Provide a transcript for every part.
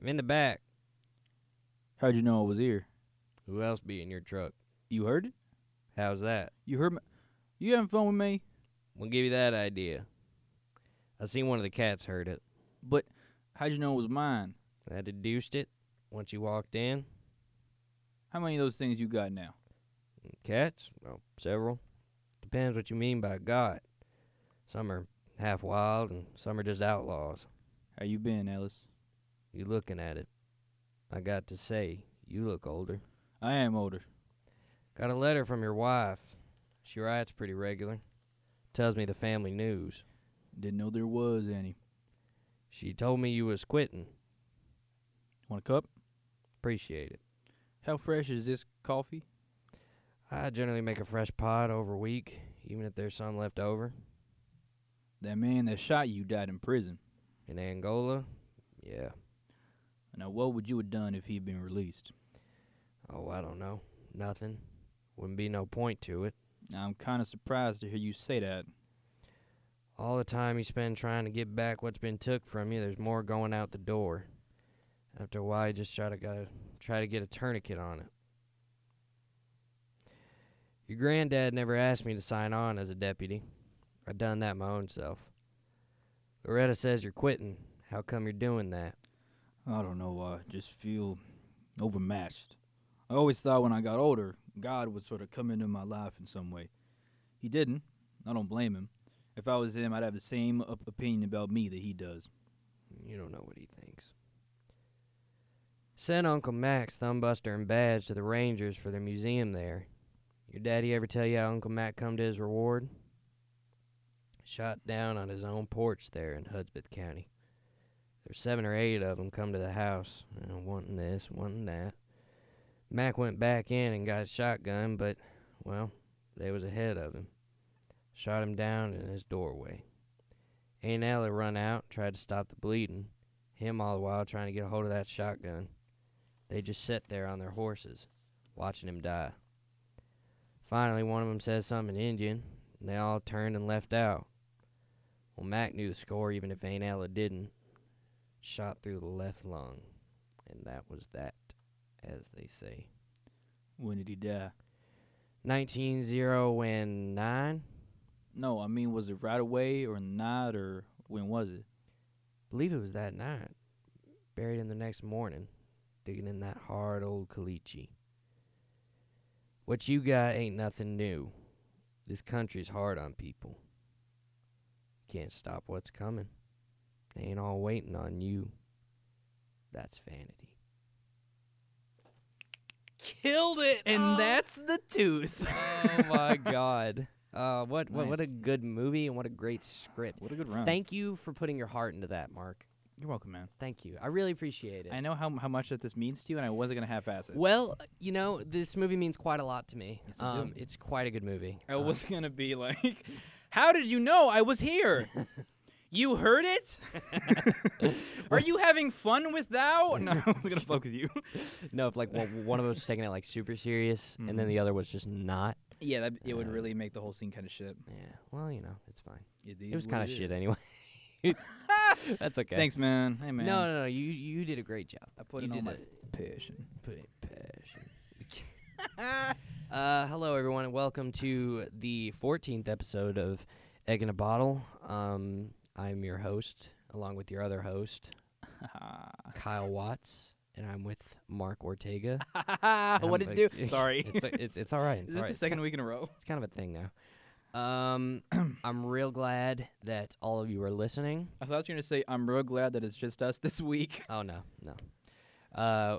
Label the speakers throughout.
Speaker 1: I'm in the back.
Speaker 2: How'd you know I was here?
Speaker 1: Who else be in your truck?
Speaker 2: You heard it?
Speaker 1: How's that?
Speaker 2: You heard me? You having fun with me?
Speaker 1: We'll give you that idea. I seen one of the cats heard it.
Speaker 2: But how'd you know it was mine?
Speaker 1: I deduced it once you walked in.
Speaker 2: How many of those things you got now?
Speaker 1: Cats? Well, several. Depends what you mean by got. Some are half wild and some are just outlaws.
Speaker 2: How you been, Ellis?
Speaker 1: You looking at it. I got to say, you look older.
Speaker 2: I am older.
Speaker 1: Got a letter from your wife. She writes pretty regular. Tells me the family news.
Speaker 2: Didn't know there was any.
Speaker 1: She told me you was quitting.
Speaker 2: Want a cup?
Speaker 1: Appreciate it.
Speaker 2: How fresh is this coffee?
Speaker 1: I generally make a fresh pot over a week, even if there's some left over.
Speaker 2: That man that shot you died in prison.
Speaker 1: In Angola, yeah.
Speaker 2: Now, what would you have done if he'd been released?
Speaker 1: Oh, I don't know. Nothing. Wouldn't be no point to it.
Speaker 2: I'm kind of surprised to hear you say that.
Speaker 1: All the time you spend trying to get back what's been took from you, there's more going out the door. After a while, you just try to gotta try to get a tourniquet on it. Your granddad never asked me to sign on as a deputy. I done that my own self. Loretta says you're quitting. How come you're doing that?
Speaker 2: I don't know. I just feel overmatched. I always thought when I got older, God would sort of come into my life in some way. He didn't. I don't blame him. If I was him, I'd have the same op- opinion about me that he does.
Speaker 1: You don't know what he thinks. Sent Uncle Max Thumbbuster and Badge to the Rangers for their museum there. Your daddy ever tell you how Uncle Mac come to his reward? Shot down on his own porch there in Hudspeth County. There's seven or eight of 'em come to the house, you know, wanting this, wanting that. Mac went back in and got a shotgun, but, well, they was ahead of him. Shot him down in his doorway. Aunt Ella run out, tried to stop the bleeding. Him all the while trying to get a hold of that shotgun. They just sit there on their horses, watching him die. Finally, one of 'em says something in Indian, and they all turned and left out. Well, Mac knew the score, even if Aunt Ella didn't. Shot through the left lung, and that was that, as they say.
Speaker 2: When did he die?
Speaker 1: 1909?
Speaker 2: No, I mean, was it right away or not, or when was it?
Speaker 1: believe it was that night. Buried him the next morning, digging in that hard old caliche. What you got ain't nothing new. This country's hard on people. Can't stop what's coming. They ain't all waiting on you. That's vanity.
Speaker 3: Killed it, and
Speaker 2: Oh.
Speaker 3: that's the tooth.
Speaker 1: Oh my God! Uh, what what what a
Speaker 2: Nice.
Speaker 1: good movie and what a great script.
Speaker 2: What a good round.
Speaker 1: Thank you for putting your heart into that, Mark.
Speaker 2: You're welcome, man.
Speaker 1: Thank you. I really appreciate it.
Speaker 2: I know how, how much that this means to you, and I wasn't going to half-ass it.
Speaker 1: Well, uh, you know, this movie means quite a lot to me.
Speaker 2: Yes, it does.
Speaker 1: um, it's quite a good movie.
Speaker 2: I
Speaker 1: Um,
Speaker 2: was going to be like, how did you know I was here? you heard it? Are you having fun with thou? No, I was going to fuck with you.
Speaker 1: no, if like one, one of us was taking it like super serious, and then
Speaker 2: Mm-hmm.
Speaker 1: the other was just not.
Speaker 2: Yeah, that, it would
Speaker 1: Um,
Speaker 2: really make the whole scene kind of shit.
Speaker 1: Yeah. Well, you know, it's fine. It
Speaker 2: is
Speaker 1: was
Speaker 2: what
Speaker 1: kind of
Speaker 2: is.
Speaker 1: shit anyway. That's okay.
Speaker 2: Thanks, man. Hey, man.
Speaker 1: No, no, no. You you did a great job.
Speaker 2: I put
Speaker 1: you
Speaker 2: in all
Speaker 1: did
Speaker 2: my
Speaker 1: a-
Speaker 2: passion.
Speaker 1: put in passion. uh, hello, everyone, and welcome to the 14th episode of Egg in a Bottle. Um, I'm your host, along with your other host, Kyle Watts, and I'm with Mark Ortega. And
Speaker 2: what
Speaker 1: I'm
Speaker 2: did it
Speaker 1: like-
Speaker 2: do? Sorry.
Speaker 1: it's, like- it's it's all right. It's
Speaker 2: Is
Speaker 1: all
Speaker 2: this
Speaker 1: right.
Speaker 2: the
Speaker 1: It's kind,
Speaker 2: second week in a row?
Speaker 1: it's kind of a thing now. Um, I'm real glad that all of you are listening.
Speaker 2: I thought you were gonna say I'm real glad that it's just us this week,
Speaker 1: Oh no, no. Uh, uh,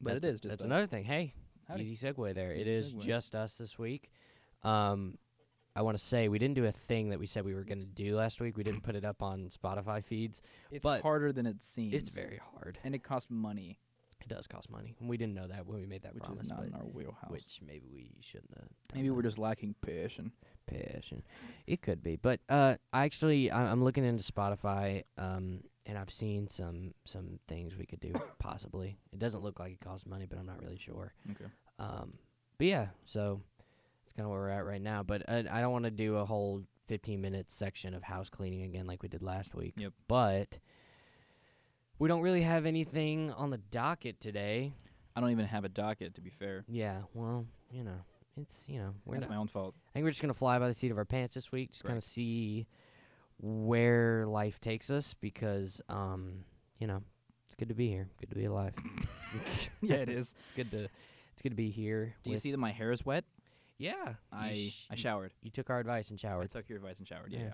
Speaker 2: but
Speaker 1: that's,
Speaker 2: it is just
Speaker 1: that's
Speaker 2: us.
Speaker 1: another thing. Hey,
Speaker 2: Howdy.
Speaker 1: easy segue there. it
Speaker 2: Easy
Speaker 1: is
Speaker 2: segue.
Speaker 1: just us this week. Um, I want to say we didn't do a thing that we said we were going to do last week. We didn't put it up on Spotify feeds.
Speaker 2: It's
Speaker 1: but
Speaker 2: harder than it seems.
Speaker 1: It's very hard.
Speaker 2: and it costs money,
Speaker 1: It does cost money, and we didn't know that when we made that
Speaker 2: which
Speaker 1: promise.
Speaker 2: is not
Speaker 1: but
Speaker 2: in our wheelhouse.
Speaker 1: which maybe we shouldn't have. done
Speaker 2: Maybe
Speaker 1: that.
Speaker 2: we're just lacking passion.
Speaker 1: passion. It could be, but uh, I actually I- I'm looking into Spotify, um, and I've seen some some things we could do possibly. It doesn't look like it costs money, but I'm not really sure.
Speaker 2: Okay.
Speaker 1: Um, but yeah, so that's kind of where we're at right now. But I, I don't want to do a whole 15 minute section of house cleaning again like we did last week.
Speaker 2: Yep.
Speaker 1: But We don't really have anything on the docket today.
Speaker 2: I don't even have a docket, to be fair.
Speaker 1: Yeah, well, you know, it's, you know, we're
Speaker 2: That's
Speaker 1: not-
Speaker 2: my own fault.
Speaker 1: I think we're just going to fly by the seat of our pants this week, just kind of
Speaker 2: Correct.
Speaker 1: see where life takes us because, um, you know, it's good to be here. Good to be alive.
Speaker 2: yeah, it is.
Speaker 1: It's good to. It's good to be here.
Speaker 2: Do you
Speaker 1: with-
Speaker 2: see that my hair is wet?
Speaker 1: Yeah,
Speaker 2: I
Speaker 1: you sh-
Speaker 2: I
Speaker 1: you-
Speaker 2: showered.
Speaker 1: You took our advice and
Speaker 2: I
Speaker 1: showered.
Speaker 2: took your advice and showered. Yeah.
Speaker 1: Yeah.
Speaker 2: yeah.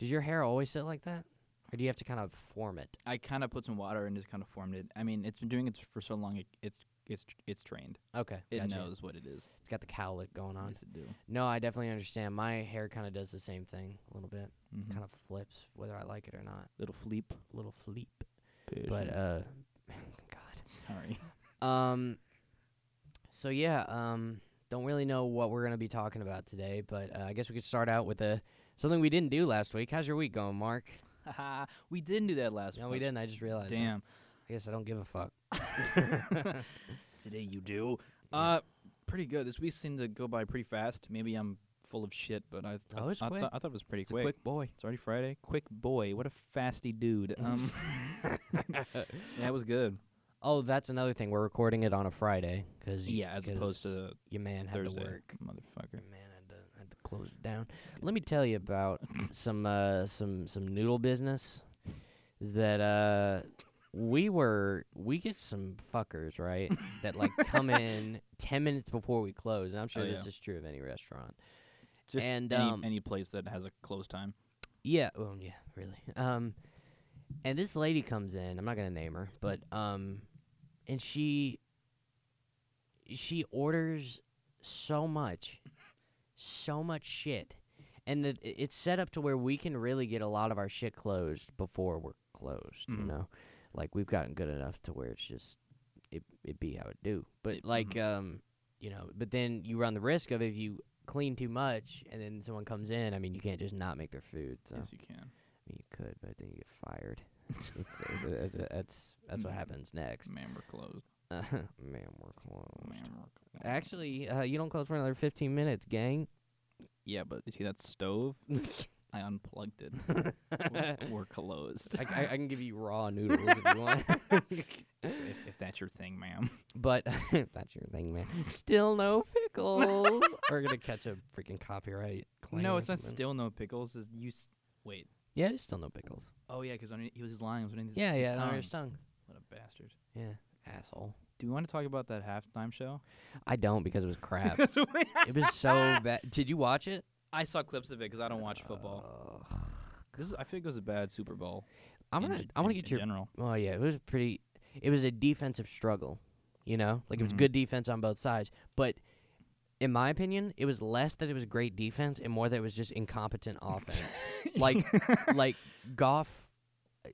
Speaker 1: Does your hair always sit like that, or do you have to kind of form it?
Speaker 2: I kind of put some water and just kind of formed it. I mean, it's been doing it for so long. It, it's it's it's trained.
Speaker 1: Okay,
Speaker 2: It
Speaker 1: gotcha.
Speaker 2: knows what it is.
Speaker 1: It's got the cowlick going on.
Speaker 2: Yes, it do.
Speaker 1: No, I definitely understand. My hair kind of does the same thing a little bit.
Speaker 2: Mhm.
Speaker 1: Kind of flips, whether I like it or not.
Speaker 2: little fleep.
Speaker 1: little fleep. But uh,
Speaker 2: sorry.
Speaker 1: God. Um. So yeah. Um. Don't really know what we're gonna be talking about today, but uh, I guess we could start out with a something we didn't do last week. How's your week going, Mark?
Speaker 2: Haha, we didn't do that last.
Speaker 1: No, we
Speaker 2: last-
Speaker 1: didn't. I just realized. it.
Speaker 2: Damn.
Speaker 1: I guess I don't give a fuck.
Speaker 2: Today you do. Uh, pretty good. This week seemed to go by pretty fast. Maybe I'm full of shit, but I I,
Speaker 1: Oh, it's
Speaker 2: I,
Speaker 1: quick.
Speaker 2: thought- I thought it was pretty
Speaker 1: It's a quick boy.
Speaker 2: It's already Friday. Quick boy, what a fasty dude. Um, that was good.
Speaker 1: Oh, that's another thing. We're recording it on a Friday because
Speaker 2: Yeah, as opposed to
Speaker 1: your man had
Speaker 2: Thursday,
Speaker 1: to work.
Speaker 2: motherfucker.
Speaker 1: Your man had to had to close it down. Let me tell you about some uh, some some noodle business is that uh, we were we get some fuckers right that like come in ten minutes before we close. And I'm sure
Speaker 2: Oh,
Speaker 1: this
Speaker 2: yeah.
Speaker 1: is true of any restaurant.
Speaker 2: Just
Speaker 1: And,
Speaker 2: any,
Speaker 1: um,
Speaker 2: any place that has a close time.
Speaker 1: Yeah, well, yeah, really. Um, and this lady comes in. I'm not gonna name her, but um, and she she orders so much, so much shit, and the i- it's set up to where we can really get a lot of our shit closed before we're closed.
Speaker 2: Mhm.
Speaker 1: You know, like we've gotten good enough to where it's just it it be how it do. But like um, you know, but then you run the risk of if you clean too much and then someone comes in. I mean, you can't just not make their food. So.
Speaker 2: Yes, you can.
Speaker 1: I mean, you could, but then you get fired. It's- it's- it's- it's- that's that's what
Speaker 2: Mm.
Speaker 1: happens next.
Speaker 2: Man, we're closed.
Speaker 1: Uh, man, we're closed.
Speaker 2: Mm. Man, we're closed.
Speaker 1: Actually, uh, you don't close for another 15 minutes, gang.
Speaker 2: yeah, but you see that stove? I unplugged it. we're, we're closed.
Speaker 1: I, I, I can give you raw noodles if you want.
Speaker 2: if, if that's your thing, ma'am.
Speaker 1: But that's your thing, man. Still no pickles. We're going to catch a freaking copyright claim.
Speaker 2: no,
Speaker 1: or
Speaker 2: it's not
Speaker 1: something.
Speaker 2: still no pickles. It's you. S- wait.
Speaker 1: yeah, it's still no pickles.
Speaker 2: Oh yeah, because he was lying. It was underneath his-
Speaker 1: Yeah,
Speaker 2: his
Speaker 1: yeah,
Speaker 2: tongue.
Speaker 1: under his tongue.
Speaker 2: What a bastard.
Speaker 1: Yeah, asshole.
Speaker 2: Do we want to talk about that halftime show?
Speaker 1: I don't because it was crap.
Speaker 2: That's what we-
Speaker 1: it was so bad. Did you watch it?
Speaker 2: I saw clips of it because I don't watch football.
Speaker 1: Ugh.
Speaker 2: This is, I think it was a bad Super Bowl.
Speaker 1: I'm
Speaker 2: in
Speaker 1: gonna
Speaker 2: ge-
Speaker 1: I want to
Speaker 2: in-
Speaker 1: get
Speaker 2: in
Speaker 1: your
Speaker 2: general.
Speaker 1: Oh yeah, it was pretty. It was a defensive struggle, you know. Like it was
Speaker 2: Mhm.
Speaker 1: good defense on both sides, but in my opinion, it was less that it was great defense and more that it was just incompetent offense. like, like Goff, uh,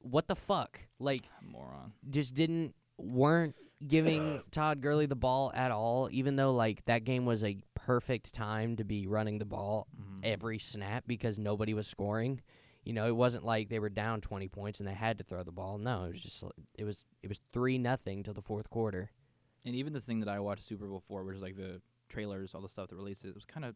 Speaker 1: what the fuck? Like,
Speaker 2: Moron.
Speaker 1: just didn't weren't giving Todd Gurley the ball at all, even though like that game was a perfect time to be running the ball
Speaker 2: Mm-hmm.
Speaker 1: every snap because nobody was scoring. You know, it wasn't like they were down 20 points and they had to throw the ball. No, it was just like- it was it was 3 nothing till the fourth quarter.
Speaker 2: And even the thing that I watched Super Bowl for, which is like the trailers, all the stuff that releases, it was kind of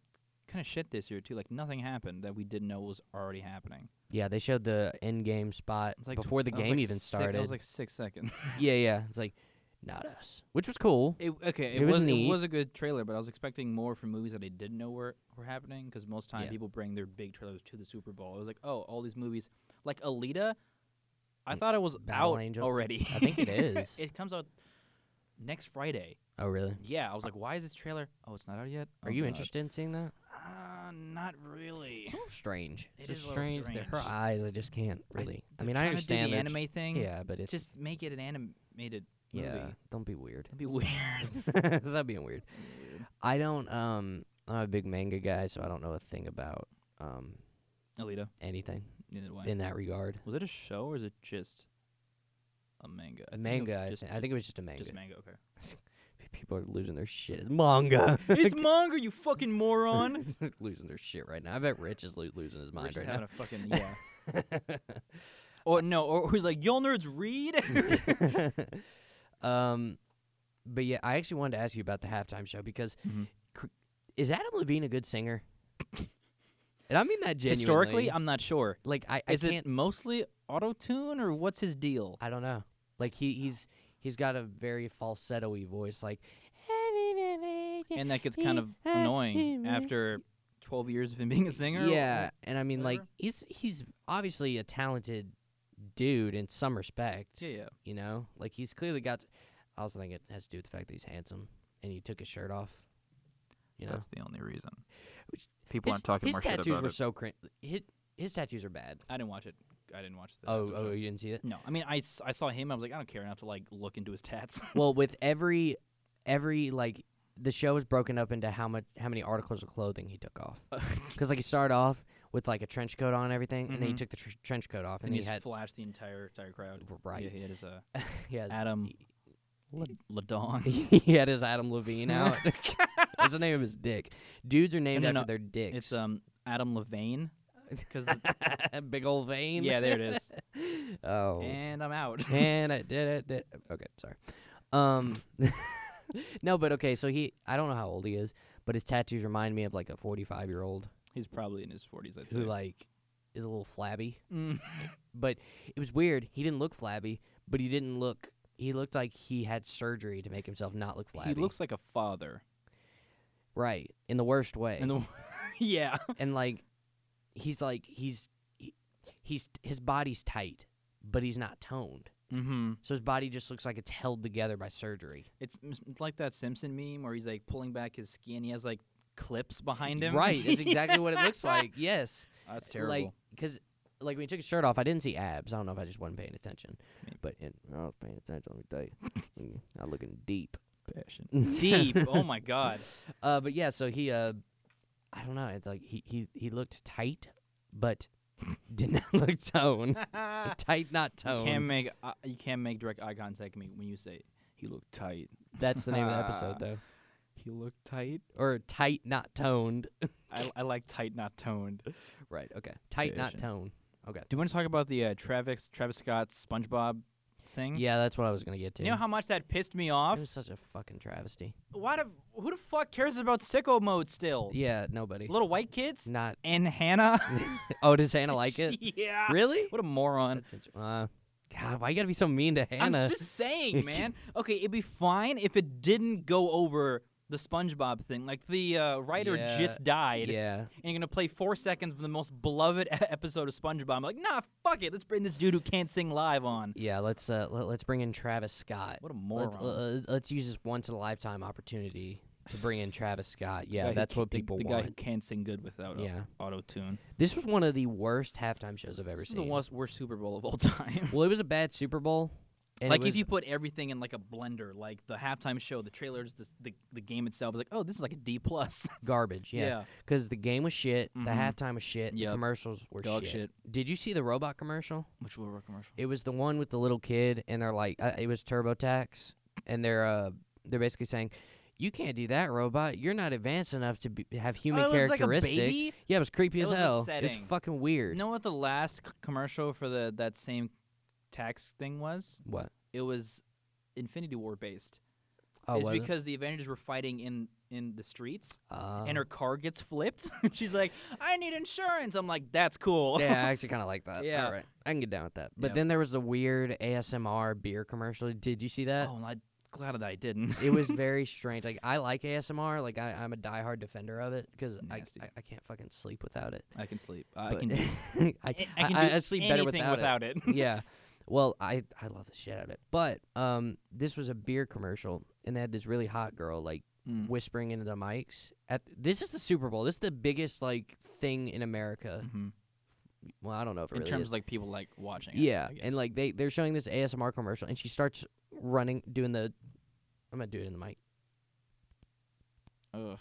Speaker 2: kind of shit this year too. Like nothing happened that we didn't know was already happening.
Speaker 1: Yeah, they showed the end game spot
Speaker 2: It's like tw-
Speaker 1: before the
Speaker 2: that was
Speaker 1: game
Speaker 2: like
Speaker 1: even
Speaker 2: six-
Speaker 1: started.
Speaker 2: That was like six seconds.
Speaker 1: yeah, yeah. It's like not us, which was cool.
Speaker 2: It, okay,
Speaker 1: It
Speaker 2: it,
Speaker 1: was
Speaker 2: was, it
Speaker 1: neat.
Speaker 2: was a good trailer, but I was expecting more from movies that I didn't know were were happening because most time
Speaker 1: Yeah.
Speaker 2: people bring their big trailers to the Super Bowl. I was like, oh, all these movies like Alita. I thought it was
Speaker 1: Battle
Speaker 2: out
Speaker 1: Angel?
Speaker 2: already.
Speaker 1: I think it is.
Speaker 2: it comes out next Friday.
Speaker 1: Oh, really?
Speaker 2: Yeah, I was like, why is this trailer? Oh, it's not out yet.
Speaker 1: Are
Speaker 2: Oh,
Speaker 1: you
Speaker 2: God.
Speaker 1: interested in seeing that?
Speaker 2: Uh, not really.
Speaker 1: It's a little strange.
Speaker 2: It
Speaker 1: it's
Speaker 2: is
Speaker 1: just
Speaker 2: a little
Speaker 1: strange. that Her
Speaker 2: strange.
Speaker 1: eyes, I just can't really. I,
Speaker 2: They're
Speaker 1: mean, I
Speaker 2: trying
Speaker 1: understand
Speaker 2: to
Speaker 1: they're
Speaker 2: do the anime thing.
Speaker 1: tr- Yeah, but it's
Speaker 2: just make it an animated movie.
Speaker 1: yeah. Don't be weird.
Speaker 2: That'd be weird.
Speaker 1: Stop being weird. I don't. Um, I'm a big manga guy, so I don't know a thing about um
Speaker 2: Alita.
Speaker 1: anything
Speaker 2: Neither do I.
Speaker 1: in that regard.
Speaker 2: Was it a show or is it just a manga? I think it
Speaker 1: manga. I,
Speaker 2: was just,
Speaker 1: thi- I think it was just a manga.
Speaker 2: just manga. Okay.
Speaker 1: People are losing their shit. It's manga.
Speaker 2: It's manga, you fucking moron.
Speaker 1: losing their shit right now. I bet Rich is lo- losing his mind
Speaker 2: Rich is
Speaker 1: right
Speaker 2: having
Speaker 1: now.
Speaker 2: a fucking yeah. Or no, or or he's like, "Y'all nerds read."
Speaker 1: um, but yeah, I actually wanted to ask you about the halftime show because is Adam Levine a good singer? and I mean that genuinely.
Speaker 2: Historically, I'm not sure.
Speaker 1: like I, I
Speaker 2: Is
Speaker 1: can't.
Speaker 2: it mostly auto tune or what's his deal?
Speaker 1: I don't know. Like he he's he's got a very falsetto-y voice. Like
Speaker 2: And that gets kind of annoying after 12 years of him being a singer. or-
Speaker 1: yeah, and I mean like
Speaker 2: whatever.
Speaker 1: he's he's obviously a talented dude in some respect.
Speaker 2: Yeah, yeah.
Speaker 1: You know, like he's clearly got. I also think it has to do with the fact that he's handsome and he took his shirt off. You know,
Speaker 4: That's the only reason.
Speaker 1: Which-
Speaker 4: People
Speaker 1: his,
Speaker 4: aren't talking
Speaker 1: his
Speaker 4: more shit
Speaker 1: tattoos
Speaker 4: about
Speaker 1: were
Speaker 4: it.
Speaker 1: so cringe. His his tattoos are bad.
Speaker 2: I didn't watch it. I didn't watch the
Speaker 1: Oh,
Speaker 2: Dr.
Speaker 1: oh,
Speaker 2: Seuss.
Speaker 1: you didn't see it.
Speaker 2: No, I mean, I, s- I saw him. I was like, I don't care enough to like look into his tats.
Speaker 1: well, with every every like the show is broken up into how much how many articles of clothing he took off. Because like he started off with like a trench coat on and everything, and then he
Speaker 2: Mhm.
Speaker 1: took the tr- trench coat off,
Speaker 2: and
Speaker 1: and
Speaker 2: he
Speaker 1: he had
Speaker 2: flashed the entire entire crowd. Yeah,
Speaker 1: right,
Speaker 2: he had his uh,
Speaker 1: he had
Speaker 2: Adam
Speaker 1: Le-
Speaker 2: Ladon.
Speaker 1: he had his Adam Levine out. That's the name of his dick. Dudes are named
Speaker 2: no,
Speaker 1: after
Speaker 2: no,
Speaker 1: their dicks.
Speaker 2: It's um Adam Levine. Because
Speaker 1: big old vein.
Speaker 2: yeah, there it is.
Speaker 1: Oh.
Speaker 2: And I'm out.
Speaker 1: and I did it. Did. Okay, sorry. Um, no, but okay. So he, I don't know how old he is, but his tattoos remind me of like a forty-five-year-old
Speaker 2: He's probably in his 40s. I'd say.
Speaker 1: who like is a little flabby.
Speaker 2: Mm.
Speaker 1: But it was weird. He didn't look flabby, but he didn't look. He looked like he had surgery to make himself not look flabby.
Speaker 2: he looks like a father.
Speaker 1: right in the worst way.
Speaker 2: And the yeah.
Speaker 1: and like he's like he's he, he's his body's tight, but he's not toned.
Speaker 2: Mm-hmm.
Speaker 1: So his body just looks like it's held together by surgery.
Speaker 2: It's, it's like that Simpson meme where he's like pulling back his ski and he has like clips behind him.
Speaker 1: Right. That's exactly what it looks like. Yes.
Speaker 2: That's terrible.
Speaker 1: Like, because like when he took his shirt off, I didn't see abs. I don't know if I just wasn't paying attention,
Speaker 2: Maybe.
Speaker 1: but in, I was paying attention. Let me tell you, I was looking deep.
Speaker 2: Passion. Deep. oh my god.
Speaker 1: Uh, but yeah, so he uh, I don't know. It's like he he he looked tight, but did not look toned. tight, not
Speaker 2: You
Speaker 1: toned.
Speaker 2: can't make uh, you can't make direct eye contact with me when you say he looked tight.
Speaker 1: That's the name of the episode though.
Speaker 2: He looked tight.
Speaker 1: Or tight, not toned.
Speaker 2: I, I like tight, not toned. Do
Speaker 1: Right. Okay. Tight, not
Speaker 2: Vision.
Speaker 1: tone. Okay.
Speaker 2: you want to talk about the uh, Travis Travis Scott SpongeBob thing?
Speaker 1: Yeah, that's what I was gonna get to.
Speaker 2: Hmm? You know how much that pissed me off.
Speaker 1: it was such a fucking travesty.
Speaker 2: Why the who the fuck cares about sicko mode still?
Speaker 1: Yeah, nobody.
Speaker 2: Little white kids
Speaker 1: Not.
Speaker 2: and Hannah.
Speaker 1: Oh, does Hannah like it?
Speaker 2: yeah.
Speaker 1: Really?
Speaker 2: What a moron.
Speaker 1: That's int- uh, God, why you gotta be so mean to Hannah?
Speaker 2: I'm just saying, man. Okay, it'd be fine if it didn't go over the SpongeBob thing. Like the uh, writer
Speaker 1: Yeah,
Speaker 2: just died,
Speaker 1: yeah.
Speaker 2: and you're gonna play four seconds of the most beloved e- episode of SpongeBob. I'm like, nah, fuck it. Let's bring this dude who can't sing live on.
Speaker 1: Yeah, let's uh, let, us bring in Travis Scott.
Speaker 2: What a
Speaker 1: Let's,
Speaker 2: moron.
Speaker 1: uh, let's use this once in a lifetime opportunity to bring in Travis Scott.
Speaker 2: The
Speaker 1: Yeah,
Speaker 2: guy who
Speaker 1: that's
Speaker 2: ca-
Speaker 1: what
Speaker 2: the-
Speaker 1: people
Speaker 2: the, guy who
Speaker 1: want.
Speaker 2: can't sing good without uh,
Speaker 1: Yeah.
Speaker 2: auto tune.
Speaker 1: This was one of the worst halftime shows I've ever
Speaker 2: This is the
Speaker 1: seen.
Speaker 2: worst, worst Super Bowl of all time.
Speaker 1: Well, it was a bad Super Bowl. And
Speaker 2: like
Speaker 1: it was,
Speaker 2: if you put everything in like a blender, like the halftime show, the trailers, the the, the game itself, is like, oh, this is like a D plus.
Speaker 1: garbage, yeah,
Speaker 2: Yeah.
Speaker 1: because the game was shit, the
Speaker 2: Mhm.
Speaker 1: halftime was shit, the
Speaker 2: Yep.
Speaker 1: commercials were
Speaker 2: Dog shit.
Speaker 1: Did you see the robot commercial?
Speaker 2: Which will a commercial.
Speaker 1: It was the one with the little kid, and they're like, uh, it was TurboTax, and they're uh, they're basically saying, you can't do that, robot. You're not advanced enough to be, have human
Speaker 2: Oh, it was like a
Speaker 1: characteristics.
Speaker 2: baby?
Speaker 1: Yeah, it was creepy
Speaker 2: It
Speaker 1: as
Speaker 2: was
Speaker 1: hell. It
Speaker 2: upsetting.
Speaker 1: was fucking weird.
Speaker 2: You know what the last c- commercial for the that same tax thing was?
Speaker 1: What?
Speaker 2: It was Infinity War based.
Speaker 1: Oh,
Speaker 2: it's
Speaker 1: was it?
Speaker 2: because the Avengers were fighting in in the streets,
Speaker 1: Uh,
Speaker 2: and her car gets flipped. She's like, "I need insurance." I'm like, "That's cool."
Speaker 1: yeah, I actually kind of like that.
Speaker 2: Yeah.
Speaker 1: All right, I can get down with that. But
Speaker 2: Yeah.
Speaker 1: then there was a weird ASMR beer commercial. Did you see that?
Speaker 2: oh, I'm glad that I didn't.
Speaker 1: it was very strange. Like I like ASMR. Like I, I'm a diehard defender of it because I,
Speaker 2: Nasty.
Speaker 1: I I can't fucking sleep without it.
Speaker 2: I can sleep. I
Speaker 1: But-
Speaker 2: can. Do,
Speaker 1: I,
Speaker 2: I,
Speaker 1: I-
Speaker 2: I can
Speaker 1: I-
Speaker 2: do
Speaker 1: I sleep better
Speaker 2: anything
Speaker 1: without it.
Speaker 2: it.
Speaker 1: yeah. Well, I I love the shit out of it. But um, this was a beer commercial, and they had this really hot girl like
Speaker 2: Mm.
Speaker 1: whispering into the mics. At this is the Super Bowl. This is the biggest like thing in America.
Speaker 2: Mhm.
Speaker 1: Well, I don't know if it
Speaker 2: In
Speaker 1: really
Speaker 2: terms
Speaker 1: is.
Speaker 2: of like people like watching. it,
Speaker 1: yeah,
Speaker 2: I guess.
Speaker 1: and like they they're showing this ASMR commercial, and she starts running, doing the. I'm gonna do it in the mic.
Speaker 2: Ugh.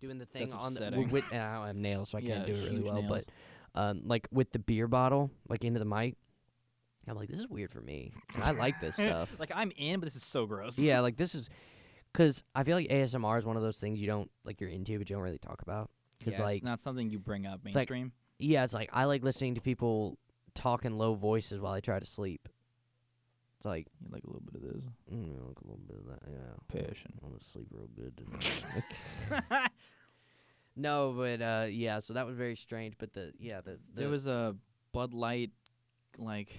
Speaker 1: doing the thing
Speaker 2: That's
Speaker 1: on the
Speaker 2: upsetting.
Speaker 1: w- with, and I don't have nails, so I can't do
Speaker 2: Yeah,
Speaker 1: it really
Speaker 2: huge
Speaker 1: well.
Speaker 2: nails.
Speaker 1: But um, like with the beer bottle, like into the mic, I'm like, this is weird for me. And I like this stuff.
Speaker 2: like I'm in, but this is so gross.
Speaker 1: yeah, like this is because I feel like ASMR is one of those things you don't like you're into, but you don't really talk about. Because
Speaker 2: Yeah,
Speaker 1: like
Speaker 2: it's not something you bring up
Speaker 1: it's like-
Speaker 2: mainstream.
Speaker 1: yeah, it's like I like listening to people talk in low voices while I try to sleep. It's like
Speaker 2: you like a little bit of this
Speaker 1: mm, I like a little bit of that. Yeah,
Speaker 2: passion.
Speaker 1: I'm gonna sleep real good tonight. no, but uh, yeah, so that was very strange. But the yeah, the, the
Speaker 2: There was a Bud Light like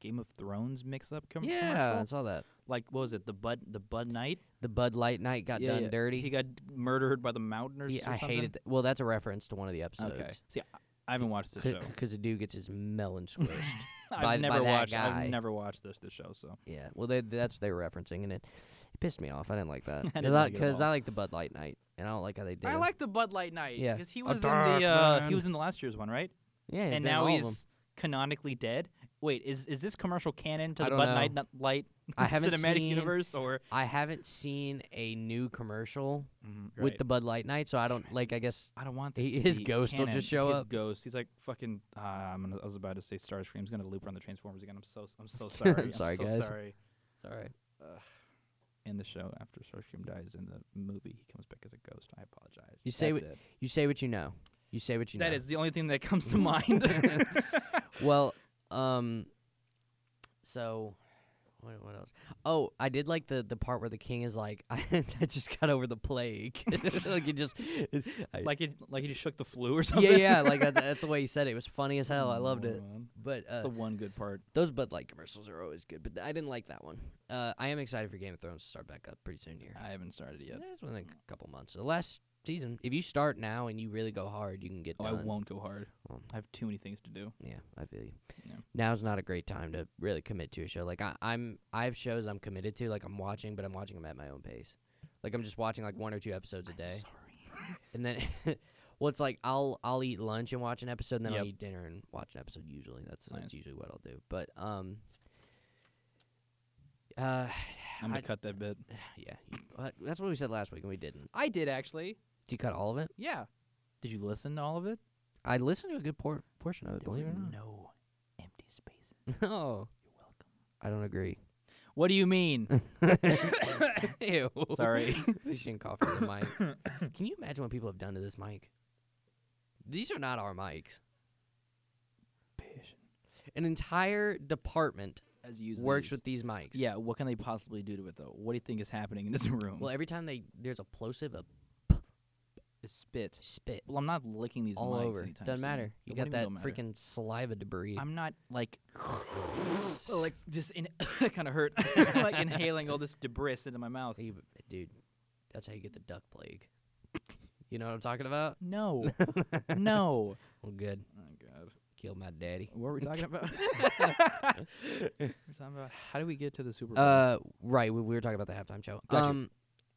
Speaker 2: Game of Thrones mix up com-
Speaker 1: yeah, I
Speaker 2: commercial?
Speaker 1: saw that.
Speaker 2: Like what was it? The Bud the Bud Knight
Speaker 1: The Bud Light night got
Speaker 2: Yeah,
Speaker 1: done
Speaker 2: yeah.
Speaker 1: dirty.
Speaker 2: He got murdered by the Mountainers.
Speaker 1: yeah,
Speaker 2: or
Speaker 1: I hated that. Well, that's a reference to one of the episodes.
Speaker 2: something? Okay. See, I- I haven't watched this show.
Speaker 1: Because the dude gets his melon squished.
Speaker 2: I've
Speaker 1: by- by
Speaker 2: never
Speaker 1: that
Speaker 2: watched.
Speaker 1: guy.
Speaker 2: I've never watched this this show. So
Speaker 1: yeah. Well, they, that's what they were referencing, and it, it pissed me off. I didn't like that.
Speaker 2: I
Speaker 1: Because
Speaker 2: didn't
Speaker 1: I,
Speaker 2: like it at
Speaker 1: 'cause I
Speaker 2: all.
Speaker 1: like the Bud Light night, and I don't like how they did
Speaker 2: I
Speaker 1: it.
Speaker 2: like the Bud Light Night.
Speaker 1: Yeah.
Speaker 2: because he
Speaker 1: A
Speaker 2: was in
Speaker 1: dark
Speaker 2: the uh,
Speaker 1: man.
Speaker 2: he was in the last year's one, right?
Speaker 1: Yeah, he's been in
Speaker 2: and now
Speaker 1: all of
Speaker 2: he's canonically dead. Wait, is is this commercial canon to
Speaker 1: I
Speaker 2: the
Speaker 1: don't
Speaker 2: Bud
Speaker 1: know.
Speaker 2: Knight Nut- Light
Speaker 1: I haven't
Speaker 2: cinematic
Speaker 1: seen-
Speaker 2: universe or
Speaker 1: I haven't seen a new commercial with the Bud Light night, so I don't like. I guess
Speaker 2: I don't want this.
Speaker 1: He-
Speaker 2: to
Speaker 1: his
Speaker 2: be
Speaker 1: ghost will
Speaker 2: canon.
Speaker 1: just show
Speaker 2: his
Speaker 1: up.
Speaker 2: Ghost. He's like fucking. Uh, I'm gonna, I was about to say Starscream's gonna loop around the Transformers again. I'm so I'm so sorry. I'm
Speaker 1: sorry,
Speaker 2: so
Speaker 1: guys.
Speaker 2: Sorry.
Speaker 1: it's all right.
Speaker 2: In the show, after Starscream dies in the movie, he comes back as a ghost. I apologize.
Speaker 1: You say
Speaker 2: That's it.
Speaker 1: You say what you know. You say what you
Speaker 2: That
Speaker 1: know.
Speaker 2: is the only thing that comes to mind.
Speaker 1: Well, um, so what, what else? Oh, I did like the the part where the king is like, I, just got over the plague. like it just, I-
Speaker 2: like it, like he just shook the flu or something.
Speaker 1: yeah, yeah. Like that, that's the way he said it. It was funny as hell. I loved it.
Speaker 2: Moron.
Speaker 1: But
Speaker 2: That's
Speaker 1: uh,
Speaker 2: the one good part.
Speaker 1: those Bud Light commercials are always good. But th- I didn't like that one. Uh, I am excited for Game of Thrones to start back up pretty soon here.
Speaker 2: I haven't started yet.
Speaker 1: That's within a couple months. The last season, if you start now and you really go hard, you can get
Speaker 2: Oh, I
Speaker 1: done.
Speaker 2: won't go hard.
Speaker 1: Well.
Speaker 2: I have too many things to do.
Speaker 1: Yeah, I feel you.
Speaker 2: Yeah.
Speaker 1: Now's not a great time to really commit to a show. Like I, I'm, I have shows I'm committed to. Like I'm watching, but I'm watching them at my own pace. Like I'm just watching like one or two episodes a day, and then, well, it's like I'll I'll eat lunch and watch an episode, and then I'll
Speaker 2: Yep.
Speaker 1: eat dinner and watch an episode. Usually, that's
Speaker 2: Nice.
Speaker 1: that's usually what I'll do. But um, uh,
Speaker 2: I'm gonna
Speaker 1: I-
Speaker 2: cut that bit.
Speaker 1: yeah, you- uh, that's what we said last week, and we didn't.
Speaker 2: I did actually.
Speaker 1: Did you cut all of it?
Speaker 2: Yeah. Did you listen to all of it?
Speaker 1: I listened to a good por- portion of it.
Speaker 2: There
Speaker 1: Believe it
Speaker 2: were
Speaker 1: or not.
Speaker 2: no empty spaces.
Speaker 1: No,
Speaker 2: You're welcome.
Speaker 1: I don't agree.
Speaker 2: What do you mean?
Speaker 1: Ew.
Speaker 2: Sorry.
Speaker 1: They shouldn't cough into the mic. Can you imagine what people have done to this mic? These are not our mics. An entire department
Speaker 2: As used
Speaker 1: works
Speaker 2: these.
Speaker 1: with these mics.
Speaker 2: Yeah. What can they possibly do to it though? What do you think is happening in this room?
Speaker 1: Well, every time they there's a plosive, a
Speaker 2: it's spit.
Speaker 1: spit
Speaker 2: Well, I'm not licking these
Speaker 1: all
Speaker 2: mics
Speaker 1: over.
Speaker 2: anytime
Speaker 1: Doesn't
Speaker 2: soon.
Speaker 1: matter. You
Speaker 2: What
Speaker 1: got
Speaker 2: do
Speaker 1: that
Speaker 2: mean don't matter?
Speaker 1: freaking saliva debris.
Speaker 2: I'm not like, like just in, kind of hurt, like inhaling all this debris into my mouth.
Speaker 1: You- Dude, that's how you get the duck plague. You know what I'm talking about?
Speaker 2: No, no.
Speaker 1: Well, good.
Speaker 2: Oh God,
Speaker 1: Kill my daddy.
Speaker 2: what were we talking about? we're talking about how do we get to the Super Bowl?
Speaker 1: Uh, right. We, we were talking about the halftime show.
Speaker 2: Got you.
Speaker 1: Um,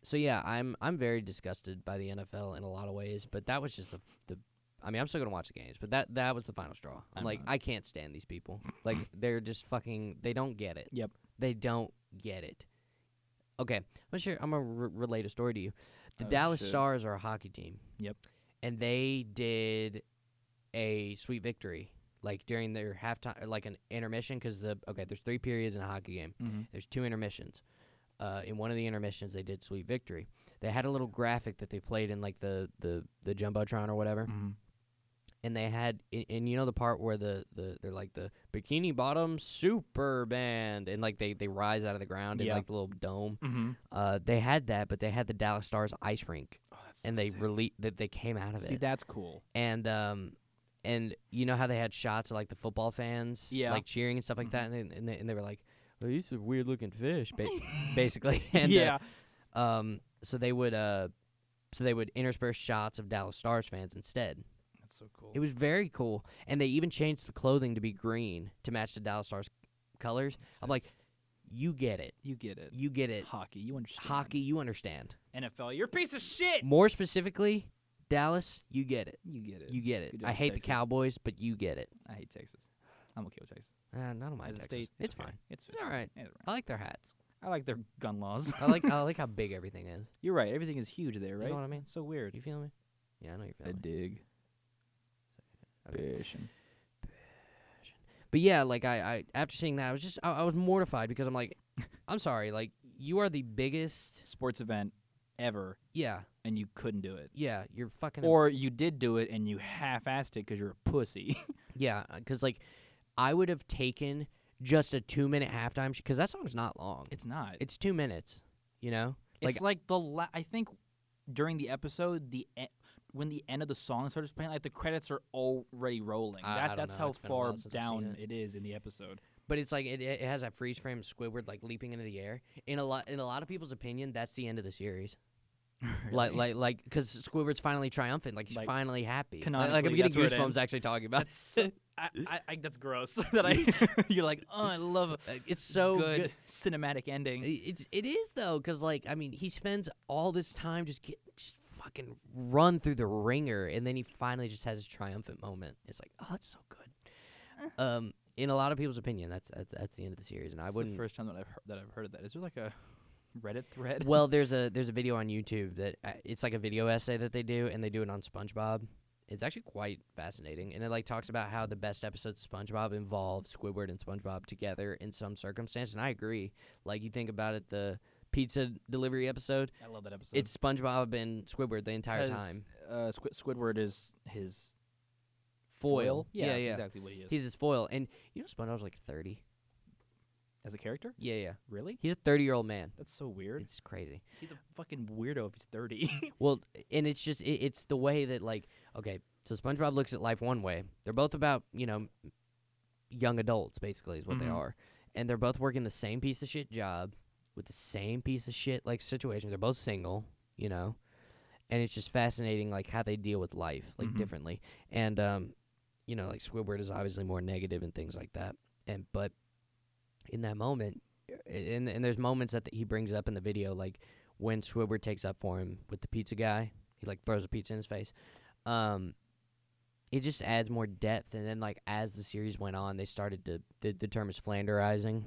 Speaker 1: so yeah, I'm I'm very disgusted by the NFL in a lot of ways, but that was just the the. I mean, I'm still gonna watch the games, but that that was the final straw. I'm,
Speaker 2: I'm
Speaker 1: like,
Speaker 2: not.
Speaker 1: I can't stand these people. like, they're just fucking. They don't get it.
Speaker 2: Yep.
Speaker 1: They don't get it. Okay, I'm gonna share. I'm gonna re- relate a story to you. The
Speaker 2: Oh,
Speaker 1: Dallas
Speaker 2: shit.
Speaker 1: Stars are a hockey team.
Speaker 2: Yep.
Speaker 1: And they did a sweet victory, like during their halftime, like an intermission, because the okay, there's three periods in a hockey game.
Speaker 2: mm-hmm.
Speaker 1: There's two intermissions. Uh, in one of the intermissions, they did "Sweet Victory." They had a little graphic that they played in like the the the jumbotron or whatever,
Speaker 2: Mm-hmm.
Speaker 1: and they had and, and you know the part where the, the they're like the bikini bottom super band and like they they rise out of the ground in
Speaker 2: Yeah.
Speaker 1: like the little dome.
Speaker 2: Mm-hmm.
Speaker 1: Uh, they had that, but they had the Dallas Stars ice rink,
Speaker 2: Oh, that's
Speaker 1: and
Speaker 2: so
Speaker 1: they
Speaker 2: sick.
Speaker 1: rele- that they came out of
Speaker 2: see
Speaker 1: it,
Speaker 2: that's cool.
Speaker 1: and um. And you know how they had shots of like the football fans,
Speaker 2: Yeah.
Speaker 1: like cheering and stuff like
Speaker 2: Mhm.
Speaker 1: that, and they, and they, and they were like, well, "These are weird looking fish," ba- basically. And, uh,
Speaker 2: yeah,
Speaker 1: um, so they would uh, so they would intersperse shots of Dallas Stars fans instead.
Speaker 2: that's so cool.
Speaker 1: It was very cool, and they even changed the clothing to be green to match the Dallas Stars colors. I'm like, you get it,
Speaker 2: you get it.
Speaker 1: you get it.
Speaker 2: Hockey, you understand.
Speaker 1: Hockey, you understand.
Speaker 2: NFL, you're a piece of shit.
Speaker 1: More specifically, Dallas, you get it,
Speaker 2: You get it.
Speaker 1: you get it.
Speaker 2: Good
Speaker 1: I
Speaker 2: job,
Speaker 1: hate
Speaker 2: Texas.
Speaker 1: the Cowboys, but you get it.
Speaker 2: I hate Texas. I'm okay with Texas.
Speaker 1: Uh, not on my
Speaker 2: As a
Speaker 1: Texas.
Speaker 2: state,
Speaker 1: it's
Speaker 2: okay.
Speaker 1: fine.
Speaker 2: It's,
Speaker 1: It's all right.
Speaker 2: It's
Speaker 1: I
Speaker 2: all
Speaker 1: like their hats.
Speaker 2: right. I like their gun laws.
Speaker 1: I like I like how big everything is.
Speaker 2: You're right. Everything is huge there, right?
Speaker 1: You know what I mean?
Speaker 2: It's so weird.
Speaker 1: You feel me? Yeah, I know you feel me.
Speaker 2: dig.
Speaker 1: Okay. But yeah, like I, I after seeing that, I was just I, I was mortified because I'm like, I'm sorry, like you are the biggest.
Speaker 2: Sports event ever,
Speaker 1: Yeah,
Speaker 2: and you couldn't do it.
Speaker 1: yeah, you're fucking.
Speaker 2: Or you did do it and you half-assed it because you're a pussy.
Speaker 1: yeah, because like I would have taken just a two minute halftime because that song's not long. It's,
Speaker 2: it's not.
Speaker 1: two minutes, you know.
Speaker 2: it's like the la- I think during the episode the e-
Speaker 5: when the end of the song starts playing, like the credits are already rolling.
Speaker 1: I- I
Speaker 5: that
Speaker 1: don't
Speaker 5: that's
Speaker 1: know.
Speaker 5: how
Speaker 1: It's been a
Speaker 5: far
Speaker 1: while since I've seen
Speaker 5: down
Speaker 1: it.
Speaker 5: it is in the episode.
Speaker 1: But it's like it, it has that freeze frame of Squidward like leaping into the air. In a lot, in a lot of people's opinion, that's the end of the series. Like, like, like, because Squidward's finally triumphant. Like he's
Speaker 5: Like,
Speaker 1: finally happy. Like- Like, I'm
Speaker 5: canonically,
Speaker 1: getting
Speaker 5: that's where it
Speaker 1: goosebumps
Speaker 5: ends.
Speaker 1: actually talking about.
Speaker 5: That's
Speaker 1: it.
Speaker 5: so- I, I, I that's gross. that I you're like, oh, I love a
Speaker 1: Uh, it's so
Speaker 5: good,
Speaker 1: good.
Speaker 5: cinematic
Speaker 1: I-
Speaker 5: ending.
Speaker 1: It's it is though, because like I mean, he spends all this time just get just fucking run through the ringer, and then he finally just has his triumphant moment. It's like, oh, that's so good. Um, in a lot of people's opinion, that's that's, that's the end of the series, and I
Speaker 5: It's
Speaker 1: wouldn't.
Speaker 5: the first time that I've heard, that I've heard of that. Is there like a Reddit thread?
Speaker 1: well, there's a there's a video on YouTube that uh, it's like a video essay that they do, and they do it on SpongeBob. It's actually quite fascinating, and it like talks about how the best episodes of SpongeBob involve Squidward and SpongeBob together in some circumstance, and I agree. Like you think about it, the pizza delivery episode.
Speaker 5: I love that episode.
Speaker 1: It's SpongeBob and Squidward the entire
Speaker 5: 'Cause,
Speaker 1: time.
Speaker 5: Uh, Squid- Squidward is his
Speaker 1: Foil.
Speaker 5: Yeah,
Speaker 1: Yeah,
Speaker 5: that's
Speaker 1: yeah.
Speaker 5: exactly what he is
Speaker 1: He's his foil, and you know SpongeBob's like thirty.
Speaker 5: as a character.
Speaker 1: Yeah, yeah.
Speaker 5: Really?
Speaker 1: He's a thirty-year-old man.
Speaker 5: That's so weird.
Speaker 1: It's crazy.
Speaker 5: He's a fucking weirdo if he's thirty.
Speaker 1: Well, and it's just it, it's the way that like okay, so SpongeBob looks at life one way. They're both about you know young adults basically is what they
Speaker 5: Mhm.
Speaker 1: are, and they're both working the same piece of shit job with the same piece of shit like situation. They're both single, you know, and it's just fascinating like how they deal with life like
Speaker 5: Mhm.
Speaker 1: differently. And um, you know, like Squidward is obviously more negative and things like that. And but in that moment, eh, and and there's moments that he brings up in the video like when Squidward takes up for him with the pizza guy, he like throws a pizza in his face. Um, it just adds more depth, and then like as the series went on, they started to the, the term is flanderizing.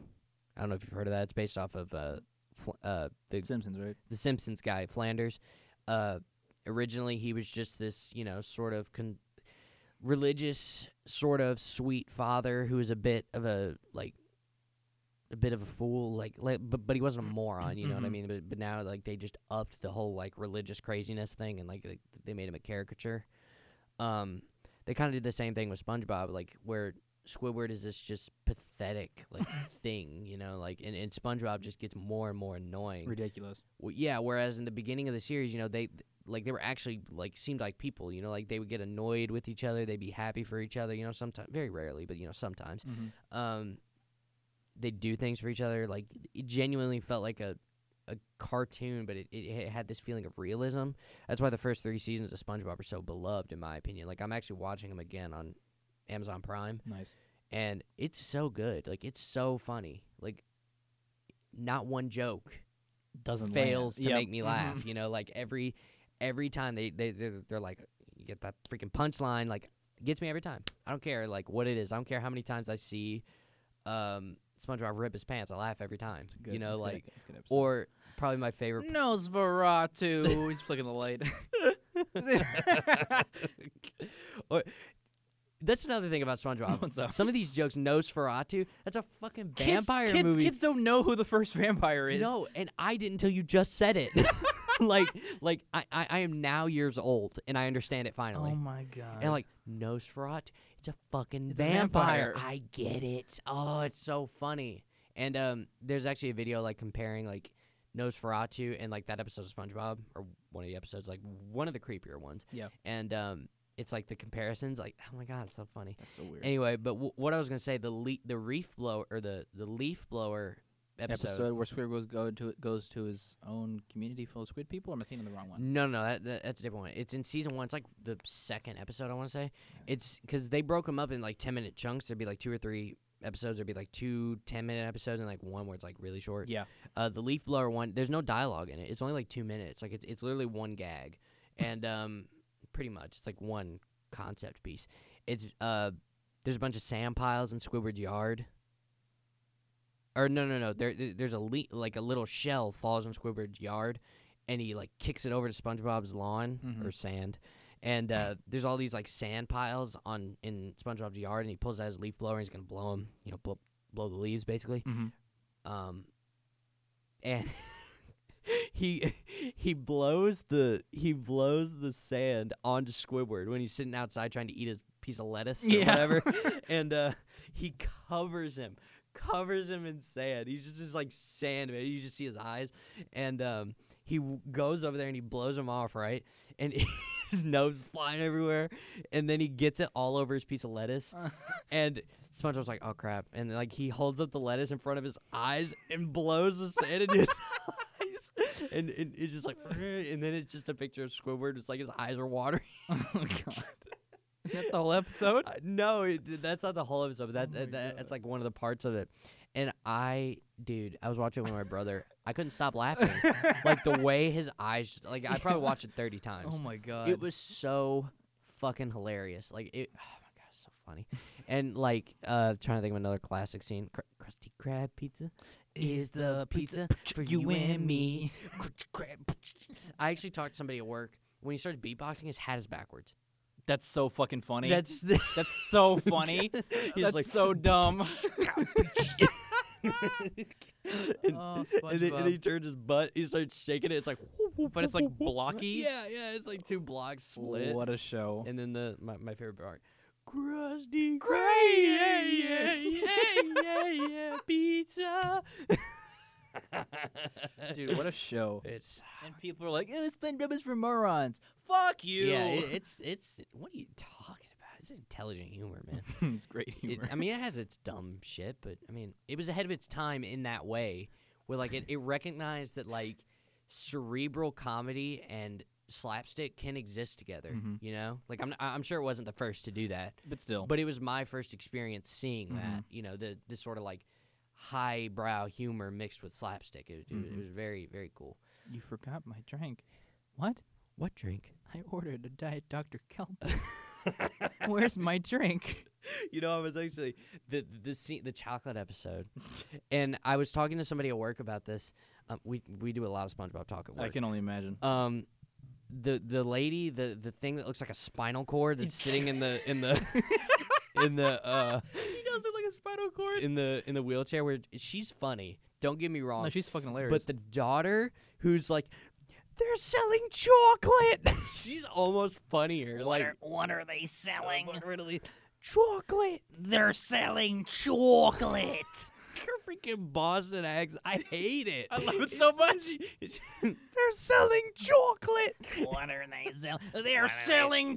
Speaker 1: I don't know if you've heard of that. It's based off of uh, fl- uh the
Speaker 5: Simpsons, right?
Speaker 1: the Simpsons guy, Flanders. Uh, originally, he was just this, you know, sort of con- religious, sort of sweet father who was a bit of a like a bit of a fool, like, like but but he wasn't a moron, you know what I
Speaker 5: Mhm.
Speaker 1: mean? But but now like they just upped the whole like religious craziness thing, and like they- they made him a caricature. Um, they kind of did the same thing with SpongeBob, like where Squidward is this just pathetic like thing, you know, like and, and SpongeBob just gets more and more annoying.
Speaker 5: Ridiculous.
Speaker 1: Well, yeah. Whereas in the beginning of the series, you know, they like they were actually like seemed like people. You know, like they would get annoyed with each other. They'd be happy for each other. You know, sometimes very rarely, but you know, sometimes
Speaker 5: Mm-hmm.
Speaker 1: um, they do things for each other. Like it genuinely felt like a a cartoon, but it, it, it had this feeling of realism. That's why the first three seasons of SpongeBob are so beloved, in my opinion. Like I'm actually watching them again on Amazon Prime
Speaker 5: Nice.
Speaker 1: and it's so good. Like it's so funny. Like not one joke
Speaker 5: Doesn't land.
Speaker 1: fails to
Speaker 5: Yep.
Speaker 1: make me laugh.
Speaker 5: Mhm.
Speaker 1: You know, like every every time they they they're, they're like you get that freaking punchline like gets me every time. I don't care like what it is. I don't care how many times I see um SpongeBob rip his pants. I laugh every time.
Speaker 5: It's a good-
Speaker 1: you know,
Speaker 5: it's a good-
Speaker 1: like
Speaker 5: it's a good episode.
Speaker 1: or probably my favorite.
Speaker 5: Nosferatu. He's flicking the light.
Speaker 1: or that's another thing about SpongeBob.
Speaker 5: What's up?
Speaker 1: Some of these jokes, Nosferatu, that's a fucking
Speaker 5: Kids-
Speaker 1: vampire
Speaker 5: kids,
Speaker 1: movie.
Speaker 5: Kids don't know who the first vampire is.
Speaker 1: No, and I didn't until you just said it. like, like I, I, I am now years old and I understand it finally.
Speaker 5: Oh my god.
Speaker 1: and like Nosferatu, it's a fucking
Speaker 5: It's a
Speaker 1: vampire.
Speaker 5: vampire.
Speaker 1: I get it. Oh, it's so funny. And um, there's actually a video like comparing like Nosferatu and like that episode of SpongeBob or one of the episodes, like one of the creepier ones.
Speaker 5: Yeah.
Speaker 1: And um, it's like the comparisons. Like, oh my god, it's so funny.
Speaker 5: that's so weird.
Speaker 1: Anyway, but w- what I was gonna say, the le- the reef blower or the the leaf blower episode
Speaker 5: episode where Squid goes go to goes to his own community full of squid people. Or am I thinking of the wrong one?
Speaker 1: No, no, that, that, that's a different one. It's in season one. It's like the second episode, I want to say. It's because they broke them up in like 10 minute chunks. There'd be like two or three episodes. There'd be like two 10 minute episodes and like one where it's like really short.
Speaker 5: Yeah.
Speaker 1: Uh, the leaf blower one, there's no dialogue in it. It's only like two minutes. Like it's, it's literally one gag. And um, pretty much, it's like one concept piece. It's uh, there's a bunch of sand piles in Squidward's yard. Or no, no, no. There, there- there's a le- like a little shell falls in Squidward's yard, and he like kicks it over to SpongeBob's lawn
Speaker 5: Mhm.
Speaker 1: or sand. And uh, there's all these like sand piles on in SpongeBob's yard, and he pulls out his leaf blower and he's gonna blow them, you know, blow, blow the leaves basically.
Speaker 5: Mm-hmm.
Speaker 1: Um, and he he blows the he blows the sand onto Squidward when he's sitting outside trying to eat his piece of lettuce or
Speaker 5: Yeah.
Speaker 1: whatever, and uh, he covers him, covers him in sand. He's just, just like sand, man. You just see his eyes, and um, he w- goes over there and he blows him off, right? And his nose flying everywhere, and then he gets it all over his piece of lettuce. and SpongeBob's like, "Oh crap!" And like he holds up the lettuce in front of his eyes and blows the sand into his eyes, and, and it's just like, and then it's just a picture of Squidward. It's like his eyes are watering.
Speaker 2: oh, God.
Speaker 6: That's the whole episode.
Speaker 1: Uh, no, it, that's not the whole episode. But that,
Speaker 2: Oh
Speaker 1: that-
Speaker 2: my
Speaker 1: that- that's like one of the parts of it. And I, dude, I was watching it with my brother. I couldn't stop laughing. like the way his eyes, just- like I probably watched it thirty times.
Speaker 2: Oh my God.
Speaker 1: it was so fucking hilarious. Like it, oh my god, it's so funny. and like, uh, trying to think of another classic scene. Cr- Krusty Krab pizza is the pizza for you and me. Krusty Krab. I actually talked to somebody at work. When he starts beatboxing, his hat is backwards.
Speaker 6: That's so fucking funny. That's
Speaker 1: That's the,
Speaker 6: that's so funny.
Speaker 1: he's
Speaker 6: that's
Speaker 1: like
Speaker 6: so dumb.
Speaker 1: and,
Speaker 6: Oh,
Speaker 1: and then, and then he
Speaker 6: SpongeBob.
Speaker 1: turns his butt. He starts shaking it. It's like,
Speaker 6: but it's like blocky.
Speaker 1: yeah, yeah. It's like two blocks split.
Speaker 6: What a show.
Speaker 1: And then the my, my favorite part, Krusty Krab, yeah, yeah, yeah, yeah, yeah, pizza.
Speaker 2: Dude, what a show.
Speaker 1: It's
Speaker 6: And people are like, "Ew, it's been
Speaker 2: Spin is for morons.
Speaker 6: fuck you.
Speaker 1: yeah, it, it's it's what are you talking about? It's intelligent humor, man.
Speaker 2: it's great
Speaker 1: It,
Speaker 2: humor.
Speaker 1: I mean, it has its dumb shit, but I mean, it was ahead of its time in that way, where like it, it recognized that like cerebral comedy and slapstick can exist together.
Speaker 2: Mhm.
Speaker 1: You know, like I'm I'm sure it wasn't the first to do that,
Speaker 2: but still.
Speaker 1: but it was my first experience seeing
Speaker 6: Mm-hmm.
Speaker 2: Mhm.
Speaker 1: that. You know, the this sort of like highbrow humor mixed with slapstick. It, it, was- it
Speaker 6: Mm-hmm.
Speaker 2: Mhm.
Speaker 1: was very very cool.
Speaker 2: you forgot my drink. What?
Speaker 1: What drink?
Speaker 2: I ordered a Diet Dr. Kelp. Where's my drink?
Speaker 1: you know, I was actually the the scene, the chocolate episode, and I was talking to somebody at work about this. Um, we we do a lot of SpongeBob talk at work.
Speaker 2: I can only imagine.
Speaker 1: Um, the the lady, the the thing that looks like a spinal cord that's sitting in the in the in the uh
Speaker 6: He does it like a spinal cord.
Speaker 1: in the in the wheelchair. Where she's funny. Don't get me wrong.
Speaker 2: No, she's fucking hilarious.
Speaker 1: but the daughter who's like. They're selling chocolate. She's almost funnier. like,
Speaker 7: what are they selling?
Speaker 1: literally chocolate.
Speaker 7: They're selling chocolate.
Speaker 1: Her freaking Boston accent. I hate it. I
Speaker 6: love it so much.
Speaker 1: They're selling chocolate.
Speaker 7: what are they selling? They're selling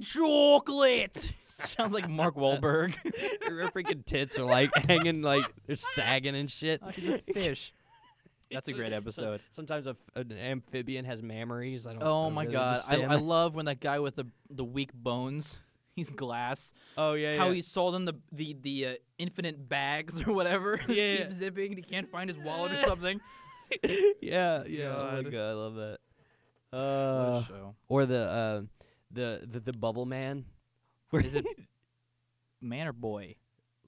Speaker 7: chocolate.
Speaker 2: sounds like Mark Wahlberg.
Speaker 1: Her freaking tits are like hanging, like they're sagging and shit.
Speaker 2: oh, she's a fish. That's a great episode.
Speaker 1: Sometimes a, an amphibian has mammaries. I don't. I
Speaker 2: Oh
Speaker 1: don't
Speaker 2: my
Speaker 1: really
Speaker 2: god, I,
Speaker 1: understand
Speaker 2: I
Speaker 1: that.
Speaker 2: love when that guy with the the weak bones, he's glass.
Speaker 1: oh yeah.
Speaker 2: How
Speaker 1: yeah.
Speaker 2: he sold him the the the uh, infinite bags or whatever. Just
Speaker 1: Yeah.
Speaker 2: keep zipping. and He can't find his wallet or something.
Speaker 1: yeah yeah. Oh my
Speaker 2: God.
Speaker 1: god, I love that.
Speaker 2: What
Speaker 1: Uh,
Speaker 2: a show.
Speaker 1: or the uh, the the the bubble man. Where
Speaker 2: Is it man or boy?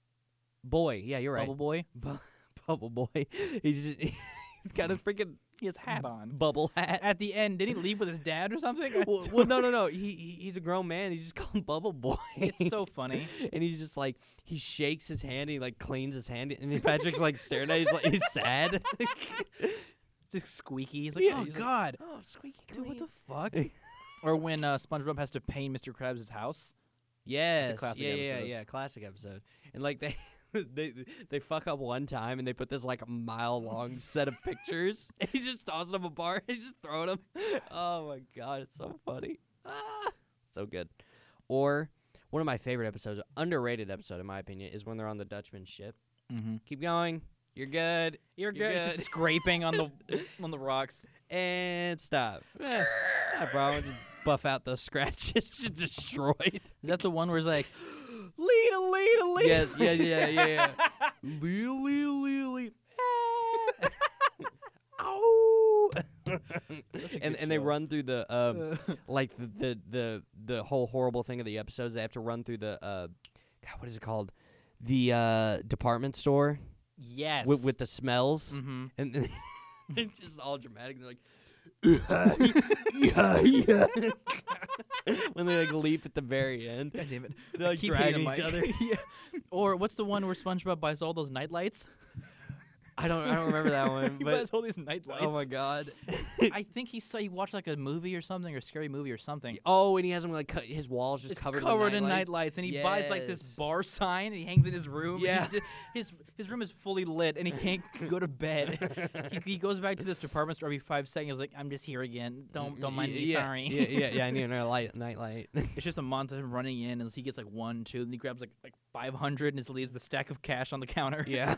Speaker 1: boy? Yeah, you're right.
Speaker 2: Bubble boy.
Speaker 1: Bu- bubble boy. He's just, he's got a freaking
Speaker 2: He has hat on.
Speaker 1: bubble hat.
Speaker 2: At the end, did he leave with his dad or something? I
Speaker 1: well, well, no, no, no. He, he he's a grown man. He's just called Bubble Boy.
Speaker 2: It's so funny.
Speaker 1: and he's just like he shakes his hand. He like cleans his hand, and then Patrick's like staring at. Him, he's like he's sad.
Speaker 2: It's just squeaky. He's like,
Speaker 1: Yeah,
Speaker 2: oh
Speaker 1: he's like,
Speaker 2: god,
Speaker 1: oh, squeaky
Speaker 2: dude, what the fuck? or when uh, SpongeBob has to paint Mr. Krabs' house.
Speaker 1: Yes,
Speaker 2: classic
Speaker 1: yeah, yeah,
Speaker 2: episode.
Speaker 1: yeah, classic episode. And like they. They they fuck up one time and they put this like mile long set of pictures. And he's just tossing them apart. He's just throwing them. Oh my god, it's so funny. Ah, so good. Or one of my favorite episodes, underrated episode in my opinion, is when they're on the Dutchman's ship.
Speaker 2: Mm-hmm.
Speaker 1: Keep going. You're good.
Speaker 2: You're
Speaker 1: You're
Speaker 2: good. It's just
Speaker 1: good.
Speaker 2: scraping on the on the rocks.
Speaker 1: And stop. Eh, not a problem. Just buff out those scratches. Just destroyed.
Speaker 2: Is that the one where it's like,
Speaker 6: Lead a lead a lead.
Speaker 1: yes. Yeah. Yeah. Yeah. yeah. Lily. Lily. Oh. and and they run through the um, like the, the the the whole horrible thing of the episodes. They have to run through the uh, God, what is it called? The uh, department store
Speaker 2: yes,
Speaker 1: with, with the smells.
Speaker 2: hmm
Speaker 1: And then it's just all dramatic. They're like, when they like leap at the very end,
Speaker 2: God damn it,
Speaker 1: they're like
Speaker 2: Keep hitting
Speaker 1: dragging
Speaker 2: the
Speaker 1: each
Speaker 2: mic.
Speaker 1: other.
Speaker 2: yeah. Or what's the one where SpongeBob buys all those nightlights?
Speaker 1: I don't. I don't remember that one.
Speaker 2: he
Speaker 1: But
Speaker 2: has all these night lights.
Speaker 1: oh my god.
Speaker 2: I think he saw he watched like a movie or something or a scary movie or something.
Speaker 1: Oh, and he has him like cut, his walls just
Speaker 2: It's
Speaker 1: covered,
Speaker 2: in night
Speaker 1: lights.
Speaker 2: lights, and he buys like this
Speaker 1: Yes.
Speaker 2: bar sign, and he hangs in his room.
Speaker 1: Yeah.
Speaker 2: and he just, his his room is fully lit, and he can't go to bed. he, he goes back to this department store every five seconds. He's like, "I'm just here again. Don't don't mind
Speaker 1: Y-
Speaker 2: me.
Speaker 1: Mm, yeah,
Speaker 2: Sorry."
Speaker 1: Yeah, yeah, yeah. I need another light, night light.
Speaker 2: It's just a month of him running in, and he gets like one, two, and he grabs like like five hundred, and just leaves the stack of cash on the counter.
Speaker 1: yeah.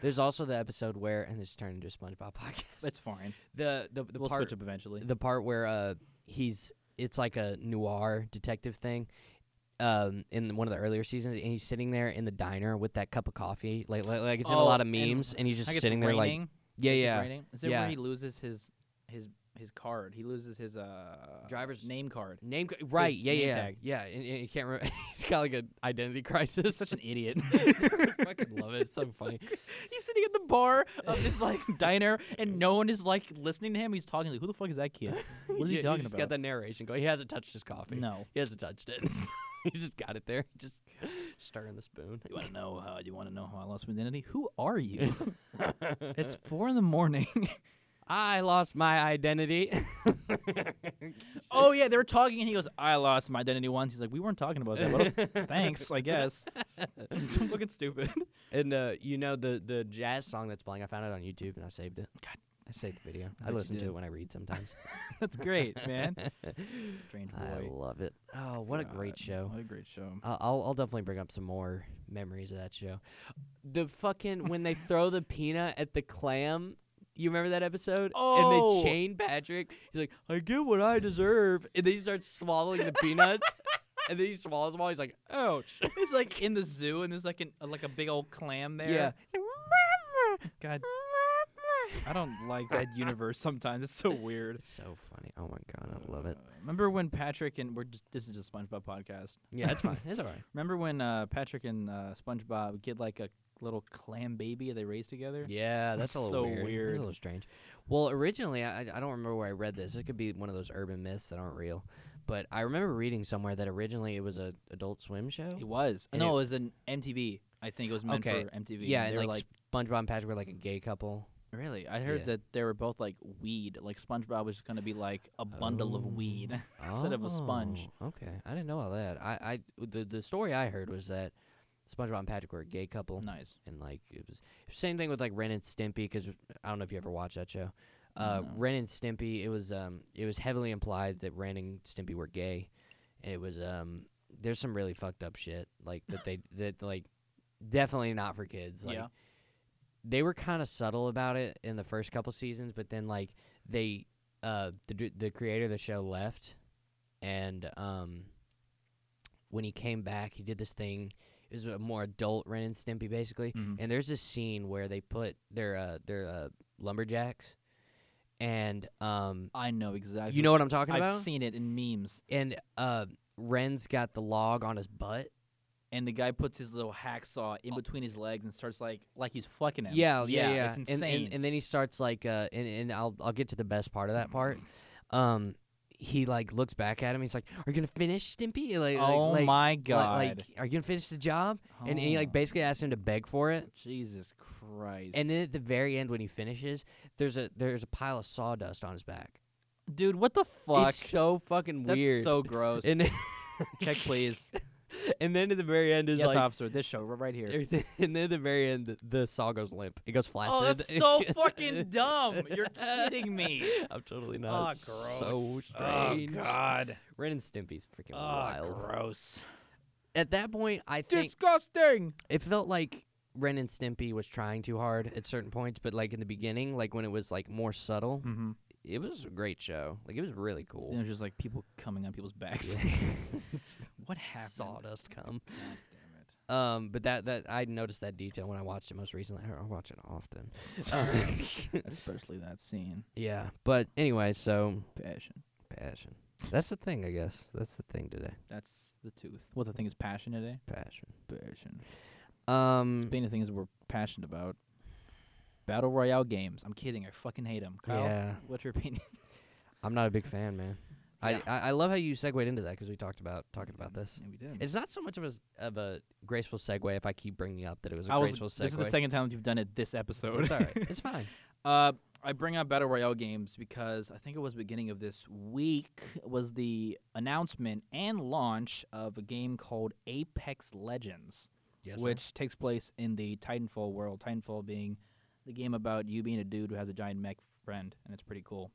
Speaker 1: There's also the episode where, and it's turned into a SpongeBob podcast.
Speaker 2: That's fine.
Speaker 1: the the, the
Speaker 2: we'll
Speaker 1: part
Speaker 2: switch up eventually.
Speaker 1: the part where uh he's it's like a noir detective thing um in one of the earlier seasons and he's sitting there in the diner with that cup of coffee like like, like it's in a
Speaker 2: Oh,
Speaker 1: lot of
Speaker 2: and
Speaker 1: memes and, he's
Speaker 2: I
Speaker 1: just
Speaker 2: think it's
Speaker 1: sitting there like
Speaker 2: raining.
Speaker 1: yeah
Speaker 2: It's just
Speaker 1: yeah
Speaker 2: raining. Is it
Speaker 1: yeah.
Speaker 2: where he loses his his his card? He loses his uh
Speaker 1: Driver's-
Speaker 2: name card.
Speaker 1: name co- right yeah
Speaker 2: name
Speaker 1: yeah
Speaker 2: tag.
Speaker 1: yeah and, and he can't remember he's got like an identity crisis
Speaker 2: Such an idiot.
Speaker 1: I fucking love it it's so funny
Speaker 2: He's sitting at the bar of this like diner, and no one is like listening to him. He's talking like, "Who the fuck is that kid? What is
Speaker 1: Yeah,
Speaker 2: he talking
Speaker 1: just
Speaker 2: about?"
Speaker 1: got the narration going he hasn't touched his coffee
Speaker 2: No.
Speaker 1: he hasn't touched it he's just got it there just stirring the spoon
Speaker 2: You want to know how? You want to know how I lost my identity? Who are you? it's four in the morning.
Speaker 1: I lost my identity
Speaker 2: oh yeah, they were talking, and he goes, "I lost my identity once." He's like, "We weren't talking about that." But oh, thanks, I guess. I'm looking stupid.
Speaker 1: And uh, you know the the jazz song that's playing. I found it on YouTube and I saved it. God, I saved the video. I,
Speaker 2: bet you
Speaker 1: listen to
Speaker 2: did.
Speaker 1: it when I read sometimes.
Speaker 2: That's great, man. Strange
Speaker 1: I
Speaker 2: boy.
Speaker 1: love it. Oh, what a great
Speaker 2: God,
Speaker 1: show!
Speaker 2: What a great show.
Speaker 1: I- I'll I'll definitely bring up some more memories of that show. The fucking when they throw the peanut at the clam. You remember that episode?
Speaker 2: Oh!
Speaker 1: And they chain Patrick. He's like, I get what I deserve. And then he starts swallowing the peanuts. and then he swallows them all. He's like, ouch.
Speaker 2: It's like in the zoo, and there's like an like a big old clam there.
Speaker 1: Yeah.
Speaker 2: God. I don't like that universe sometimes. It's so weird.
Speaker 1: It's so funny. Oh my God. I love it.
Speaker 2: Remember when Patrick and we're just, this is just a SpongeBob podcast.
Speaker 1: Yeah, it's fine. It's all right.
Speaker 2: Remember when uh, Patrick and uh, SpongeBob get like a little clam baby they raise together?
Speaker 1: Yeah, that's a little
Speaker 2: That's so
Speaker 1: weird.
Speaker 2: weird.
Speaker 1: That's a little strange. Well, originally, I, I don't remember where I read this. This could be one of those urban myths that aren't real. But I remember reading somewhere that originally it was a Adult Swim show.
Speaker 2: It was.
Speaker 1: And
Speaker 2: no,
Speaker 1: it-
Speaker 2: it, was an MTV. I think it was meant
Speaker 1: Okay.
Speaker 2: for MTV.
Speaker 1: yeah,
Speaker 2: and
Speaker 1: and
Speaker 2: they
Speaker 1: like,
Speaker 2: were like
Speaker 1: SpongeBob and Patrick were like a gay couple.
Speaker 2: really. I heard
Speaker 1: Yeah.
Speaker 2: that they were both like weed. Like SpongeBob was going to be like a bundle of
Speaker 1: Oh.
Speaker 2: weed instead of a sponge.
Speaker 1: Oh, Okay, I didn't know all that. I, I the the story I heard was that SpongeBob and Patrick were a gay couple,
Speaker 2: Nice.
Speaker 1: and like it was same thing with like Ren and Stimpy because I don't know if you ever watched that show. Uh,
Speaker 2: No.
Speaker 1: Ren and Stimpy, it was um, it was heavily implied that Ren and Stimpy were gay, and it was um, there's some really fucked up shit like that they that like definitely not for kids. Like,
Speaker 2: Yeah.
Speaker 1: they were kind of subtle about it in the first couple seasons, but then like they uh the d- the creator of the show left, and um, when he came back, he did this thing. It was a more adult Ren and Stimpy basically,
Speaker 2: Mhm.
Speaker 1: and there's this scene where they put their uh, their uh, lumberjacks, and um,
Speaker 2: I know exactly.
Speaker 1: you know what I'm talking
Speaker 2: I've
Speaker 1: about.
Speaker 2: seen it in memes.
Speaker 1: and uh, Ren's got the log on his butt.
Speaker 2: and the guy puts his little hacksaw in between his legs and starts like like he's fucking him.
Speaker 1: Oh. Yeah, yeah, yeah.
Speaker 2: It's
Speaker 1: And-
Speaker 2: insane.
Speaker 1: And, and, then he starts like, uh, and, and I'll I'll get to the best part of that part. Um, he like looks back at him. He's like, "Are you gonna finish, Stimpy?" And, Like, like-
Speaker 2: oh
Speaker 1: like,
Speaker 2: my
Speaker 1: like-
Speaker 2: god!
Speaker 1: Like, are you gonna finish the job? And, and he like
Speaker 2: Oh.
Speaker 1: basically asks him to beg for it.
Speaker 2: Jesus Christ!
Speaker 1: And then at the very end, when he finishes, there's a there's a pile of sawdust on his back.
Speaker 2: dude, what the fuck?
Speaker 1: It's so fucking
Speaker 2: That's
Speaker 1: weird.
Speaker 2: so gross.
Speaker 1: and then,
Speaker 2: Check please.
Speaker 1: and then at the very end is
Speaker 2: yes,
Speaker 1: like,
Speaker 2: officer. This show right here.
Speaker 1: everything, and then at the very end, the, the saw goes limp. It goes flaccid.
Speaker 2: Oh, that's so fucking dumb. You're kidding me.
Speaker 1: I'm totally not.
Speaker 2: Oh,
Speaker 1: It's
Speaker 2: gross.
Speaker 1: So strange.
Speaker 2: Oh, God.
Speaker 1: Ren and Stimpy's freaking
Speaker 2: Oh,
Speaker 1: wild.
Speaker 2: gross.
Speaker 1: At that point, I think
Speaker 2: Disgusting.
Speaker 1: it felt like Ren and Stimpy was trying too hard at certain points, but like in the beginning, like when it was like more subtle,
Speaker 2: Mm-hmm.
Speaker 1: it was a great show. Like it was really
Speaker 2: And
Speaker 1: cool.
Speaker 2: it's just like people coming on people's backs. What happened?
Speaker 1: Sawdust come.
Speaker 2: God damn it.
Speaker 1: Um, but that that I noticed that detail when I watched it most recently. I watch it often. Uh,
Speaker 2: Especially that scene.
Speaker 1: yeah, but anyway, so
Speaker 2: Passion.
Speaker 1: passion. That's the thing, I guess. That's the thing today.
Speaker 2: That's the tooth. Well, the thing is passion today.
Speaker 1: Passion.
Speaker 2: Passion.
Speaker 1: Um,
Speaker 2: Speaking of things we're passionate about, battle royale games. I'm kidding. I fucking hate them. Kyle,
Speaker 1: Yeah.
Speaker 2: what's your opinion?
Speaker 1: I'm not a big fan, man. I,
Speaker 7: Yeah.
Speaker 1: I I love how you segued into that because we talked about talking about this.
Speaker 2: Yeah, we did.
Speaker 1: It's not so much of a s- of a graceful segue if I keep bringing up that it was a
Speaker 2: I was-
Speaker 1: graceful segue.
Speaker 2: This is the second time you've done it this episode.
Speaker 1: It's all right. It's fine.
Speaker 2: Uh, I bring up battle royale games because I think it was beginning of this week was the announcement and launch of a game called Apex Legends,
Speaker 1: Yes, sir.
Speaker 2: which takes place in the Titanfall world. Titanfall being the game about you being a dude who has a giant mech friend, and it's pretty cool.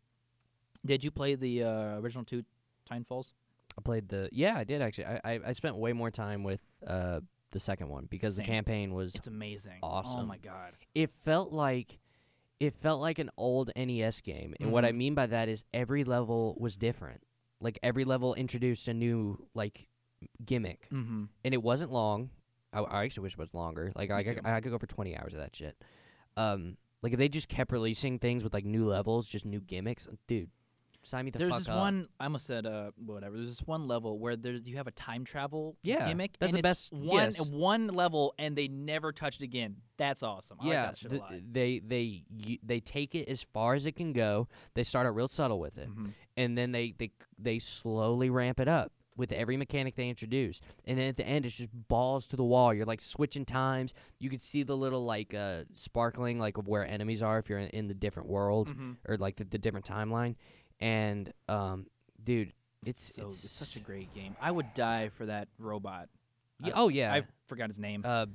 Speaker 2: Did you play the uh, original two Titanfalls?
Speaker 1: I played the yeah I did actually. I I, I spent way more time with uh the second one because the
Speaker 2: Same.
Speaker 1: campaign was
Speaker 2: It's amazing. Oh
Speaker 1: awesome.
Speaker 2: my god.
Speaker 1: it felt like it felt like an old NES game. And what I
Speaker 2: Mhm.
Speaker 1: mean by that is every level was different. Like every level introduced a new like gimmick,
Speaker 2: Mm-hmm.
Speaker 1: and it wasn't long. I, I actually wish it was longer. Like I
Speaker 2: Me
Speaker 1: could,
Speaker 2: too.
Speaker 1: I could go for twenty hours of that shit. Um, like if they just kept releasing things with like new levels, just new gimmicks, uh, dude, sign me the
Speaker 2: there's
Speaker 1: fuck
Speaker 2: this
Speaker 1: up.
Speaker 2: one I almost said uh whatever. There's this one level where there you have a time travel
Speaker 1: Yeah,
Speaker 2: gimmick.
Speaker 1: that's
Speaker 2: and
Speaker 1: the
Speaker 2: it's
Speaker 1: best-
Speaker 2: one
Speaker 1: yes.
Speaker 2: one level and they never touched again. That's awesome. I
Speaker 1: yeah,
Speaker 2: like that shit a
Speaker 1: th-
Speaker 2: lot.
Speaker 1: they they y- they take it as far as it can go. They start out real subtle with it,
Speaker 2: Mhm.
Speaker 1: and then they they they slowly ramp it up with every mechanic they introduce. And then at the end, it's just balls to the wall. You're like switching times. You could see the little like uh, sparkling like of where enemies are if you're in, in the different world
Speaker 2: Mhm.
Speaker 1: or like the, the different timeline. And um, dude, it's
Speaker 2: So
Speaker 1: it's,
Speaker 2: it's, such a great game. I would die for that robot.
Speaker 1: Yeah, oh yeah.
Speaker 2: I forgot his name.
Speaker 1: uh,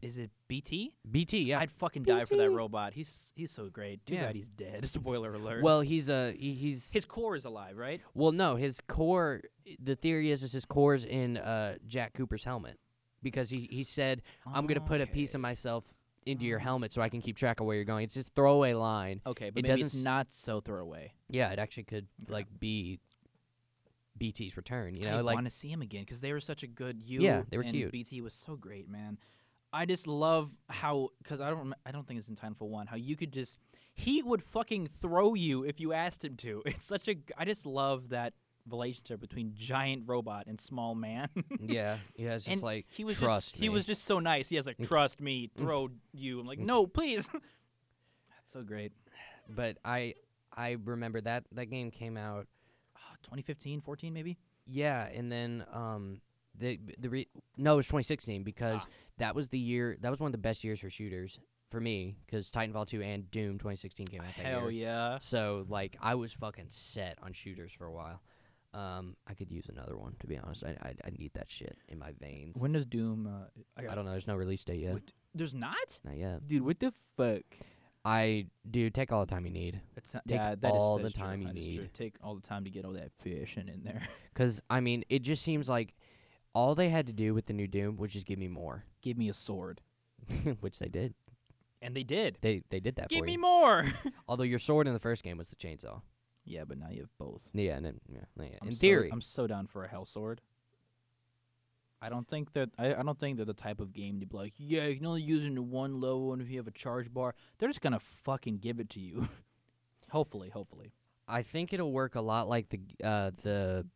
Speaker 2: Is it BT?
Speaker 1: BT, yeah.
Speaker 2: I'd fucking die for that
Speaker 1: BT.
Speaker 2: robot. He's he's so great. Too
Speaker 1: Yeah.
Speaker 2: bad he's dead. Spoiler alert.
Speaker 1: well, he's a he, he's
Speaker 2: his core is alive, right?
Speaker 1: Well, no, his core. The theory is, is his core's in uh, Jack Cooper's helmet because he he said, "I'm gonna put a piece of myself into
Speaker 2: Oh.
Speaker 1: your helmet so I can keep track of where you're going." It's just throwaway line.
Speaker 2: Okay, but
Speaker 1: It
Speaker 2: maybe
Speaker 1: doesn't
Speaker 2: it's
Speaker 1: s-
Speaker 2: not so throwaway.
Speaker 1: Yeah, it actually could
Speaker 2: Okay.
Speaker 1: like be BT's return. You know,
Speaker 2: I
Speaker 1: like
Speaker 2: want to see him again because they were such a good you.
Speaker 1: Yeah, they were
Speaker 2: and
Speaker 1: cute.
Speaker 2: BT was so great, man. I just love how because I don't I don't think it's in time for one how you could just he would fucking throw you if you asked him to. It's such a I just love that relationship between giant robot and small man.
Speaker 1: yeah, yeah. It's just
Speaker 2: and
Speaker 1: like
Speaker 2: he was
Speaker 1: trust.
Speaker 2: just he was
Speaker 1: me."
Speaker 2: just so nice. He has like trust me, throw you. I'm like no, please. That's so great.
Speaker 1: but I I remember that that game came out.
Speaker 2: Ah, 2015, 14 maybe.
Speaker 1: Yeah, and then um the the re- no, it was 2016 because
Speaker 2: Ah.
Speaker 1: that was the year that was one of the best years for shooters for me because Titanfall 2 and Doom 2016 came out that
Speaker 2: Hell
Speaker 1: year.
Speaker 2: yeah.
Speaker 1: So like I was fucking set on shooters for a while. Um, I could use another one to be honest. I I, I need that shit in my veins.
Speaker 2: When does Doom? Uh,
Speaker 1: I don't know. There's no release date yet.
Speaker 2: What- There's not.
Speaker 1: Not yet.
Speaker 2: Dude, what the fuck?
Speaker 1: I dude, take all the time you need
Speaker 2: That's not,
Speaker 1: Take
Speaker 2: yeah, that is-
Speaker 1: all
Speaker 2: that
Speaker 1: the
Speaker 2: is true.
Speaker 1: time you
Speaker 2: That is true.
Speaker 1: need.
Speaker 2: Take all the time to get all that fishing in there.
Speaker 1: because I mean it just seems like all they had to do with the new Doom was just give me more,
Speaker 2: Give me a sword,
Speaker 1: which they did.
Speaker 2: and they did.
Speaker 1: They they did that
Speaker 2: Give
Speaker 1: for
Speaker 2: me
Speaker 1: you.
Speaker 2: more.
Speaker 1: Although your sword in the first game was the chainsaw.
Speaker 2: yeah, but now you have both.
Speaker 1: Yeah, and then, yeah, yeah.
Speaker 2: I'm
Speaker 1: in
Speaker 2: so-
Speaker 1: theory,
Speaker 2: I'm so down for a hell sword. I don't think that I, I don't think they're the type of game to be like, yeah, you can only use it in one level, and if you have a charge bar, they're just gonna fucking give it to you. hopefully, hopefully.
Speaker 1: I think it'll work a lot like the uh, the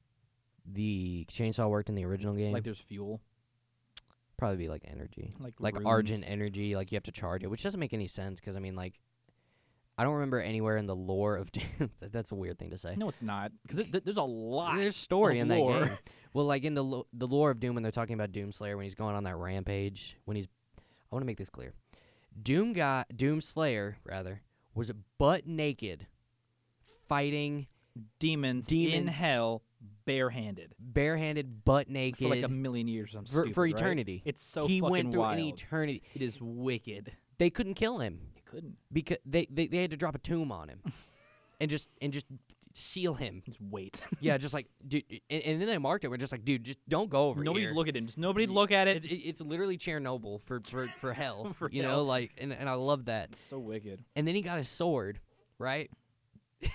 Speaker 1: the chainsaw worked in the original game.
Speaker 2: Like there's fuel,
Speaker 1: probably be like energy,
Speaker 2: like
Speaker 1: like
Speaker 2: runes.
Speaker 1: argent energy. Like you have to charge it, which doesn't make any sense because I mean, like, I don't remember anywhere in the lore of Doom- that- that's a weird thing to say.
Speaker 2: No, it's not because there's a lot.
Speaker 1: There's story
Speaker 2: of
Speaker 1: in that
Speaker 2: lore.
Speaker 1: game. Well, like in the lo- the lore of Doom, when they're talking about Doomslayer, when he's going on that rampage, when he's, I want to make this clear, Doom guy, Doom Slayer rather, was butt naked, fighting
Speaker 2: demons, in
Speaker 1: Demons.
Speaker 2: hell, barehanded
Speaker 1: barehanded, butt naked
Speaker 2: for like a million years. I'm
Speaker 1: for,
Speaker 2: stupid,
Speaker 1: for
Speaker 2: right?
Speaker 1: eternity.
Speaker 2: It's so
Speaker 1: he
Speaker 2: fucking
Speaker 1: went through
Speaker 2: wild.
Speaker 1: an eternity.
Speaker 2: it is wicked.
Speaker 1: They couldn't kill him
Speaker 2: They couldn't.
Speaker 1: because they, they, they had to drop a tomb on him, and just and just seal him.
Speaker 2: Just wait.
Speaker 1: Yeah, just like dude, and, and then they marked it. We're just like, dude, just don't go over
Speaker 2: nobody
Speaker 1: here.
Speaker 2: look at him. Just nobody look at
Speaker 1: it's,
Speaker 2: it.
Speaker 1: it- it's literally Chernobyl for for, for hell,
Speaker 2: For
Speaker 1: you know,
Speaker 2: hell.
Speaker 1: like, and, and I love that.
Speaker 2: It's so wicked.
Speaker 1: And then he got his sword, right?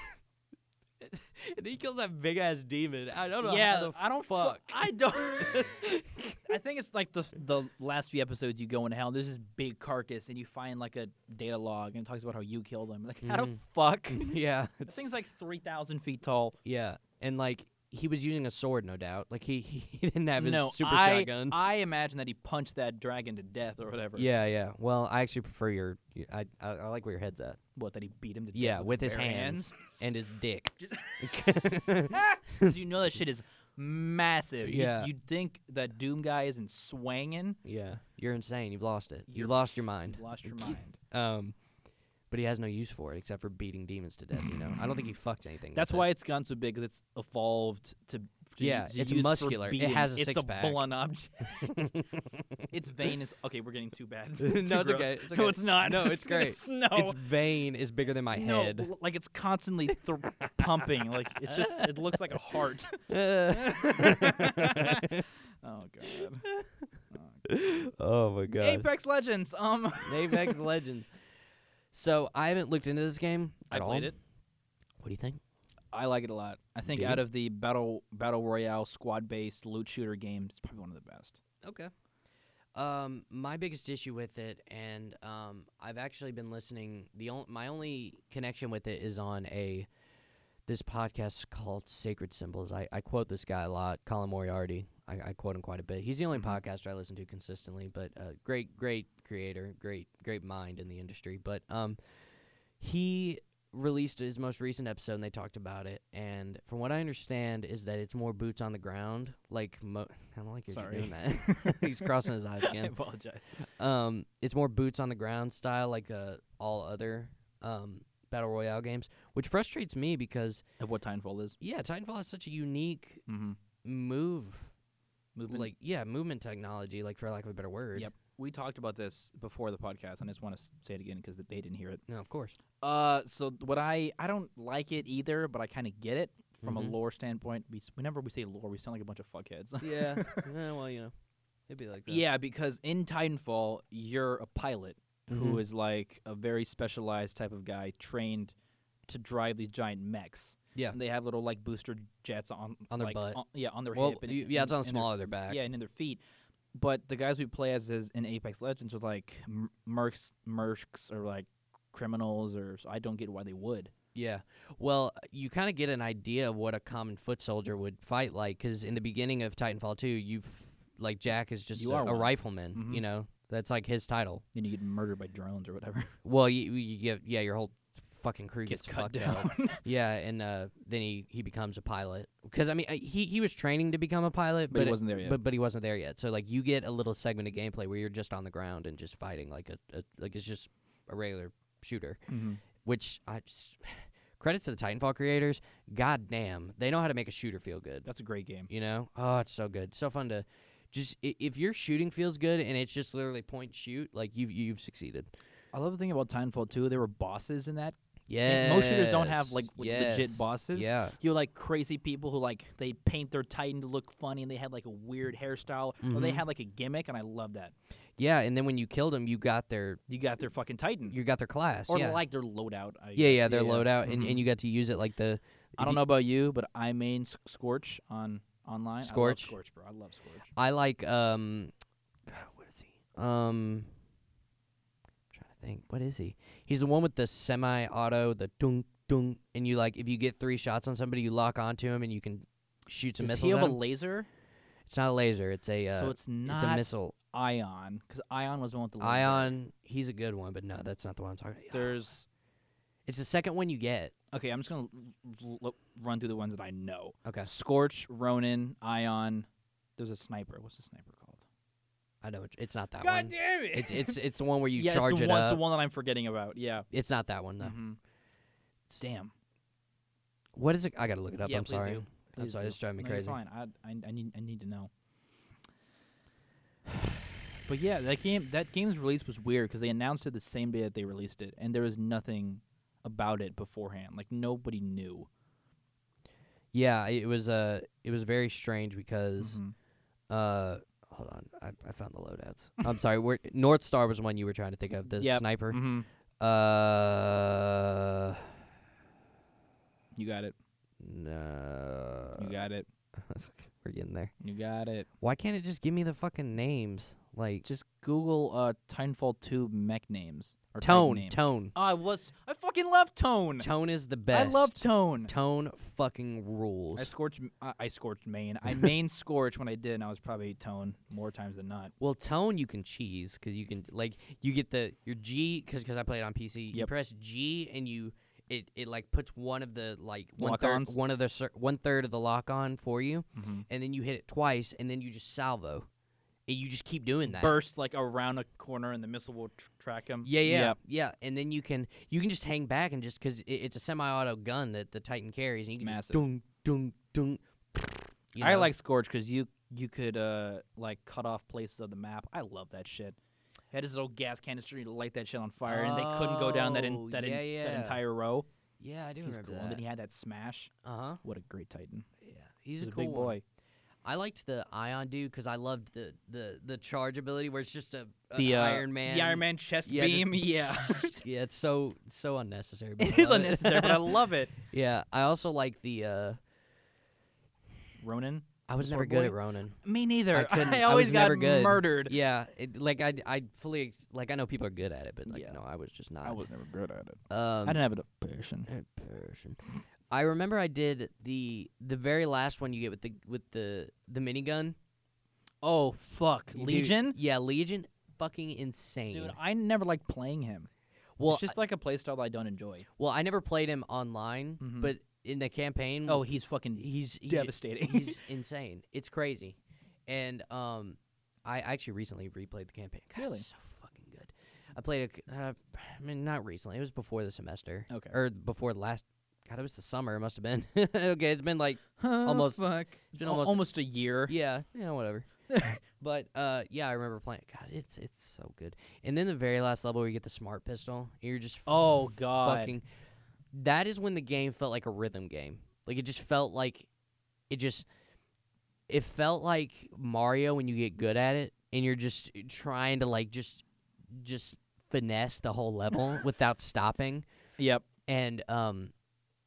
Speaker 1: and then he kills that big ass demon. I don't know.
Speaker 2: yeah,
Speaker 1: how the
Speaker 2: I don't fu-
Speaker 1: fuck.
Speaker 2: I don't. I think it's like the the last few episodes you go in hell. There's this big carcass, and you find like a data log, and it talks about how you killed him. Like how the fuck?
Speaker 1: yeah,
Speaker 2: This
Speaker 1: it's-
Speaker 2: thing's like three thousand feet tall.
Speaker 1: Yeah, and like he was using a sword, no doubt. Like he he didn't have his
Speaker 2: no,
Speaker 1: super
Speaker 2: I,
Speaker 1: shotgun.
Speaker 2: I imagine that he punched that dragon to death or whatever.
Speaker 1: yeah, yeah. Well, I actually prefer your. y- I I, I like where your head's at.
Speaker 2: What, that he beat him to
Speaker 1: Yeah,
Speaker 2: death?
Speaker 1: with his
Speaker 2: bare
Speaker 1: hands. And his dick.
Speaker 2: Just- 'Cause you know that shit is massive. You-
Speaker 1: Yeah.
Speaker 2: You'd think that Doom guy isn't swanging.
Speaker 1: yeah, you're insane. You've lost it. You've
Speaker 2: You're-
Speaker 1: lost your mind.
Speaker 2: You lost your mind.
Speaker 1: Um, but he has no use for it except for beating demons to death. You know, I don't think he fucks anything.
Speaker 2: That's
Speaker 1: with it.
Speaker 2: why it's gone so big because it's evolved to. to
Speaker 1: Yeah,
Speaker 2: to
Speaker 1: it's
Speaker 2: use for
Speaker 1: muscular. It
Speaker 2: beating.
Speaker 1: has a
Speaker 2: it's
Speaker 1: six-pack.
Speaker 2: a blunt object. its vein is okay. We're getting too bad.
Speaker 1: No,
Speaker 2: Too
Speaker 1: it's
Speaker 2: gross.
Speaker 1: okay, it's
Speaker 2: No,
Speaker 1: okay.
Speaker 2: it's not.
Speaker 1: No, it's great.
Speaker 2: no,
Speaker 1: its vein is bigger than my
Speaker 2: no,
Speaker 1: head.
Speaker 2: l- like it's constantly thr pumping. Like it's just. It looks like a heart. Oh god.
Speaker 1: oh my god.
Speaker 2: Apex Legends. Um,
Speaker 1: Apex Legends. So I haven't looked into this game.
Speaker 2: I
Speaker 1: at all.
Speaker 2: played it.
Speaker 1: What do you think?
Speaker 2: I like it a lot. I think
Speaker 1: Do
Speaker 2: out
Speaker 1: you?
Speaker 2: of the battle battle royale squad based loot shooter games, it's probably one of the best.
Speaker 1: Okay. Um, my biggest issue with it, and um, I've actually been listening. The only my only connection with it is on a this podcast called Sacred Symbols. I, I quote this guy a lot, Colin Moriarty. I, I quote him quite a bit. He's the only podcaster I listen to consistently, but uh, great, great creator, great, great mind in the industry. But um, he released his most recent episode and they talked about it. And from what I understand, is that it's more boots on the ground. Like mo- I don't like you're
Speaker 2: Sorry.
Speaker 1: doing that. He's crossing his eyes
Speaker 2: I
Speaker 1: again
Speaker 2: apologize.
Speaker 1: um, it's more boots on the ground style, like uh, all other um, battle royale games, which frustrates me because
Speaker 2: Of what Titanfall is.
Speaker 1: yeah, Titanfall has such a unique
Speaker 2: Mm-hmm.
Speaker 1: move,
Speaker 2: Movement.
Speaker 1: like yeah, movement technology, like for lack of a better word.
Speaker 2: Yep. we talked about this before the podcast, and I just want to say it again because they didn't hear it.
Speaker 1: No, of course.
Speaker 2: Uh, so what I I don't like it either, but I kind of get it from a
Speaker 1: Mhm.
Speaker 2: lore standpoint. We s- whenever we say lore, we sound like a bunch of fuckheads.
Speaker 1: Yeah. well, you know, it'd be like
Speaker 2: yeah, because in Titanfall, you're a pilot who
Speaker 1: Mhm.
Speaker 2: is like a very specialized type of guy trained to drive these giant mechs.
Speaker 1: Yeah.
Speaker 2: And they have little like booster jets on
Speaker 1: On their
Speaker 2: like,
Speaker 1: butt.
Speaker 2: on- yeah, on their
Speaker 1: Well,
Speaker 2: hip. And,
Speaker 1: y- yeah, it's
Speaker 2: and-
Speaker 1: on the
Speaker 2: and
Speaker 1: small of
Speaker 2: their
Speaker 1: their back.
Speaker 2: Yeah, and in their feet. But the guys we play as is in Apex Legends are like m- mercs, mercs, or like criminals, or so I don't get why they would.
Speaker 1: Yeah. Well, you kind of get an idea of what a common foot soldier would fight like, because in the beginning of Titanfall 2, you've like Jack is just
Speaker 2: You
Speaker 1: a,
Speaker 2: are
Speaker 1: a
Speaker 2: one.
Speaker 1: rifleman.
Speaker 2: Mhm.
Speaker 1: You know, that's like his title.
Speaker 2: Then you get murdered by drones or whatever.
Speaker 1: Well, you, you get yeah, your whole fucking crew
Speaker 2: Gets
Speaker 1: gets,
Speaker 2: cut
Speaker 1: fucked up.
Speaker 2: down.
Speaker 1: Yeah, and uh, then he, he becomes a pilot because I mean uh, he he was training to become a pilot,
Speaker 2: But
Speaker 1: but,
Speaker 2: he
Speaker 1: it-
Speaker 2: wasn't there yet.
Speaker 1: But but he wasn't there yet. So like you get a little segment of gameplay where you're just on the ground and just fighting like a, a like it's just a regular shooter.
Speaker 2: Mhm.
Speaker 1: Which I just credits to the Titanfall creators. God damn, they know how to make a shooter feel good.
Speaker 2: That's a great game.
Speaker 1: You know, oh, it's so good, so fun to just i- if your shooting feels good and it's just literally point shoot, like you have you've succeeded.
Speaker 2: I love the thing about Titanfall 2. There were bosses in that
Speaker 1: Yeah,
Speaker 2: most shooters don't have, like, like, legit bosses.
Speaker 1: Yeah,
Speaker 2: you know, like crazy people who like they paint their titan to look funny and they had like a weird hairstyle or they
Speaker 1: Mhm.
Speaker 2: had like a gimmick and I love that.
Speaker 1: yeah, and then when you killed them, you got their
Speaker 2: You got their fucking titan
Speaker 1: you got their class.
Speaker 2: or
Speaker 1: yeah.
Speaker 2: like their loadout. I
Speaker 1: yeah, yeah,
Speaker 2: guess.
Speaker 1: their loadout, and,
Speaker 2: Mhm.
Speaker 1: and you got to use it like the.
Speaker 2: I
Speaker 1: if
Speaker 2: don't
Speaker 1: you-
Speaker 2: know about you, but I main S- Scorch on online. I love
Speaker 1: Scorch?
Speaker 2: Scorch, bro. I love Scorch.
Speaker 1: I like um, God, what is he? Um, I'm trying to think, what is he? He's the one with the semi-auto, the dunk dunk, and you like if you get three shots on somebody, you lock onto him, and you can shoot some
Speaker 2: Does
Speaker 1: missiles.
Speaker 2: he have
Speaker 1: at
Speaker 2: a
Speaker 1: him.
Speaker 2: laser?
Speaker 1: it's not a laser. It's a. Uh,
Speaker 2: so it's not
Speaker 1: it's a missile.
Speaker 2: Ion because Ion was the one with the laser.
Speaker 1: Ion. He's a good one, but no, that's not the one I'm talking about.
Speaker 2: There's
Speaker 1: It's the second one you get.
Speaker 2: okay. I'm just gonna l- l- run through the ones that I know.
Speaker 1: Okay,
Speaker 2: Scorch, Ronin, Ion. There's a sniper. What's the sniper called?
Speaker 1: I know which- it's not that
Speaker 7: God
Speaker 1: one.
Speaker 7: damn it!
Speaker 1: It's it's it's the one where you
Speaker 2: yeah,
Speaker 1: charge
Speaker 2: it's the
Speaker 1: it
Speaker 2: one, it's
Speaker 1: up.
Speaker 2: the one that I'm forgetting about. Yeah.
Speaker 1: It's not that one though.
Speaker 2: Mhm. Damn.
Speaker 1: What is it? I gotta look it up.
Speaker 2: Yeah,
Speaker 1: I'm
Speaker 2: please
Speaker 1: sorry.
Speaker 2: do.
Speaker 1: I'm
Speaker 2: Please
Speaker 1: sorry.
Speaker 2: do.
Speaker 1: It's driving me
Speaker 2: No, you're
Speaker 1: crazy.
Speaker 2: fine. I, I, I need I need to know. But yeah, that game that game's release was weird because they announced it the same day that they released it, and there was nothing about it beforehand. Like nobody knew.
Speaker 1: Yeah, it was uh it was very strange because
Speaker 2: Mm-hmm.
Speaker 1: uh hold on I, I found the loadouts. I'm sorry. We're, North Star was the one you were trying to think of the
Speaker 2: Yep.
Speaker 1: sniper.
Speaker 2: Mhm.
Speaker 1: Uh.
Speaker 2: You got it.
Speaker 1: No,
Speaker 2: You got it.
Speaker 1: we're getting there.
Speaker 2: You got it.
Speaker 1: Why can't it just give me the fucking names? Like
Speaker 2: Just Google uh Titanfall two mech names or type
Speaker 1: tone,
Speaker 2: names.
Speaker 1: tone.
Speaker 2: Oh, I was. I fucking fucking love Tone.
Speaker 1: Tone is the
Speaker 2: I
Speaker 1: best.
Speaker 2: love Tone.
Speaker 1: Tone fucking rules.
Speaker 2: I scorched. I, I scorched Maine. I main scorched when I did, and I was probably Tone more times than not.
Speaker 1: Well, tone you can cheese because you can like you get the your G because I play it on PC. You
Speaker 2: Yep.
Speaker 1: press G and you it it like puts one of the like one third
Speaker 2: Lock-ons?
Speaker 1: one of the cir- one third of the lock on for you,
Speaker 2: Mm-hmm.
Speaker 1: and then you hit it twice and then you just salvo, and you just keep doing that.
Speaker 2: Burst like around a corner, and the missile will tr- track him.
Speaker 1: Yeah, yeah,
Speaker 2: Yep.
Speaker 1: yeah, and then you can you can just hang back and just because it, it's a semi-auto gun that the Titan carries, and you can just
Speaker 2: Massive.
Speaker 1: dung dung dung. you
Speaker 2: I
Speaker 1: know?
Speaker 2: like Scorch because you you could uh like cut off places of the map. I love that shit. Had his little gas canister, he'd light that shit on fire, and they couldn't go down that
Speaker 1: Oh,
Speaker 2: in, that,
Speaker 1: yeah,
Speaker 2: in,
Speaker 1: yeah.
Speaker 2: that entire row.
Speaker 1: yeah, I do
Speaker 2: He's
Speaker 1: remember
Speaker 2: cool. And then
Speaker 1: that.
Speaker 2: he had that smash.
Speaker 1: Uh huh.
Speaker 2: What a great Titan!
Speaker 1: Yeah, he's,
Speaker 2: He's
Speaker 1: a,
Speaker 2: a
Speaker 1: cool
Speaker 2: big
Speaker 1: one.
Speaker 2: boy.
Speaker 1: I liked the Ion dude because I loved the, the the charge ability where it's just a an
Speaker 2: The uh,
Speaker 1: Iron Man.
Speaker 2: the Iron Man chest
Speaker 1: Yeah, just-
Speaker 2: beam. yeah,
Speaker 1: yeah, it's so it's so unnecessary. but I
Speaker 2: it is
Speaker 1: love
Speaker 2: unnecessary, but I love it.
Speaker 1: yeah, I also like the. uh
Speaker 2: Ronan,
Speaker 1: I was
Speaker 2: Sword
Speaker 1: never good at
Speaker 2: Boy?
Speaker 1: Ronin.
Speaker 2: me neither.
Speaker 1: I couldn't. I
Speaker 2: always
Speaker 1: was
Speaker 2: got
Speaker 1: never good.
Speaker 2: murdered.
Speaker 1: Yeah, it, like I I fully ex- like I know people are good at it, but like
Speaker 2: Yeah.
Speaker 1: no, I was just not.
Speaker 2: was never good at it.
Speaker 1: um,
Speaker 2: I didn't have it a passion.
Speaker 1: person. I remember I did the the very last one you get with the with the the minigun
Speaker 2: Oh fuck,
Speaker 1: Dude,
Speaker 2: Legion.
Speaker 1: yeah, Legion, fucking insane.
Speaker 2: Dude, I never liked playing him.
Speaker 1: well,
Speaker 2: it's just like a playstyle I don't enjoy.
Speaker 1: Well, I never played him online,
Speaker 2: Mhm.
Speaker 1: but in the campaign,
Speaker 2: Oh, he's fucking
Speaker 1: he's he ju-
Speaker 2: devastating.
Speaker 1: he's insane. It's crazy, and um, I actually recently replayed the campaign. God,
Speaker 2: Really?
Speaker 1: it's so fucking good. I played it. Uh, I mean, not recently. It was before the semester,
Speaker 2: okay.
Speaker 1: or before last. God, it was the summer. It must have been. okay, it's been like almost-
Speaker 2: Oh, fuck.
Speaker 1: it's been
Speaker 2: Al-
Speaker 1: almost-
Speaker 2: almost a year.
Speaker 1: yeah, yeah, whatever. but uh, yeah, I remember playing. God, it's it's so good. And then the very last level, where you get the smart pistol, and you're just
Speaker 2: Oh god.
Speaker 1: fucking that is when the game felt like a rhythm game like it just felt like it just it felt like mario when you get good at it and you're just trying to like just just finesse the whole level without stopping
Speaker 2: Yep.
Speaker 1: and um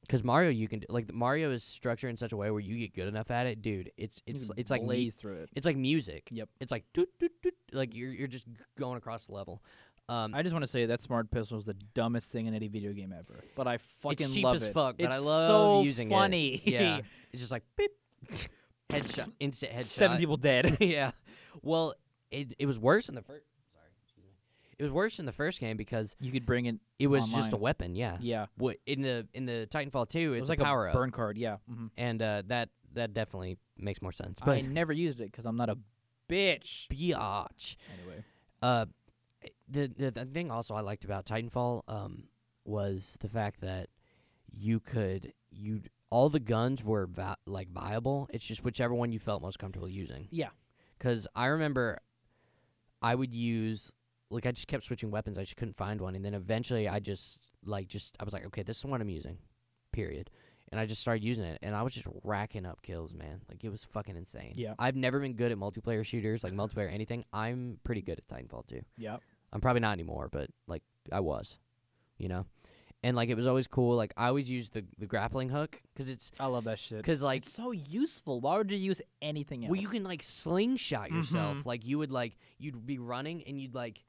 Speaker 1: because mario you can like mario is structured in such a way where you get good enough at it dude it's
Speaker 2: You
Speaker 1: it's
Speaker 2: can
Speaker 1: it's like mu-
Speaker 2: blaze through it.
Speaker 1: it's like music
Speaker 2: Yep.
Speaker 1: it's like doot, doot, doot, like you're you're just going across the level um
Speaker 2: I just want to say that smart pistol is the dumbest thing in any video game ever. But I fucking
Speaker 1: it's cheap
Speaker 2: love
Speaker 1: as
Speaker 2: it.
Speaker 1: fuck, but I
Speaker 2: It's
Speaker 1: love
Speaker 2: so
Speaker 1: using
Speaker 2: funny.
Speaker 1: it. Yeah, it's just like beep, headshot, instant headshot.
Speaker 2: Seven people dead.
Speaker 1: yeah. Well, it it was worse in the first. Sorry, excuse me. It was worse in the first game because
Speaker 2: you could bring it.
Speaker 1: it was just a
Speaker 2: Online.
Speaker 1: weapon. Yeah.
Speaker 2: Yeah.
Speaker 1: What in the in the Titanfall two,
Speaker 2: It
Speaker 1: it's
Speaker 2: was like
Speaker 1: a power
Speaker 2: a
Speaker 1: up,
Speaker 2: burn card. Yeah. hmm
Speaker 1: and uh, that that definitely makes more sense.
Speaker 2: I
Speaker 1: But
Speaker 2: never used it because I'm not a bitch.
Speaker 1: biatch.
Speaker 2: Anyway.
Speaker 1: Uh, the, the the thing also I liked about Titanfall um was the fact that you could you all the guns were vi- like viable. It's just whichever one you felt most comfortable using.
Speaker 2: Yeah.
Speaker 1: Cuz I remember I would use like I just kept switching weapons. I just couldn't find one and then eventually I just like just I was like okay, this is what I'm using. Period. And I just started using it and I was just racking up kills, man. Like it was fucking insane.
Speaker 2: Yeah.
Speaker 1: I've never been good at multiplayer shooters, like multiplayer anything. I'm pretty good at Titanfall too.
Speaker 2: Yep.
Speaker 1: I'm probably not anymore, but like I was, you know. And like it was always cool. Like I always used the, the grappling hook because it's
Speaker 2: I love that shit.
Speaker 1: because like
Speaker 2: it's so useful. Why would you use anything else?
Speaker 1: well you can like slingshot yourself.
Speaker 2: Mhm.
Speaker 1: Like you would like you'd be running and you'd like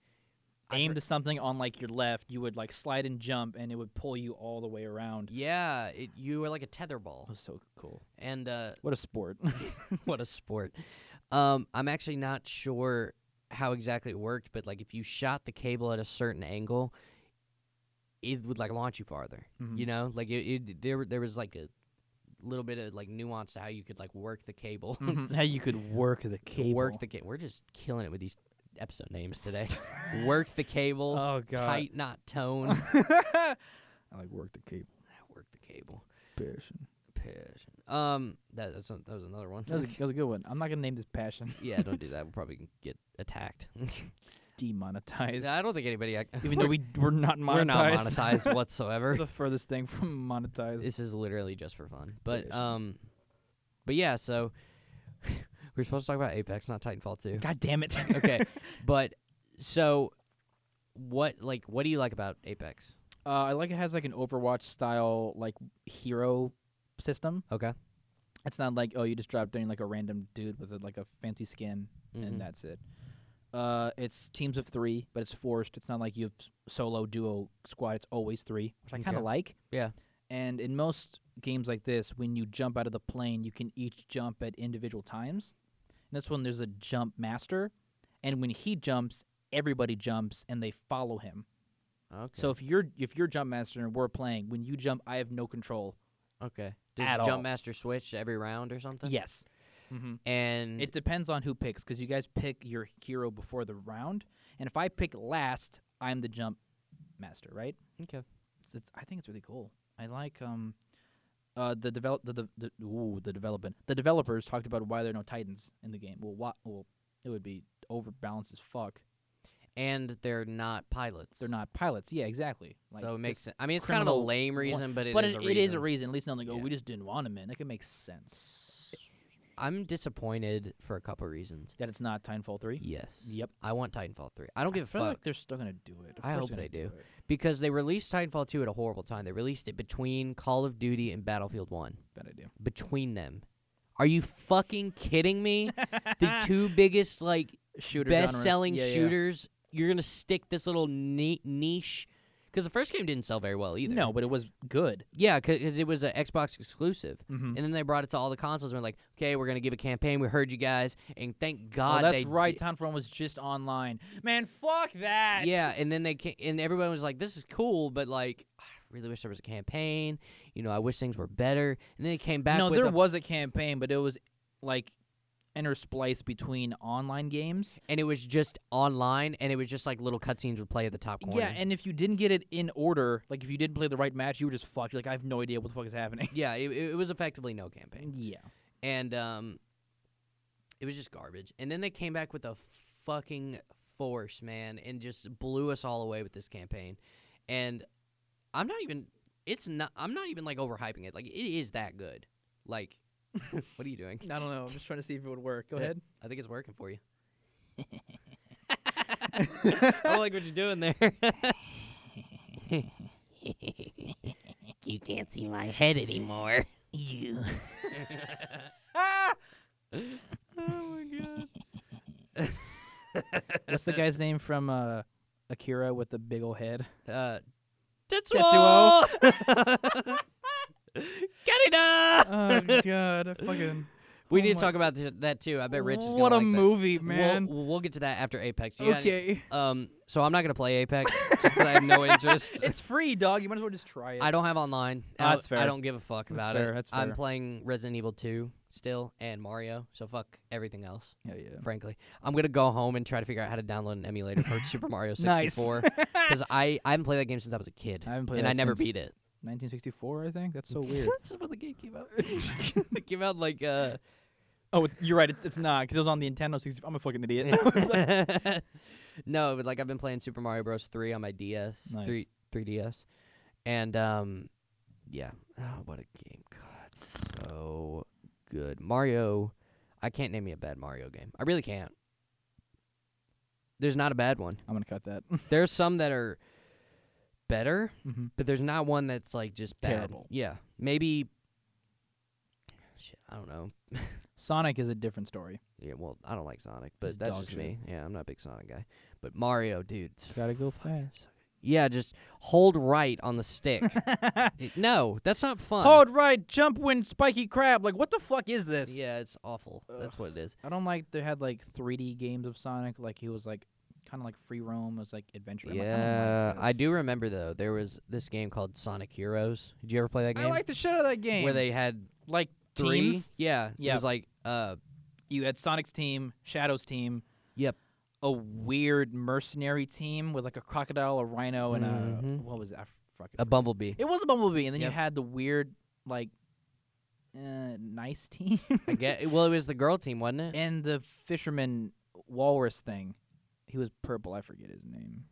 Speaker 1: I
Speaker 2: aim
Speaker 1: for-
Speaker 2: to something on like your left. You would like slide and jump, and it would pull you all the way around.
Speaker 1: yeah it, you were like a tetherball
Speaker 2: was so cool.
Speaker 1: and uh,
Speaker 2: What a sport.
Speaker 1: what a sport. Um, I'm actually not sure how exactly it worked, but like if you shot the cable at a certain angle, it would like launch you farther.
Speaker 2: Mm-hmm.
Speaker 1: you know like it, it there there was like a little bit of like nuance to how you could like work the cable
Speaker 2: How Mm-hmm. you could Mm. work
Speaker 1: To
Speaker 2: the cable.
Speaker 1: work the cable we're just killing it with these episode names today work the cable
Speaker 2: Oh god.
Speaker 1: tight knot tone
Speaker 2: I like work the cable.
Speaker 1: work the cable
Speaker 2: Passion.
Speaker 1: passion um that, that's a, that was another one
Speaker 2: That was, a, that was a good one. I'm not gonna name this passion.
Speaker 1: yeah don't do that we'll probably get attacked
Speaker 2: Demonetized.
Speaker 1: i don't think anybody I,
Speaker 2: Even though we we're not monetized.
Speaker 1: we're not monetized whatsoever
Speaker 2: the furthest thing from monetized.
Speaker 1: this is literally just for fun but
Speaker 2: is.
Speaker 1: um but yeah so we're supposed to talk about apex not titanfall 2
Speaker 2: god damn it.
Speaker 1: okay, but so what? Like, what do you like about Apex?
Speaker 2: Uh, I like it has like an Overwatch style like hero system.
Speaker 1: Okay,
Speaker 2: It's not like oh you just drop down like a random dude with a, like a fancy skin
Speaker 1: Mhm.
Speaker 2: and that's it. Uh, it's teams of three, but it's forced. It's not like you have s- solo, duo, squad. It's always three, which I kind of
Speaker 1: Okay.
Speaker 2: like.
Speaker 1: Yeah.
Speaker 2: And in most games like this, when you jump out of the plane, you can each jump at individual times. And that's when there's a jump master, and when he jumps, everybody jumps and they follow him.
Speaker 1: Okay.
Speaker 2: So if you're if you're jump master and we're playing, when you jump, I have no control.
Speaker 1: okay. Does
Speaker 2: at all.
Speaker 1: Jumpmaster switch every round or something?
Speaker 2: Yes. Mm-hmm.
Speaker 1: And
Speaker 2: It depends on who picks, because you guys pick your hero before the round, and if I pick last, I'm the jump master, right?
Speaker 1: okay.
Speaker 2: It's, it's, I think it's really cool. I like um, uh, the develop the the, the, ooh, the development the developers talked about why there are no titans in the game. Well, why, well, it would be overbalanced as fuck.
Speaker 1: And they're not pilots.
Speaker 2: They're not pilots. Yeah, exactly.
Speaker 1: so it makes
Speaker 2: this-
Speaker 1: sense. I mean, it's kind of a
Speaker 2: criminal
Speaker 1: lame
Speaker 2: wa-
Speaker 1: reason, but,
Speaker 2: but
Speaker 1: it is
Speaker 2: it,
Speaker 1: a reason.
Speaker 2: it is a reason. At least now they go,
Speaker 1: Yeah.
Speaker 2: we just didn't want him in. That could make sense.
Speaker 1: I'm disappointed for a couple reasons.
Speaker 2: That it's not Titanfall three.
Speaker 1: Yes.
Speaker 2: Yep.
Speaker 1: I want Titanfall 3. I don't give a
Speaker 2: feel
Speaker 1: fuck.
Speaker 2: like they're still gonna do it. Of
Speaker 1: I
Speaker 2: course
Speaker 1: hope they
Speaker 2: they're gonna
Speaker 1: do.
Speaker 2: it.
Speaker 1: because they released Titanfall 2 at a horrible time. They released it between Call of Duty and Battlefield 1.
Speaker 2: Bad idea.
Speaker 1: Between them. Are you fucking kidding me? the two biggest, like,
Speaker 2: Shooter genres.
Speaker 1: best selling
Speaker 2: Yeah, yeah.
Speaker 1: shooters. You're going to stick this little ni- niche. Because the first game didn't sell very well either.
Speaker 2: No, but it was good.
Speaker 1: Yeah, because it was an Xbox exclusive.
Speaker 2: Mm-hmm.
Speaker 1: And then they brought it to all the consoles and were like, okay, we're going to give a campaign. We heard you guys. And thank God
Speaker 2: oh,
Speaker 1: they
Speaker 2: that's right.
Speaker 1: di-
Speaker 2: Titanfall was just online.
Speaker 7: Man, fuck that.
Speaker 1: Yeah, and then they ca and everyone was like, "This is cool," but like, "Ah, I really wish there was a campaign. You know, I wish things were better. And then they came back.
Speaker 2: no,
Speaker 1: with
Speaker 2: there
Speaker 1: a-
Speaker 2: was a campaign, but it was like interspliced between online games.
Speaker 1: and it was just online, and it was just like little cutscenes would play at the top corner.
Speaker 2: Yeah, and if you didn't get it in order, like if you didn't play the right match, you were just fucked. You're like, I have no idea what the fuck is happening.
Speaker 1: yeah, it, it was effectively no campaign,
Speaker 2: yeah.
Speaker 1: and um, it was just garbage. And then they came back with a fucking force, man, and just blew us all away with this campaign. And I'm not even. It's not. I'm not even like overhyping it. Like it is that good. Like, what are you doing?
Speaker 8: I don't know. I'm just trying to see if it would work. Go
Speaker 1: Yeah.
Speaker 8: ahead.
Speaker 1: I think it's working for you. I like what you're doing there.
Speaker 7: You can't see my head anymore.
Speaker 2: You. What's the guy's name from uh, Akira with the big old head?
Speaker 1: uh,
Speaker 2: Tetsuo!
Speaker 1: Canada!
Speaker 8: oh god, I fucking.
Speaker 1: We
Speaker 8: Oh
Speaker 1: need to
Speaker 8: my-
Speaker 1: talk about th- that too. I bet Rich is gonna
Speaker 8: What a
Speaker 1: like that.
Speaker 8: movie,
Speaker 1: We'll-
Speaker 8: man.
Speaker 1: We'll, we'll get to that after Apex. You got any-
Speaker 8: okay.
Speaker 1: um, so I'm not gonna play Apex because I have no interest.
Speaker 2: It's free, dog. You might as well just try it.
Speaker 1: I don't have online.
Speaker 2: Ah,
Speaker 1: I don't-
Speaker 2: that's fair.
Speaker 1: I don't give a fuck
Speaker 2: That's
Speaker 1: about
Speaker 2: fair,
Speaker 1: it.
Speaker 2: that's
Speaker 1: I'm
Speaker 2: fair.
Speaker 1: playing Resident Evil 2 still and Mario. So fuck everything else.
Speaker 2: yeah, yeah.
Speaker 1: frankly. I'm gonna go home and try to figure out how to download an emulator for Super Mario 64 because I, I haven't played that game since I was a kid
Speaker 2: I haven't played
Speaker 1: and
Speaker 2: that
Speaker 1: I never
Speaker 2: since
Speaker 1: beat it.
Speaker 2: 1964, I think. That's so weird.
Speaker 1: That's when the game came out. it came out like uh,
Speaker 2: oh, it- you're right. It's, it's not because it was on the Nintendo 64. I'm a fucking idiot.
Speaker 1: no, but like I've been playing Super Mario Bros. 3 on my DS,
Speaker 2: Nice.
Speaker 1: three 3DS, and um, yeah, oh, what a game! God, so good. Mario, I can't name me a bad Mario game. I really can't. There's not a bad one.
Speaker 2: I'm gonna cut that.
Speaker 1: There's some that are better,
Speaker 2: mm-hmm.
Speaker 1: but there's not one that's like just bad.
Speaker 2: Terrible.
Speaker 1: Yeah, maybe. Shit, I don't know.
Speaker 2: Sonic is a different story.
Speaker 1: Yeah, well, I don't like Sonic, but
Speaker 2: It's
Speaker 1: that's
Speaker 2: dog
Speaker 1: just
Speaker 2: shit.
Speaker 1: me. Yeah, I'm not a big Sonic guy. But Mario, dude. it's
Speaker 2: Gotta go
Speaker 1: fucking
Speaker 2: fast.
Speaker 1: so- Yeah, just hold right on the stick. It- no, that's not fun.
Speaker 2: Hold right, jump, win, spiky crab. Like, what the fuck is this?
Speaker 1: Yeah, it's awful. That's what it is.
Speaker 2: I don't like they had like 3D games of Sonic. Like he was like kind of like free roam. It was like adventure. I'm like, I don't like
Speaker 1: Yeah, I
Speaker 2: this.
Speaker 1: do remember though. There was this game called Sonic Heroes. Did you ever play that game?
Speaker 2: I like the shit out of that game.
Speaker 1: Where they had
Speaker 2: like
Speaker 1: three.
Speaker 2: teams.
Speaker 1: Yeah, it
Speaker 2: Yep.
Speaker 1: was like uh,
Speaker 2: You had Sonic's team, Shadow's team.
Speaker 1: Yep.
Speaker 2: A weird mercenary team with like a crocodile, a rhino, and a
Speaker 1: Mhm.
Speaker 2: what was it? I fucking
Speaker 1: a
Speaker 2: forget.
Speaker 1: bumblebee.
Speaker 2: It was a bumblebee, and then
Speaker 1: Yep.
Speaker 2: you had the weird like uh, nice team.
Speaker 1: I get, well, it was the girl team, wasn't it?
Speaker 2: and the fisherman walrus thing. He was purple. I forget his name.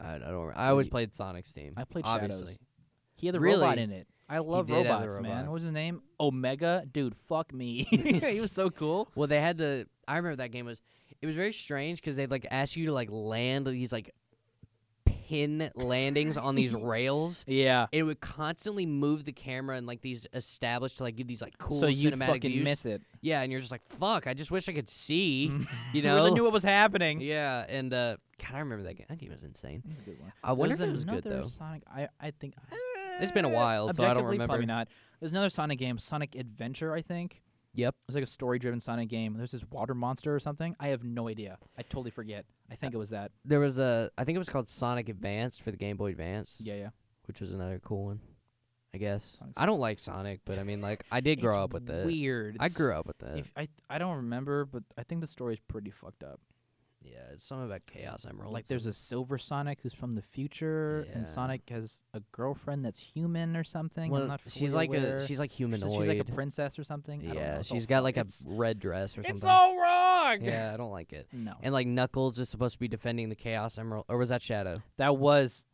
Speaker 1: I, I don't. Remember. I always
Speaker 2: Three.
Speaker 1: played Sonic's team.
Speaker 2: I played
Speaker 1: obviously.
Speaker 2: Shadows. He had the robot
Speaker 1: Really?
Speaker 2: in it. I love
Speaker 1: did have the
Speaker 2: robots, man.
Speaker 1: robot.
Speaker 2: What was his name? Omega, dude. Fuck me. he was so cool.
Speaker 1: Well, they had the. I remember that game was. It was very strange because they'd like ask you to like land these like pin landings on these rails.
Speaker 2: Yeah.
Speaker 1: It would constantly move the camera and like these established to like give these like cool
Speaker 2: so you
Speaker 1: cinematic
Speaker 2: fucking
Speaker 1: views.
Speaker 2: miss it.
Speaker 1: Yeah, and you're just like, fuck, I just wish I could see. you
Speaker 2: I
Speaker 1: know?
Speaker 2: really knew what was happening.
Speaker 1: yeah, and uh God, I remember that game. That game was insane.
Speaker 2: That's a good one.
Speaker 1: I wonder
Speaker 2: There's
Speaker 1: if it was good
Speaker 2: another
Speaker 1: though.
Speaker 2: Sonic, I, I think
Speaker 1: It's been a
Speaker 2: eh,
Speaker 1: while, so I don't
Speaker 2: objectively,
Speaker 1: remember.
Speaker 2: Probably not. There's another Sonic game, Sonic Adventure, I think.
Speaker 1: Yep.
Speaker 2: It's like a story-driven Sonic game. There's this water monster or something. I have no idea. I totally forget. I think it was that.
Speaker 1: There was a I think it was called Sonic Advance for the Game Boy Advance.
Speaker 2: Yeah, yeah.
Speaker 1: Which was another cool one. I guess.
Speaker 2: Sonic's-
Speaker 1: I don't like Sonic, but I mean like I did grow up
Speaker 2: It's
Speaker 1: with it.
Speaker 2: Weird.
Speaker 1: I grew up with that.
Speaker 2: If, I I don't remember, but I think the story's pretty fucked up.
Speaker 1: yeah, it's something about Chaos Emerald.
Speaker 2: Like there's a silver Sonic who's from the future,
Speaker 1: Yeah.
Speaker 2: and Sonic has a girlfriend that's human or something. I'm
Speaker 1: well,
Speaker 2: not fully
Speaker 1: she's like
Speaker 2: aware.
Speaker 1: a she's like
Speaker 2: She's-
Speaker 1: humanoid.
Speaker 2: She's like a princess or something. I don't know
Speaker 1: yeah,
Speaker 2: what the
Speaker 1: she's got
Speaker 2: fuck.
Speaker 1: like a
Speaker 2: It's-
Speaker 1: red dress or
Speaker 8: It's
Speaker 1: something.
Speaker 8: all wrong.
Speaker 1: yeah, I don't like it.
Speaker 2: no.
Speaker 1: And like Knuckles is supposed to be defending the Chaos Emerald, or was that Shadow?
Speaker 2: that was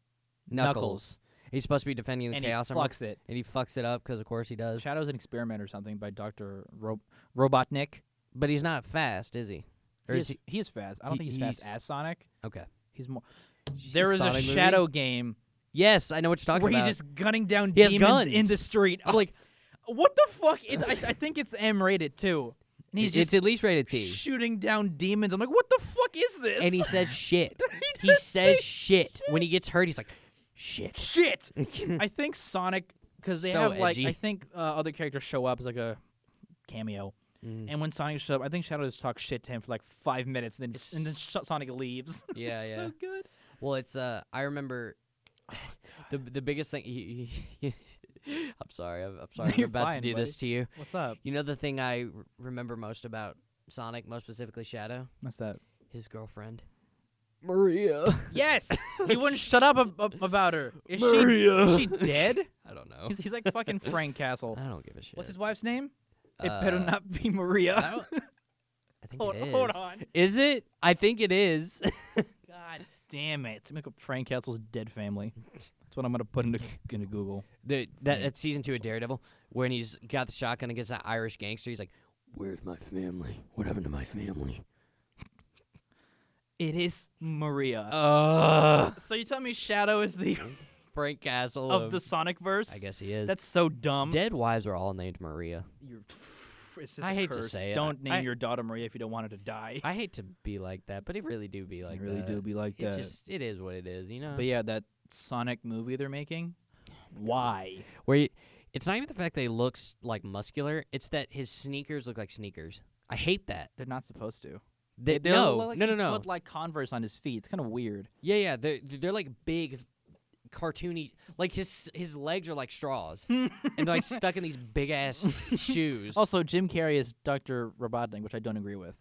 Speaker 1: Knuckles.
Speaker 2: Knuckles,
Speaker 1: He's supposed to be defending the
Speaker 2: and he
Speaker 1: Chaos Emerald,
Speaker 2: fucks it.
Speaker 1: and he fucks it up because of course he does.
Speaker 2: Shadow's an experiment or something by Doctor Ro- Robotnik.
Speaker 1: But he's not fast, is he? Or
Speaker 2: he
Speaker 1: is
Speaker 2: is,
Speaker 1: he?
Speaker 2: he is fast. I don't
Speaker 1: he-
Speaker 2: think he's fast
Speaker 1: he's-
Speaker 2: as Sonic.
Speaker 1: Okay.
Speaker 2: He's more. There is
Speaker 1: Sonic
Speaker 2: a
Speaker 1: movie?
Speaker 2: Shadow game
Speaker 1: Yes, I know what you're talking
Speaker 2: where
Speaker 1: about.
Speaker 2: he's just gunning down
Speaker 1: He has
Speaker 2: demons in
Speaker 1: guns. Oh.
Speaker 2: the street. I'm like, what the fuck? It, I, I think it's M rated too. And he's
Speaker 1: It- it's
Speaker 2: just
Speaker 1: at least rated T.
Speaker 2: shooting down demons. I'm like, what the fuck is this?
Speaker 1: and he says shit. he says shit when he gets hurt. He's like, shit.
Speaker 2: shit. I think Sonic because they
Speaker 1: So
Speaker 2: have like I
Speaker 1: edgy.
Speaker 2: think uh, other characters show up as like a cameo,
Speaker 1: Mm,
Speaker 2: and when Sonic shows up, I think Shadow just talks shit to him for like five minutes, and then and then Sh- Sonic leaves.
Speaker 1: Yeah, yeah.
Speaker 2: so good.
Speaker 1: Well, it's uh, I remember the the biggest thing. I'm sorry. I'm, I'm sorry. I'm
Speaker 2: You're
Speaker 1: about
Speaker 2: fine,
Speaker 1: to do this to you.
Speaker 2: What's up?
Speaker 1: You know the thing I r- remember most about Sonic, most specifically Shadow,
Speaker 2: What's that?
Speaker 1: his girlfriend, Maria.
Speaker 2: Yes, he wouldn't shut up ab- ab- about her. Is
Speaker 1: Maria.
Speaker 2: she? Is she dead?
Speaker 1: I don't know.
Speaker 2: He's, he's like fucking Frank Castle.
Speaker 1: I don't give a shit.
Speaker 2: What's his wife's name? It
Speaker 1: Uh,
Speaker 2: better not be
Speaker 1: I,
Speaker 2: Maria.
Speaker 1: don't, I think
Speaker 2: Hold,
Speaker 1: it is.
Speaker 2: hold on.
Speaker 1: Is it? I think it is.
Speaker 2: God damn it! Make up Frank Castle's dead family. That's what I'm gonna put into into Google.
Speaker 1: the,
Speaker 2: Mm.
Speaker 1: that at season two of Daredevil, when he's got the shotgun against that Irish gangster, he's like, "Where's my family? What happened to my family?"
Speaker 2: It is Maria.
Speaker 1: Uh,
Speaker 2: So you tell me Shadow is the
Speaker 1: Frank Castle
Speaker 2: of the Sonic verse?
Speaker 1: I guess he is.
Speaker 2: That's so dumb.
Speaker 1: Dead wives are all named Maria.
Speaker 2: You're, it's just
Speaker 1: I
Speaker 2: a
Speaker 1: hate to
Speaker 2: curse.
Speaker 1: say it.
Speaker 2: Don't name
Speaker 1: I-
Speaker 2: your daughter Maria if you don't want her to die.
Speaker 1: I hate to be like that, but it really do be like that.
Speaker 5: be like
Speaker 1: It just it is what it is, you know.
Speaker 2: but yeah, that Sonic movie they're making. Why?
Speaker 1: Where you, it's not even the fact that he looks like muscular; it's that his sneakers look like sneakers. I hate that.
Speaker 2: They're not supposed to.
Speaker 1: They,
Speaker 2: They
Speaker 1: no,
Speaker 2: look like
Speaker 1: no,
Speaker 2: he
Speaker 1: no, no,
Speaker 2: Put like Converse on his feet. It's kind of weird.
Speaker 1: Yeah, yeah, they're they're like big, cartoony. Like his his legs are like straws, and they're like stuck in these big ass shoes.
Speaker 2: Also, Jim Carrey is Doctor Robotnik, which I don't agree with.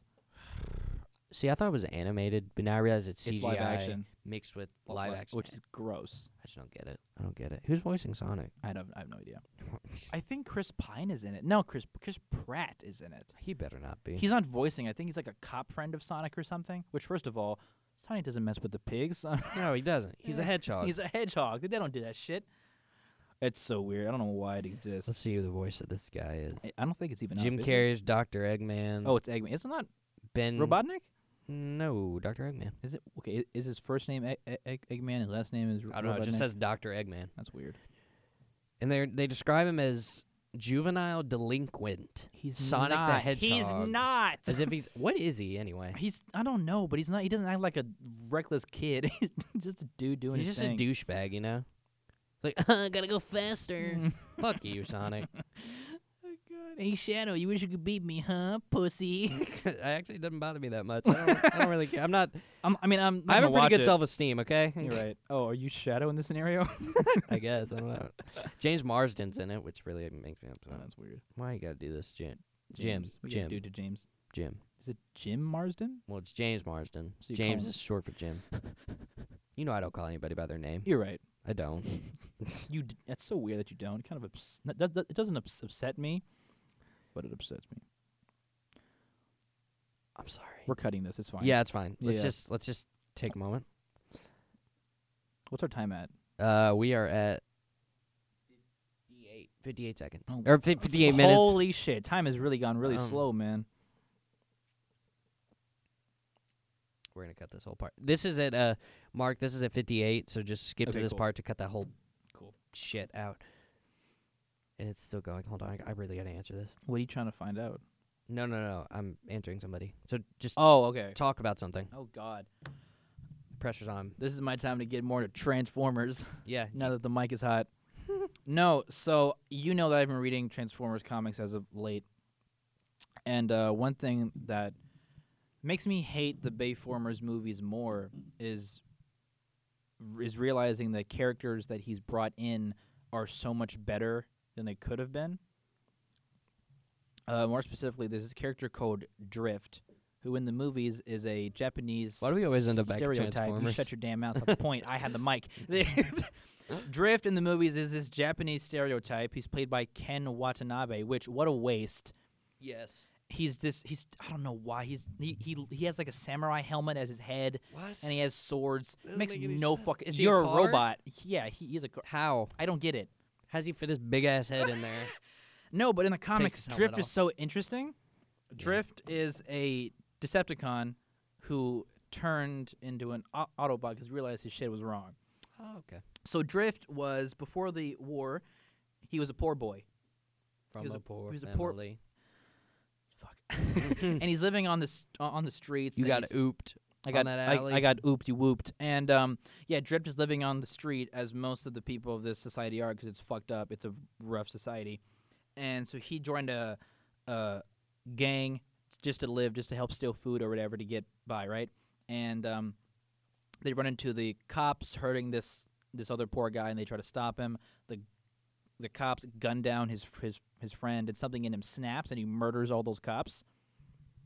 Speaker 1: see, I thought it was animated, but now I realize it's CGI
Speaker 2: It's live action,
Speaker 1: mixed with live action,
Speaker 2: which is gross.
Speaker 1: I just don't get it. I don't get it. Who's voicing Sonic?
Speaker 2: I don't. I have no idea. I think Chris Pine is in it. No, Chris Chris Pratt is in it.
Speaker 1: He better not be.
Speaker 2: He's not voicing. I think he's like a cop friend of Sonic or something. Which, first of all, Sonic doesn't mess with the pigs.
Speaker 1: no, he doesn't. He's a hedgehog.
Speaker 2: he's a hedgehog. They don't do that shit. It's so weird. I don't know why it exists.
Speaker 1: Let's see who the voice of this guy is.
Speaker 2: I- I don't think it's even
Speaker 1: Jim
Speaker 2: up, is it?
Speaker 1: Carrey's Doctor Eggman.
Speaker 2: Oh, it's Eggman. Is it not
Speaker 1: Ben
Speaker 2: Robotnik?
Speaker 1: No, Doctor Eggman.
Speaker 2: Is it okay? i- Is his first name Egg, Egg, Eggman? His last name is.
Speaker 1: I don't know. It just
Speaker 2: Robotnik?
Speaker 1: says Doctor Eggman,
Speaker 2: that's weird.
Speaker 1: and they they describe him as juvenile delinquent.
Speaker 2: He's
Speaker 1: Sonic the
Speaker 2: not.
Speaker 1: Hedgehog.
Speaker 2: He's not.
Speaker 1: As if he's what is he anyway?
Speaker 2: He's I don't know, but he's not. He doesn't act like a reckless kid. He's just a dude doing
Speaker 1: He's
Speaker 2: his
Speaker 1: just
Speaker 2: thing.
Speaker 1: a douchebag, you know. Like I gotta go faster. Fuck you, Sonic.
Speaker 2: Hey Shadow, you wish you could beat me, huh, pussy?
Speaker 1: it actually doesn't bother me that much. I don't, I don't really care. I'm not.
Speaker 2: I'm, I mean, I'm.
Speaker 1: I have a pretty good
Speaker 2: self.
Speaker 1: self-esteem. Okay,
Speaker 2: You're right. Oh, are you Shadow in this scenario?
Speaker 1: I guess I don't know. James Marsden's in it, which really makes me upset.
Speaker 2: that's weird.
Speaker 1: Why you gotta do this, Jim? Jim,
Speaker 2: We
Speaker 1: Jim.
Speaker 2: do to James.
Speaker 1: Jim.
Speaker 2: Is it Jim Marsden?
Speaker 1: Well, it's James Marsden.
Speaker 2: So you call
Speaker 1: James
Speaker 2: him-
Speaker 1: is short for Jim. you know I don't call anybody by their name.
Speaker 2: You're right.
Speaker 1: I don't.
Speaker 2: You. D- that's so weird that you don't. Kind of. Ups- that, that, that- it doesn't ups- upset me, but it upsets me.
Speaker 1: I'm sorry.
Speaker 2: We're cutting this. It's fine.
Speaker 1: Yeah, it's fine. Let's
Speaker 2: Yeah.
Speaker 1: just let's just take a moment.
Speaker 2: What's our time at?
Speaker 1: Uh, we are at 58, 58 seconds
Speaker 2: Oh,
Speaker 1: or fif- 58 minutes.
Speaker 2: Holy shit! Um. Time has really gone really
Speaker 1: Um,
Speaker 2: slow, man.
Speaker 1: We're gonna cut this whole part. This is at uh, Mark. This is at 58. So just skip to
Speaker 2: Okay,
Speaker 1: this
Speaker 2: cool.
Speaker 1: part to cut that whole
Speaker 2: Cool.
Speaker 1: shit out. And it's still going. Hold on, I, I really gotta answer this.
Speaker 2: What are you trying to find out?
Speaker 1: No, no, no. I'm answering somebody. So just
Speaker 2: Oh, okay.
Speaker 1: talk about something.
Speaker 2: Oh God,
Speaker 1: Pressure's on.
Speaker 2: this is my time to get more to Transformers.
Speaker 1: Yeah.
Speaker 2: now that the mic is hot. no, so you know that I've been reading Transformers comics as of late. And uh, one thing that makes me hate the Bayformers movies more is is realizing the characters that he's brought in are so much better than they could have been. Uh, more specifically, there's this character called Drift, who in the movies is a Japanese.
Speaker 1: Why do we always end
Speaker 2: s-
Speaker 1: up back to
Speaker 2: stereotype. You
Speaker 1: Transformers?
Speaker 2: shut your damn mouth. That's the point. I had the mic. Drift in the movies is this Japanese stereotype. He's played by Ken Watanabe, which what a waste.
Speaker 1: Yes.
Speaker 2: He's this. He's I don't know why. He's he he, he has like a samurai helmet as his head,
Speaker 1: What?
Speaker 2: and he has swords.
Speaker 1: Doesn't
Speaker 2: Makes
Speaker 1: make any
Speaker 2: no
Speaker 1: sense.
Speaker 2: fucking.
Speaker 1: Is he a
Speaker 2: You're a,
Speaker 1: car?
Speaker 2: robot. Yeah, he, he's a. Car.
Speaker 1: How?
Speaker 2: I don't get it.
Speaker 1: How's he fit his big ass head in there?
Speaker 2: No, but in the comics,
Speaker 1: his helmet
Speaker 2: Drift is
Speaker 1: off.
Speaker 2: so interesting. Drift is a Decepticon who turned into an au- Autobot because realized his shit was wrong.
Speaker 1: oh, okay.
Speaker 2: So Drift was before the war. He was a poor boy.
Speaker 1: From
Speaker 2: was
Speaker 1: a,
Speaker 2: a-
Speaker 1: poor
Speaker 2: he was a poor-
Speaker 1: family.
Speaker 2: and he's living on the s- uh, on the streets.
Speaker 1: Mm. you
Speaker 2: and
Speaker 1: got
Speaker 2: he's-
Speaker 1: ooped.
Speaker 2: I
Speaker 1: on
Speaker 2: got
Speaker 1: that
Speaker 2: I-
Speaker 1: alley.
Speaker 2: I, got ooped. You whooped. And um, yeah, Drift is living on the street as most of the people of this society are because it's fucked up. It's a rough society, and so he joined a, a gang just to live, just to help steal food or whatever to get by, right? And um, they run into the cops hurting this this other poor guy, and they try to stop him. the The cops gun down his his his friend, and something in him snaps, and he murders all those cops,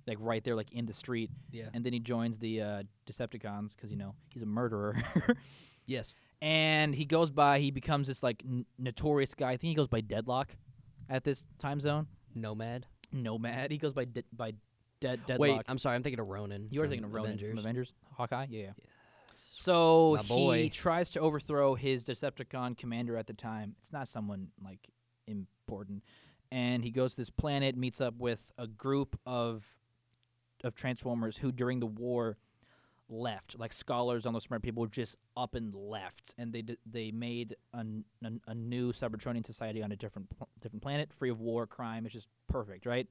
Speaker 2: like right there, like in the street
Speaker 1: Yeah.
Speaker 2: and then he joins the uh, Decepticons because you know he's a murderer.
Speaker 1: Yes.
Speaker 2: and he goes by. He becomes this like n- notorious guy. I think he goes by Deadlock at this time zone.
Speaker 1: Nomad.
Speaker 2: Nomad. He goes by de- by de- Deadlock.
Speaker 1: Wait, I'm sorry. I'm thinking of Ronan.
Speaker 2: you are
Speaker 1: from
Speaker 2: thinking of Ronan
Speaker 1: Avengers.
Speaker 2: from Avengers, Hawkeye. Yeah. yeah. So
Speaker 1: My
Speaker 2: he
Speaker 1: boy.
Speaker 2: tries to overthrow his Decepticon commander at the time. It's not someone like important, and he goes to this planet, meets up with a group of of Transformers who during the war left, like scholars on those smart people just up and left, and they d- they made a, n- a n- a new Cybertronian society on a different pl- different planet, free of war, crime. It's just perfect, right?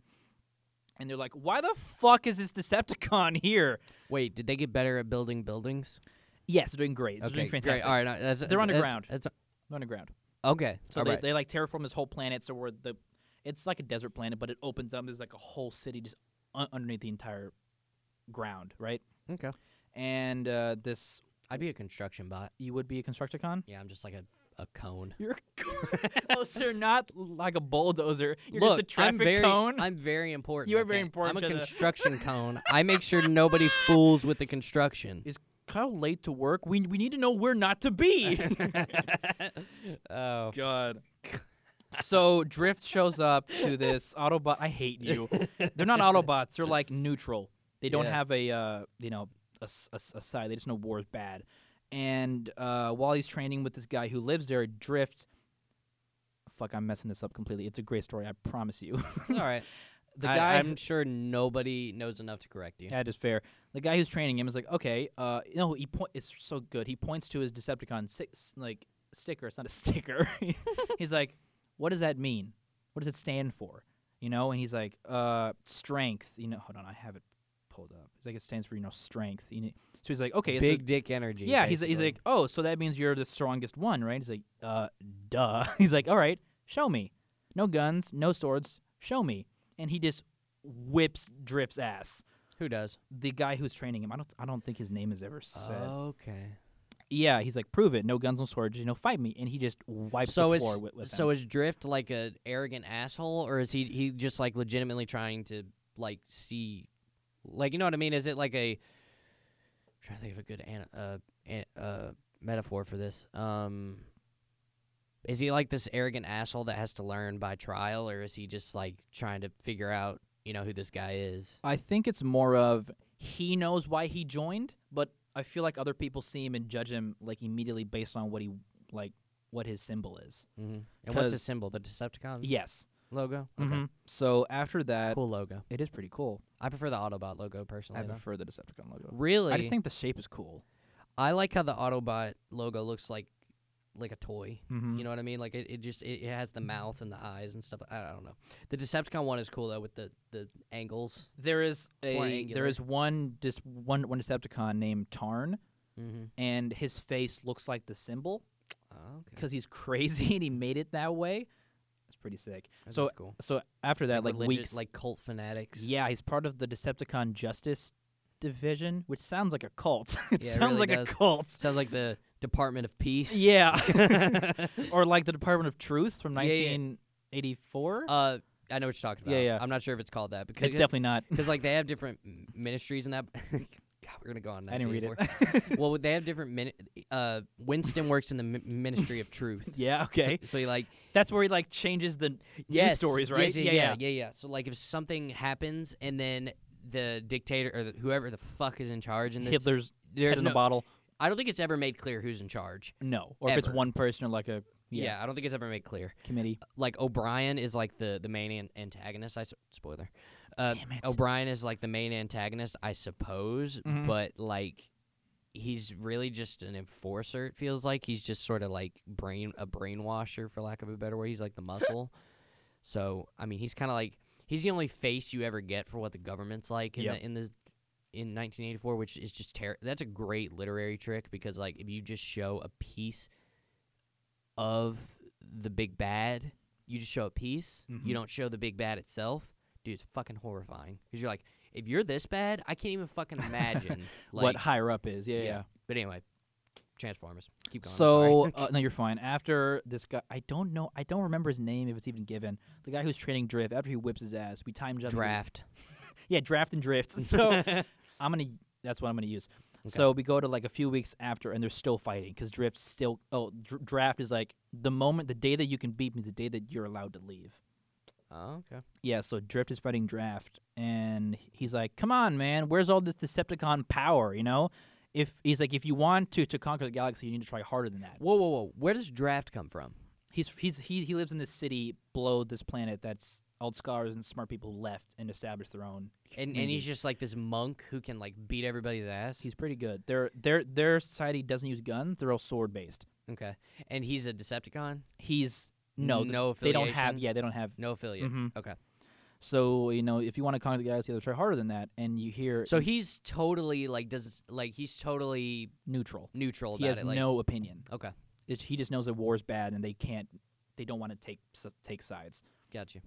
Speaker 2: And they're like, why the fuck is this Decepticon here?
Speaker 1: Wait, did they get better at building buildings?
Speaker 2: Yes, they're doing great. They're
Speaker 1: okay,
Speaker 2: doing fantastic.
Speaker 1: great. All right, no, that's,
Speaker 2: They're underground.
Speaker 1: That's, that's,
Speaker 2: They're underground.
Speaker 1: okay.
Speaker 2: So
Speaker 1: all
Speaker 2: they,
Speaker 1: right.
Speaker 2: they like terraform this whole planet. So we're the, it's like a desert planet, but it opens up. There's like a whole city just un- underneath the entire ground, right?
Speaker 1: okay.
Speaker 2: And uh, this,
Speaker 1: I'd be a construction bot.
Speaker 2: you would be a Constructicon.
Speaker 1: Yeah, I'm just like a, a cone.
Speaker 2: You're a oh, so you're not like a bulldozer. You're
Speaker 1: Look,
Speaker 2: just a traffic
Speaker 1: I'm very,
Speaker 2: cone.
Speaker 1: I'm very important.
Speaker 2: You are
Speaker 1: okay?
Speaker 2: very important
Speaker 1: I'm a
Speaker 2: to the-
Speaker 1: construction cone. I make sure nobody fools with the construction.
Speaker 2: Is Kyle late to work? We we need to know where not to be.
Speaker 1: Oh,
Speaker 2: God. so Drift shows up to this Autobot. I hate you. They're not Autobots. They're like neutral. They don't
Speaker 1: Yeah.
Speaker 2: have a uh, you know a, s- a s- a side. They just know war is bad. And uh, while he's training with this guy who lives there, Drift. Fuck, I'm messing this up completely. It's a great story. I promise you.
Speaker 1: all right.
Speaker 2: the
Speaker 1: I,
Speaker 2: guy
Speaker 1: I'm sure nobody knows enough to correct you.
Speaker 2: that is fair. The guy who's training him is like, okay, uh, no, he point. It's so good. He points to his Decepticon six, like sticker. It's not a sticker. he's like, what does that mean? What does it stand for? You know, and he's like, uh, strength. You know, hold on, I have it pulled up. He's like, it stands for you know strength. You know, so he's like, okay, it's
Speaker 1: Big dick energy.
Speaker 2: yeah, he's, he's
Speaker 1: basically.
Speaker 2: like, oh, so that means you're the strongest one, right? He's like, uh, duh. He's like, all right, show me. No guns, no swords, show me. And he just whips Drift's ass
Speaker 1: who does?
Speaker 2: the guy who's training him. I don't. I don't think his name is ever said.
Speaker 1: Okay.
Speaker 2: yeah, he's like, prove it. No guns, no swords. You know, fight me. And he just wipes
Speaker 1: So
Speaker 2: the
Speaker 1: is
Speaker 2: floor with, with
Speaker 1: so
Speaker 2: him.
Speaker 1: is Drift like a arrogant asshole, or is he he just like legitimately trying to like see, like you know what I mean? Is it like a I'm trying to think of a good an, uh, an, uh, metaphor for this? Um, is he like this arrogant asshole that has to learn by trial, or is he just like trying to figure out you know who this guy is?
Speaker 2: I think it's more of he knows why he joined, but I feel like other people see him and judge him like immediately based on what he like what his symbol is.
Speaker 1: Mm-hmm. And what's his
Speaker 2: 'Cause- Mm-hmm.
Speaker 1: symbol? The Decepticon.
Speaker 2: Yes.
Speaker 1: logo? Okay.
Speaker 2: Mhm. So after that,
Speaker 1: Cool logo.
Speaker 2: it is pretty cool.
Speaker 1: I prefer the Autobot logo personally.
Speaker 2: I
Speaker 1: though.
Speaker 2: prefer the Decepticon logo.
Speaker 1: Really?
Speaker 2: I just think the shape is cool.
Speaker 1: I like how the Autobot logo looks like like a toy.
Speaker 2: Mm-hmm.
Speaker 1: You know what I mean? Like it, it just it, it has the mouth and the eyes and stuff. I, I don't know. The Decepticon one is cool though with the the angles.
Speaker 2: there is a
Speaker 1: Triangular.
Speaker 2: there is one dis- one one Decepticon named Tarn,
Speaker 1: Mm-hmm.
Speaker 2: and his face looks like the symbol
Speaker 1: Oh, Okay.
Speaker 2: because he's crazy and he made it that way. That's pretty sick.
Speaker 1: That
Speaker 2: so
Speaker 1: is cool.
Speaker 2: So after that, like,
Speaker 1: religious,
Speaker 2: weeks,
Speaker 1: like cult fanatics.
Speaker 2: yeah, he's part of the Decepticon Justice Division, which sounds like a cult. it
Speaker 1: Yeah, it
Speaker 2: sounds
Speaker 1: really
Speaker 2: like
Speaker 1: does.
Speaker 2: a cult.
Speaker 1: Sounds like the Department of Peace.
Speaker 2: Yeah, or like the Department of Truth from
Speaker 1: Yeah, yeah.
Speaker 2: 1984.
Speaker 1: uh, I know what you're talking about.
Speaker 2: Yeah, yeah.
Speaker 1: I'm not sure if it's called that because
Speaker 2: it's definitely not.
Speaker 1: because like they have different m- ministries in that. God, we're gonna go on.
Speaker 2: I didn't read it.
Speaker 1: 1984. well, they have different. Mini- uh, Winston works in the mi- Ministry of Truth.
Speaker 2: Yeah, okay.
Speaker 1: So, so he like
Speaker 2: That's where he like changes the
Speaker 1: yes.
Speaker 2: news stories,
Speaker 1: Yes,
Speaker 2: right?
Speaker 1: yeah, yeah, yeah, yeah. So like if something happens and then the dictator or the, whoever the fuck is in charge in this,
Speaker 2: Hitler's head
Speaker 1: there's
Speaker 2: in
Speaker 1: no,
Speaker 2: a bottle.
Speaker 1: I don't think it's ever made clear who's in charge.
Speaker 2: No, or if it's
Speaker 1: Ever.
Speaker 2: one person or like a
Speaker 1: Yeah,
Speaker 2: yeah,
Speaker 1: I don't think it's ever made clear.
Speaker 2: committee.
Speaker 1: Like O'Brien is like the the main an- antagonist. I s- spoiler. Uh,
Speaker 2: Damn it.
Speaker 1: O'Brien is like the main antagonist, I suppose,
Speaker 2: Mhm.
Speaker 1: but like he's really just an enforcer. It feels like he's just sort of like brain a brainwasher, for lack of a better word. He's like the muscle. so I mean, he's kind of like he's the only face you ever get for what the government's like in
Speaker 2: Yep.
Speaker 1: the in the in 1984, which is just ter- that's a great literary trick because like if you just show a piece of the big bad, you just show a piece. You
Speaker 2: Mhm.
Speaker 1: don't show the big bad itself. Dude, it's fucking horrifying because you're like, if you're this bad, I can't even fucking imagine. like,
Speaker 2: what higher up is? Yeah,
Speaker 1: yeah.
Speaker 2: yeah.
Speaker 1: But anyway, Transformers. Keep going. I'm sorry.
Speaker 2: So uh, no, you're fine. After this guy, I don't know, I don't remember his name if it's even given. The guy who's training Drift. After he whips his ass, we time jump. into-
Speaker 1: draft.
Speaker 2: Yeah, draft and drift. So I'm gonna. That's what I'm gonna use. So we go to like a few weeks after, and they're still fighting because Drift still. Oh, dr- draft is like the moment, the day that you can beat me, is the day that you're allowed to leave.
Speaker 1: oh, okay.
Speaker 2: Yeah, so Drift is fighting Draft, and he's like, "Come on, man, where's all this Decepticon power? You know, if he's like, if you want to to conquer the galaxy, you need to try harder than that."
Speaker 1: Whoa, whoa, whoa. Where does draft come from?
Speaker 2: He's he's he he lives in this city below this planet that's old scholars and smart people left and established their own.
Speaker 1: And and
Speaker 2: community.
Speaker 1: he's just like this monk who can like beat everybody's ass.
Speaker 2: he's pretty good. Their their their society doesn't use guns; they're all sword based.
Speaker 1: okay. And he's a Decepticon.
Speaker 2: He's no, th-
Speaker 1: no
Speaker 2: they don't have.
Speaker 1: affiliation?
Speaker 2: Yeah, they don't have.
Speaker 1: No affiliate.
Speaker 2: Mhm.
Speaker 1: Okay.
Speaker 2: So you know, if you want to conquer the galaxy, you have to try harder than that. And you hear
Speaker 1: So he's totally like does like he's totally
Speaker 2: neutral.
Speaker 1: neutral about
Speaker 2: He has
Speaker 1: it. Like
Speaker 2: no opinion.
Speaker 1: okay,
Speaker 2: it's, he just knows that war is bad and they can't they don't want to take s- take sides
Speaker 1: got you.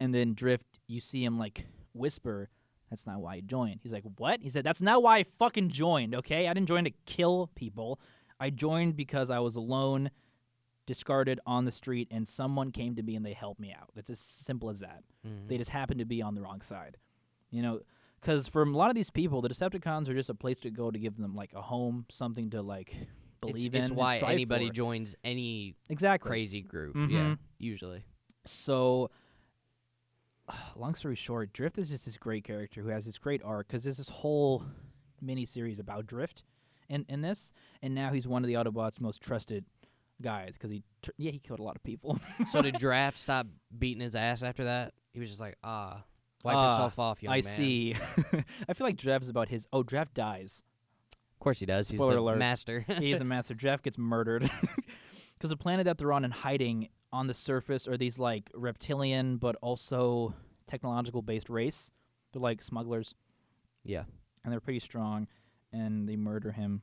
Speaker 2: and then drift you see him like whisper that's not why i joined he's like what he said that's not why i fucking joined okay i didn't join to kill people i joined because i was alone discarded on the street and someone came to me and they helped me out it's as simple as that
Speaker 1: Mm-hmm.
Speaker 2: they just happen to be on the wrong side you know because for a lot of these people the decepticons are just a place to go to give them like a home something to like
Speaker 1: It's,
Speaker 2: believe in
Speaker 1: it's
Speaker 2: and
Speaker 1: why
Speaker 2: strive
Speaker 1: anybody
Speaker 2: for.
Speaker 1: joins any
Speaker 2: exactly
Speaker 1: crazy group. Yeah,
Speaker 2: Mhm.
Speaker 1: usually.
Speaker 2: So, long story short, Drift is just this great character who has this great arc because there's this whole mini series about Drift in, in this, and now he's one of the Autobots' most trusted guys because he tr- yeah he killed a lot of people.
Speaker 1: so did Draft stop beating his ass after that? He was just like, ah, wipe
Speaker 2: Ah,
Speaker 1: yourself off, young
Speaker 2: I
Speaker 1: man.
Speaker 2: see. I feel like Draft is about his oh Draft dies.
Speaker 1: Of course he does. He's
Speaker 2: Spoiler
Speaker 1: the
Speaker 2: alert.
Speaker 1: master.
Speaker 2: he is a master. Draft gets murdered because the planet that they're on and hiding on the surface are these like reptilian but also technological based race. They're like smugglers.
Speaker 1: yeah.
Speaker 2: and they're pretty strong, and they murder him.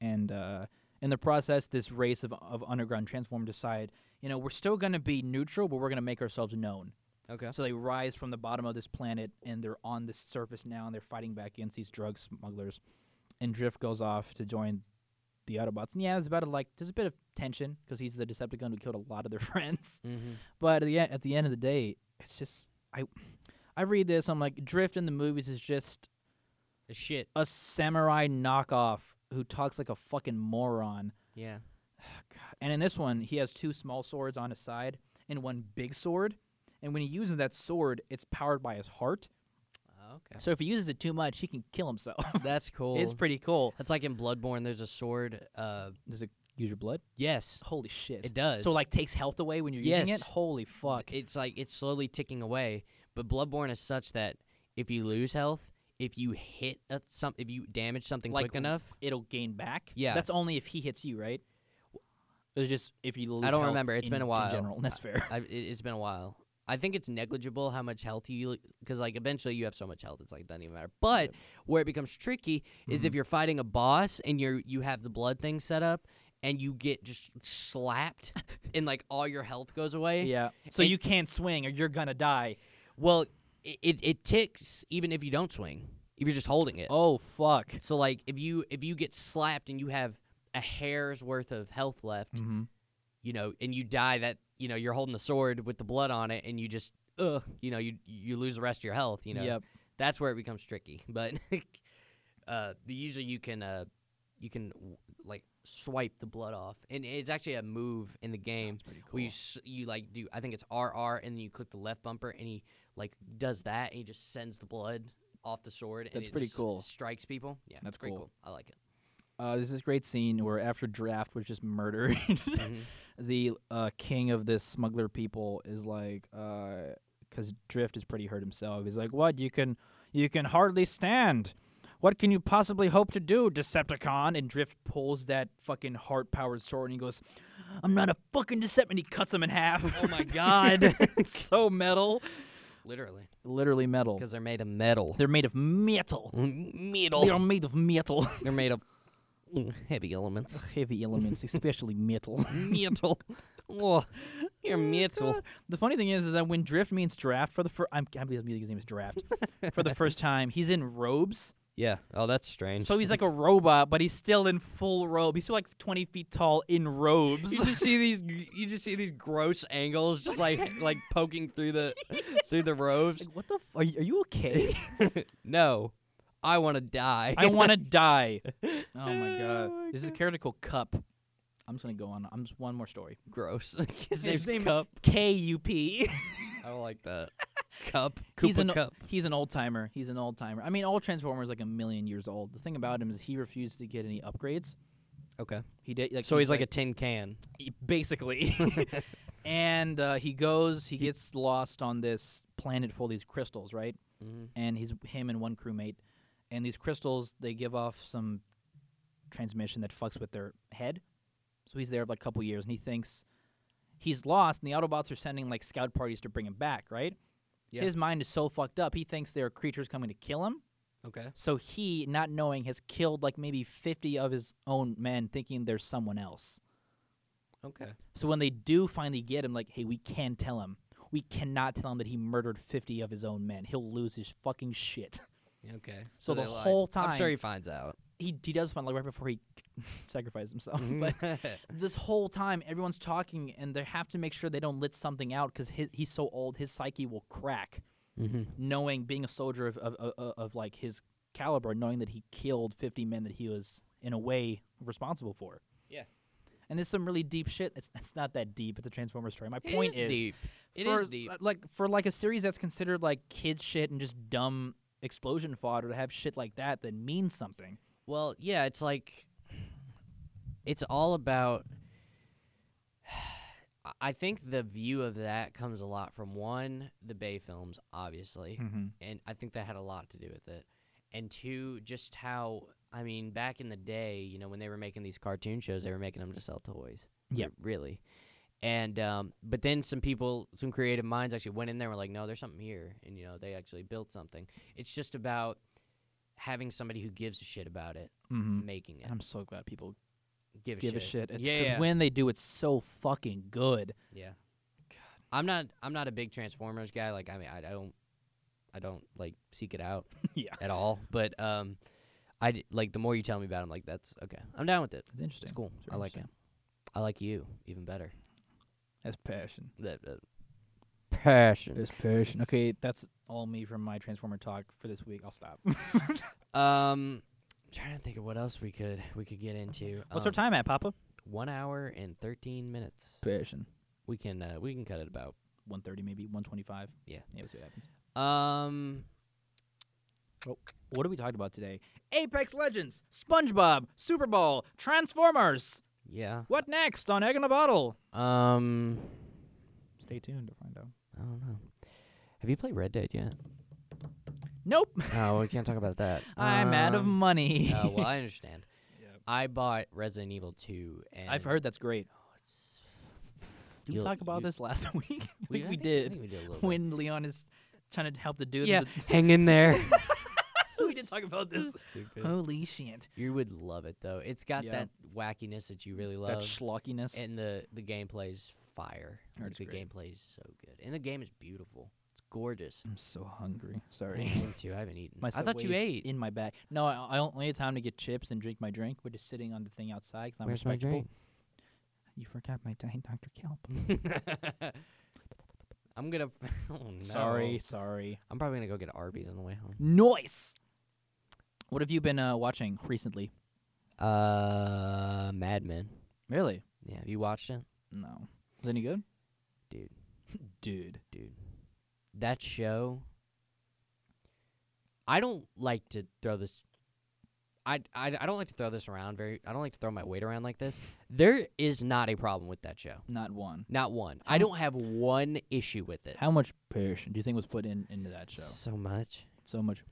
Speaker 2: And uh, in the process, this race of, of underground transform decide, you know, we're still going to be neutral, but we're going to make ourselves known.
Speaker 1: Okay.
Speaker 2: So they rise from the bottom of this planet, and they're on the surface now, and they're fighting back against these drug smugglers. And Drift goes off to join the Autobots. And yeah, there's about a, like there's a bit of tension because he's the Decepticon who killed a lot of their friends.
Speaker 1: Mm-hmm.
Speaker 2: But at the end, at the end of the day, it's just I, I read this, I'm like, Drift in the movies is just
Speaker 1: Shit.
Speaker 2: a samurai knockoff who talks like a fucking moron.
Speaker 1: Yeah.
Speaker 2: And in this one, he has two small swords on his side and one big sword. And when he uses that sword, it's powered by his heart.
Speaker 1: Okay.
Speaker 2: So if he uses it too much, he can kill himself.
Speaker 1: That's cool.
Speaker 2: Ah, it's pretty cool.
Speaker 1: That's like in Bloodborne. There's a sword. Uh,
Speaker 2: There's a use your blood?
Speaker 1: Yes,
Speaker 2: Holy shit.
Speaker 1: it does.
Speaker 2: So like takes health away when you're using
Speaker 1: Yes.
Speaker 2: it? Holy fuck.
Speaker 1: it's like it's slowly ticking away. But Bloodborne is such that if you lose health, if you hit a, some, if you damage something
Speaker 2: Like
Speaker 1: quick enough,
Speaker 2: It'll gain back.
Speaker 1: Yeah.
Speaker 2: That's only if he hits you, right? It's just if you lose
Speaker 1: I don't
Speaker 2: health
Speaker 1: remember. It's
Speaker 2: in-
Speaker 1: been a while.
Speaker 2: In general. That's fair.
Speaker 1: I, it, it's been a while. I think it's negligible how much health you, because like eventually you have so much health, it's like it doesn't even matter. But where it becomes tricky is if you're fighting a boss and you're you have the blood thing set up and you get just slapped and like all your health goes away.
Speaker 2: yeah. So
Speaker 1: And-
Speaker 2: you can't swing or you're gonna die.
Speaker 1: Well, it, it it ticks even if you don't swing. If you're just holding it.
Speaker 2: Oh fuck.
Speaker 1: So like if you if you get slapped and you have a hair's worth of health left,
Speaker 2: Mhm.
Speaker 1: you know, and you die that you know you're holding the sword with the blood on it, and you just ugh, you know, you you lose the rest of your health. You know,
Speaker 2: Yep.
Speaker 1: that's where it becomes tricky. But uh, the- usually you can uh, you can w- like swipe the blood off, and it's actually a move in the game where you s- you like do I think it's RR, and then you click the left bumper, and he like does that, and he just sends the blood off the sword. and
Speaker 2: That's
Speaker 1: it
Speaker 2: pretty
Speaker 1: just
Speaker 2: cool.
Speaker 1: Strikes people. Yeah,
Speaker 2: That's
Speaker 1: pretty
Speaker 2: cool.
Speaker 1: I like it.
Speaker 2: Uh, there's this great scene where after draft was just murdered, the uh, king of this smuggler people is like, because Drift is pretty hurt himself. He's like, "What you can, you can hardly stand. What can you possibly hope to do, Decepticon?" And Drift pulls that fucking heart-powered sword and he goes, "I'm not a fucking Decepticon." And he cuts him in half.
Speaker 1: Oh my god!
Speaker 2: It's so metal,
Speaker 1: Literally,
Speaker 2: literally metal.
Speaker 1: because they're made of metal.
Speaker 2: They're made of metal.
Speaker 1: metal.
Speaker 2: They're made of metal,
Speaker 1: They're made of mm, heavy elements.
Speaker 2: heavy elements, especially metal.
Speaker 1: metal. Oh, you're metal.
Speaker 2: The funny thing is, is that when Drift means draft for the first, I'm I believe his name is Draft for the first time. He's in robes,
Speaker 1: Yeah. Oh, that's strange.
Speaker 2: so he's like a robot, but he's still in full robe. He's still like 20 feet tall in robes.
Speaker 1: you just see these. You just see these gross angles, just like like poking through the through the robes.
Speaker 2: Like, what the? F- are, you, are you okay?
Speaker 1: No, I want to die.
Speaker 2: I want to die. Oh my god! There's this character called Cup. I'm just gonna go on. I'm just one more story.
Speaker 1: gross. His name's
Speaker 2: His name-
Speaker 1: Cup.
Speaker 2: K U P.
Speaker 1: I don't like that. Cup.
Speaker 2: He's
Speaker 1: Koopa
Speaker 2: an
Speaker 1: Cup.
Speaker 2: he's an old timer. He's an old timer. I mean, all Transformers like a million years old. The thing about him is he refused to get any upgrades.
Speaker 1: Okay.
Speaker 2: He did. Like,
Speaker 1: So he's like a tin can.
Speaker 2: y- E, basically. and uh, he goes, he gets lost on this planet full of these crystals, right? And he's him and one crewmate, and these crystals they give off some transmission that fucks with their head. So he's there for like a couple years, and he thinks he's lost, and the Autobots are sending like scout parties to bring him back, right?
Speaker 1: Yeah.
Speaker 2: His mind is so fucked up, he thinks there are creatures coming to kill him.
Speaker 1: Okay.
Speaker 2: So he, not knowing, has killed like maybe 50 of his own men, thinking there's someone else.
Speaker 1: Okay.
Speaker 2: So when they do finally get him, like, hey, we can tell him. We cannot tell him that he murdered 50 of his own men. He'll lose his fucking shit.
Speaker 1: Okay.
Speaker 2: So
Speaker 1: they
Speaker 2: the
Speaker 1: lied.
Speaker 2: whole
Speaker 1: I'm sure
Speaker 2: time-
Speaker 1: he finds out.
Speaker 2: He, he does find, like, right before he sacrifices himself.
Speaker 1: Mm-hmm.
Speaker 2: But this whole time, everyone's talking, and they have to make sure they don't let something out because he's so old, his psyche will crack. Knowing, being a soldier of, of, of, of, of, like, his caliber, knowing that he killed 50 men that he was, in a way, responsible for.
Speaker 1: Yeah.
Speaker 2: And there's some really deep shit. It's, it's not that deep. It's a Transformers story. My point is
Speaker 1: deep. It
Speaker 2: for,
Speaker 1: is deep.
Speaker 2: li- Like for like a series that's considered like kid shit and just dumb explosion fodder to have shit like that that means something.
Speaker 1: Well, yeah, it's like it's all about I- I think the view of that comes a lot from one, the Bay films, obviously. And I think that had a lot to do with it. And two, just how I mean, back in the day, you know, when they were making these cartoon shows, they were making them to sell toys.
Speaker 2: Yep.
Speaker 1: Re- Really. And um, but then some people, some creative minds actually went in there and were like, no, there's something here, and you know they actually built something. It's just about having somebody who gives a shit about it
Speaker 2: Mm-hmm.
Speaker 1: making it.
Speaker 2: I'm so glad people
Speaker 1: give a
Speaker 2: give
Speaker 1: shit.
Speaker 2: a shit. It's
Speaker 1: yeah, yeah.
Speaker 2: when they do, it's so fucking good.
Speaker 1: yeah. I'm not. I'm not a big Transformers guy. Like, I mean, I don't. I don't like seek it out
Speaker 2: yeah,
Speaker 1: at all. But um, I d- like the more you tell me about, it, I'm like, that's okay. I'm down with it.
Speaker 2: it's interesting.
Speaker 1: It's cool.
Speaker 2: That's
Speaker 1: I like it.
Speaker 2: interesting.
Speaker 1: I like you even better.
Speaker 5: That's passion.
Speaker 1: That, that passion.
Speaker 5: That's passion.
Speaker 2: Okay, that's all me from my Transformer talk for this week. I'll stop.
Speaker 1: Um, trying to think of what else we could we could get into.
Speaker 2: What's
Speaker 1: um,
Speaker 2: our time at, Papa?
Speaker 1: One hour and thirteen minutes.
Speaker 5: Passion.
Speaker 1: We can uh, we can cut it about.
Speaker 2: 1:30, maybe 1:25.
Speaker 1: Yeah.
Speaker 2: yeah. We'll see what happens.
Speaker 1: Um, Oh,
Speaker 2: What are we talking about today? Apex Legends, SpongeBob, Super Bowl, Transformers.
Speaker 1: Yeah.
Speaker 2: What next on Egg in a Bottle?
Speaker 1: Um,
Speaker 2: Stay tuned to find out.
Speaker 1: I don't know. Have you played Red Dead yet?
Speaker 2: Nope.
Speaker 1: No, we can't talk about that.
Speaker 2: I'm out of
Speaker 1: Um,
Speaker 2: money.
Speaker 1: Oh, well, I understand. I bought Resident Evil 2. And
Speaker 2: I've heard that's great. Did we
Speaker 1: You'll-
Speaker 2: talk about
Speaker 1: you-
Speaker 2: this last week? I think
Speaker 1: I
Speaker 2: we
Speaker 1: think- I
Speaker 2: did.
Speaker 1: think we did a little bit.
Speaker 2: When Leon is trying to help the dude. in
Speaker 1: Yeah,
Speaker 2: the-
Speaker 1: hang in there.
Speaker 2: we did talk about this. Holy shit.
Speaker 1: You would love it though. It's got
Speaker 2: Yeah.
Speaker 1: that wackiness that you really
Speaker 2: That
Speaker 1: love,
Speaker 2: schlockiness.
Speaker 1: and the the gameplay's fire.
Speaker 2: Heard
Speaker 1: Like,
Speaker 2: it's
Speaker 1: the
Speaker 2: great.
Speaker 1: gameplay is so good, and the game is beautiful. It's gorgeous.
Speaker 2: I'm so hungry.
Speaker 1: I
Speaker 2: Sorry.
Speaker 1: ain't too. I haven't eaten.
Speaker 2: My
Speaker 1: I thought you
Speaker 2: Subway's
Speaker 1: ate.
Speaker 2: in my bag. No, I, I only had time to get chips and drink my drink. We're just sitting on the thing outside because I'm
Speaker 1: Where's my
Speaker 2: respectable.
Speaker 1: drink?
Speaker 2: You forgot my giant Dr. Kelp.
Speaker 1: I'm gonna. f- Oh, no.
Speaker 2: Sorry, sorry.
Speaker 1: I'm probably gonna go get Arby's on the way home.
Speaker 2: Noise. What have you been uh, watching recently?
Speaker 1: Uh, Mad Men.
Speaker 2: Really?
Speaker 1: Yeah, have you watched it?
Speaker 2: No. Is it any good?
Speaker 1: Dude.
Speaker 2: Dude.
Speaker 1: dude. That show. I don't like to throw this. I, I, I don't like to throw this around very. I don't like to throw my weight around like this. There is not a problem with that show.
Speaker 2: Not one.
Speaker 1: Not one. I don't have one issue with it.
Speaker 2: How much passion do you think was put in into that show?
Speaker 1: So much.
Speaker 2: So much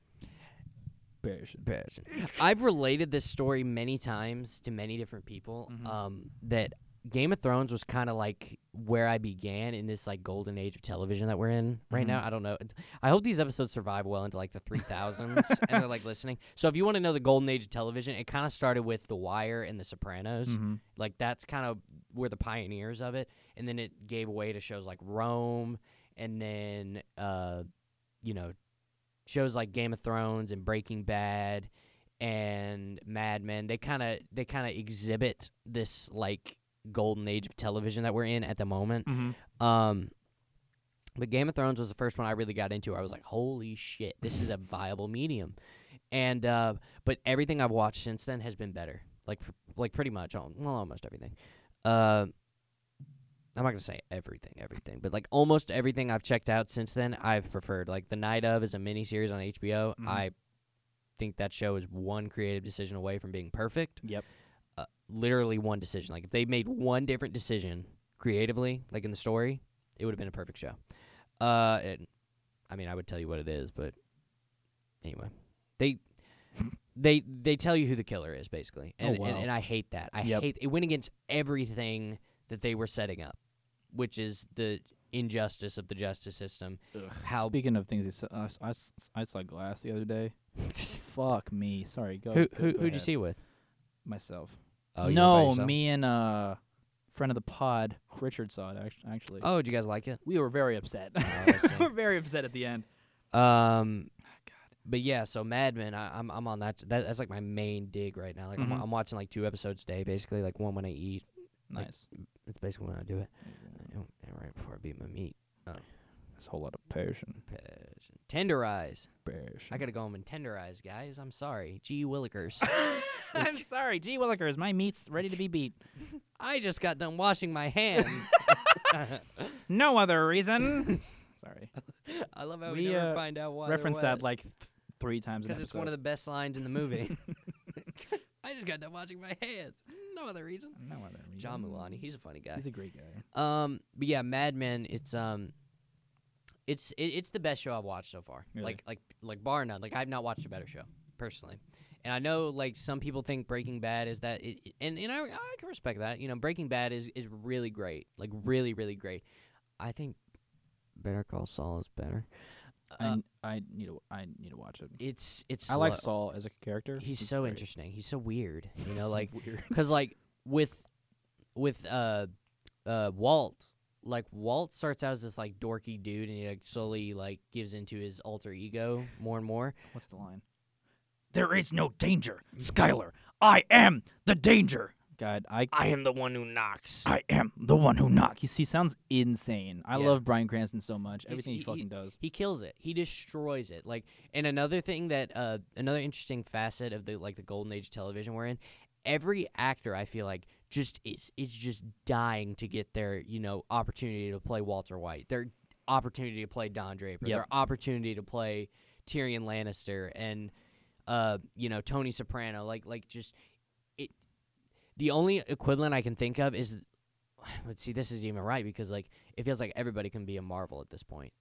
Speaker 2: passion.
Speaker 1: I've related this story many times to many different people.
Speaker 2: Mhm.
Speaker 1: Um, that Game of Thrones was kind of like where I began in this like golden age of television that we're in right now.
Speaker 2: Mhm.
Speaker 1: I don't know. I hope these episodes survive well into like the three thousands and they're like listening. So if you want to know the golden age of television, it kind of started with The Wire and The Sopranos.
Speaker 2: Mm-hmm.
Speaker 1: Like that's kind of where the pioneers of it, and then it gave way to shows like Rome, and then uh, you know, shows like Game of Thrones and Breaking Bad and Mad Men. They kind of they kind of exhibit this like golden age of television that we're in at the moment.
Speaker 2: Mm-hmm.
Speaker 1: Um, but Game of Thrones was the first one I really got into. I was like, holy shit, this is a viable medium. And uh, but everything I've watched since then has been better. Like pr- like pretty much all, well almost everything. Uh, I'm not gonna say everything, everything, but like almost everything I've checked out since then, I've preferred. Like the Night of is a mini series on HBO.
Speaker 2: Mhm.
Speaker 1: I think that show is one creative decision away from being perfect.
Speaker 2: Yep.
Speaker 1: Uh, literally one decision. Like if they made one different decision creatively, like in the story, it would have been a perfect show. Uh, it, I mean, I would tell you what it is, but anyway, they they they tell you who the killer is basically,
Speaker 2: Oh,
Speaker 1: and and,
Speaker 2: wow.
Speaker 1: and I hate that. I
Speaker 2: Yep.
Speaker 1: hate it went against everything that they were setting up, which is the injustice of the justice system. How
Speaker 2: Speaking of things, you saw- I, s- I s- I saw glass the other day. Fuck me. Sorry. Go.
Speaker 1: who
Speaker 2: go-
Speaker 1: who
Speaker 2: go
Speaker 1: who'd you
Speaker 2: ahead.
Speaker 1: see with?
Speaker 2: Myself.
Speaker 1: Oh, you went by
Speaker 2: no,
Speaker 1: yourself?
Speaker 2: me and uh, friend of the pod, Richard saw it act- actually.
Speaker 1: Oh, did you guys like it? Oh,
Speaker 2: we were very upset.
Speaker 1: I see.
Speaker 2: we were very upset at the end.
Speaker 1: Um, but yeah, so Mad Men, I, I'm I'm on that, that. That's like my main dig right now. Like I'm,
Speaker 2: Mhm.
Speaker 1: I'm watching like two episodes a day, basically. Like one when I eat. Like-
Speaker 2: Nice.
Speaker 1: It's basically when I do it. And right before I beat my meat.
Speaker 2: There's a whole lot of passion.
Speaker 1: Passion. Tenderize.
Speaker 2: Passion.
Speaker 1: I gotta go home and tenderize, guys. I'm sorry. Gee willikers.
Speaker 2: I'm sorry, G Willikers. My meat's ready to be beat.
Speaker 1: I just got done washing my hands.
Speaker 2: No other reason. sorry.
Speaker 1: I love how we,
Speaker 2: We,
Speaker 1: never
Speaker 2: uh,
Speaker 1: find out why.
Speaker 2: Reference that like th- three times.
Speaker 1: because it's one of the best lines in the movie. I just got done washing my hands. No other reason.
Speaker 2: No other reason.
Speaker 1: John Mulaney, he's a funny guy.
Speaker 2: He's a great guy.
Speaker 1: Um, but yeah, Mad Men. It's um, it's it, it's the best show I've watched so far.
Speaker 2: Really?
Speaker 1: Like like like bar none. Like I've not watched a better show personally. And I know like some people think Breaking Bad is that, it, it- and and I I can respect that. You know, Breaking Bad is is really great. Like really really great. I think Better Call Saul is better.
Speaker 2: I
Speaker 1: Uh,
Speaker 2: n- I, need to. I need to watch it.
Speaker 1: it's it's.
Speaker 2: I like
Speaker 1: slow.
Speaker 2: Saul as a character.
Speaker 1: He's so
Speaker 2: great.
Speaker 1: interesting. He's so weird. You know,
Speaker 2: So
Speaker 1: like
Speaker 2: weird.
Speaker 1: because like with with uh uh Walt, like Walt starts out as this like dorky dude, and he like slowly like gives into his alter ego more and more.
Speaker 2: What's the line?
Speaker 7: There is no danger, Skylar. I am the danger.
Speaker 2: God, I
Speaker 1: I am the one who knocks.
Speaker 2: I am the one who knocks. He, he sounds insane. I
Speaker 1: Yeah.
Speaker 2: love Brian Cranston so much.
Speaker 1: He's-
Speaker 2: Everything he,
Speaker 1: he-
Speaker 2: fucking does.
Speaker 1: He kills it. He destroys it. Like, and another thing that, uh, another interesting facet of the like the golden age television we're in, every actor I feel like just is is just dying to get their you know opportunity to play Walter White, their opportunity to play Don Draper,
Speaker 2: Yep.
Speaker 1: their opportunity to play Tyrion Lannister, and uh, you know Tony Soprano. Like, like just it. The only equivalent I can think of is, but see, this isn't even right because like it feels like everybody can be a Marvel at this point.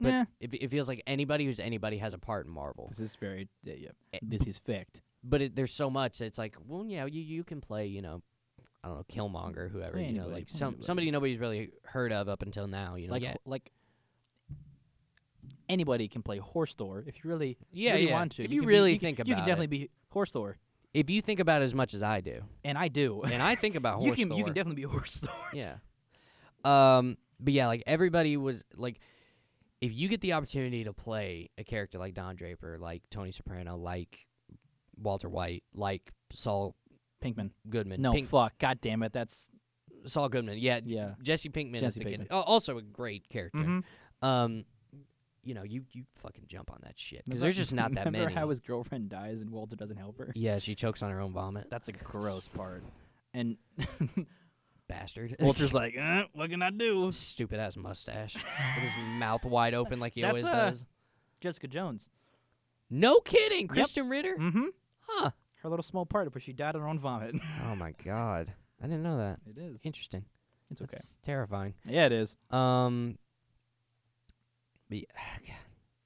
Speaker 1: But
Speaker 2: Nah.
Speaker 1: it, it feels like anybody who's anybody has a part in Marvel.
Speaker 5: This is very yeah. yeah.
Speaker 1: Eh,
Speaker 5: This is fact.
Speaker 1: But it, there's so much. It's like, well, yeah, you you can play, you know, I don't know, Killmonger, whoever, you know,
Speaker 5: Anybody,
Speaker 1: like some
Speaker 5: anybody.
Speaker 1: somebody nobody's really heard of up until now. You know,
Speaker 2: Like
Speaker 1: yeah,
Speaker 2: ho- like anybody can play horse Thor if you really
Speaker 1: yeah,
Speaker 2: really
Speaker 1: yeah.
Speaker 2: want to.
Speaker 1: If you,
Speaker 2: can be-
Speaker 1: really
Speaker 2: can-
Speaker 1: think about
Speaker 2: you can definitely
Speaker 1: it,
Speaker 2: be horse Thor,
Speaker 1: if you think about it as much as I do,
Speaker 2: and I do.
Speaker 1: and I think about
Speaker 2: you
Speaker 1: horse
Speaker 2: can you
Speaker 1: Thor,
Speaker 2: can definitely be a horse Thor.
Speaker 1: Yeah. Um, but yeah, like everybody was like if you get the opportunity to play a character like Don Draper, like Tony Soprano, like Walter White, like Saul
Speaker 2: Pinkman.
Speaker 1: Goodman.
Speaker 2: No,
Speaker 1: Pink-
Speaker 2: fuck, god damn it, that's
Speaker 1: Saul Goodman. Yeah,
Speaker 2: yeah.
Speaker 1: Jesse Pinkman is
Speaker 2: Jesse
Speaker 1: the
Speaker 2: Pinkman.
Speaker 1: kid. al- Also a great character.
Speaker 2: Mhm.
Speaker 1: Um you know, you you fucking jump on that shit cuz
Speaker 2: Remember-
Speaker 1: there's just not that
Speaker 2: remember
Speaker 1: many.
Speaker 2: how his girlfriend dies and Walter doesn't help her?
Speaker 1: yeah, she chokes on her own vomit.
Speaker 2: That's a gross part. And
Speaker 1: Bastard.
Speaker 2: Walter's like, eh, what can I do?
Speaker 1: stupid ass mustache with his mouth wide open like he
Speaker 2: That's,
Speaker 1: always
Speaker 2: uh,
Speaker 1: does.
Speaker 2: Jessica Jones.
Speaker 1: No kidding, Kristen Ritter.
Speaker 2: Mm-hmm.
Speaker 1: Huh.
Speaker 2: Her little small part of where she died on her own vomit.
Speaker 1: Oh my god. I didn't know that.
Speaker 2: It is.
Speaker 1: Interesting.
Speaker 2: It's okay.
Speaker 1: That's terrifying.
Speaker 2: Yeah, it is.
Speaker 1: Um but yeah, God.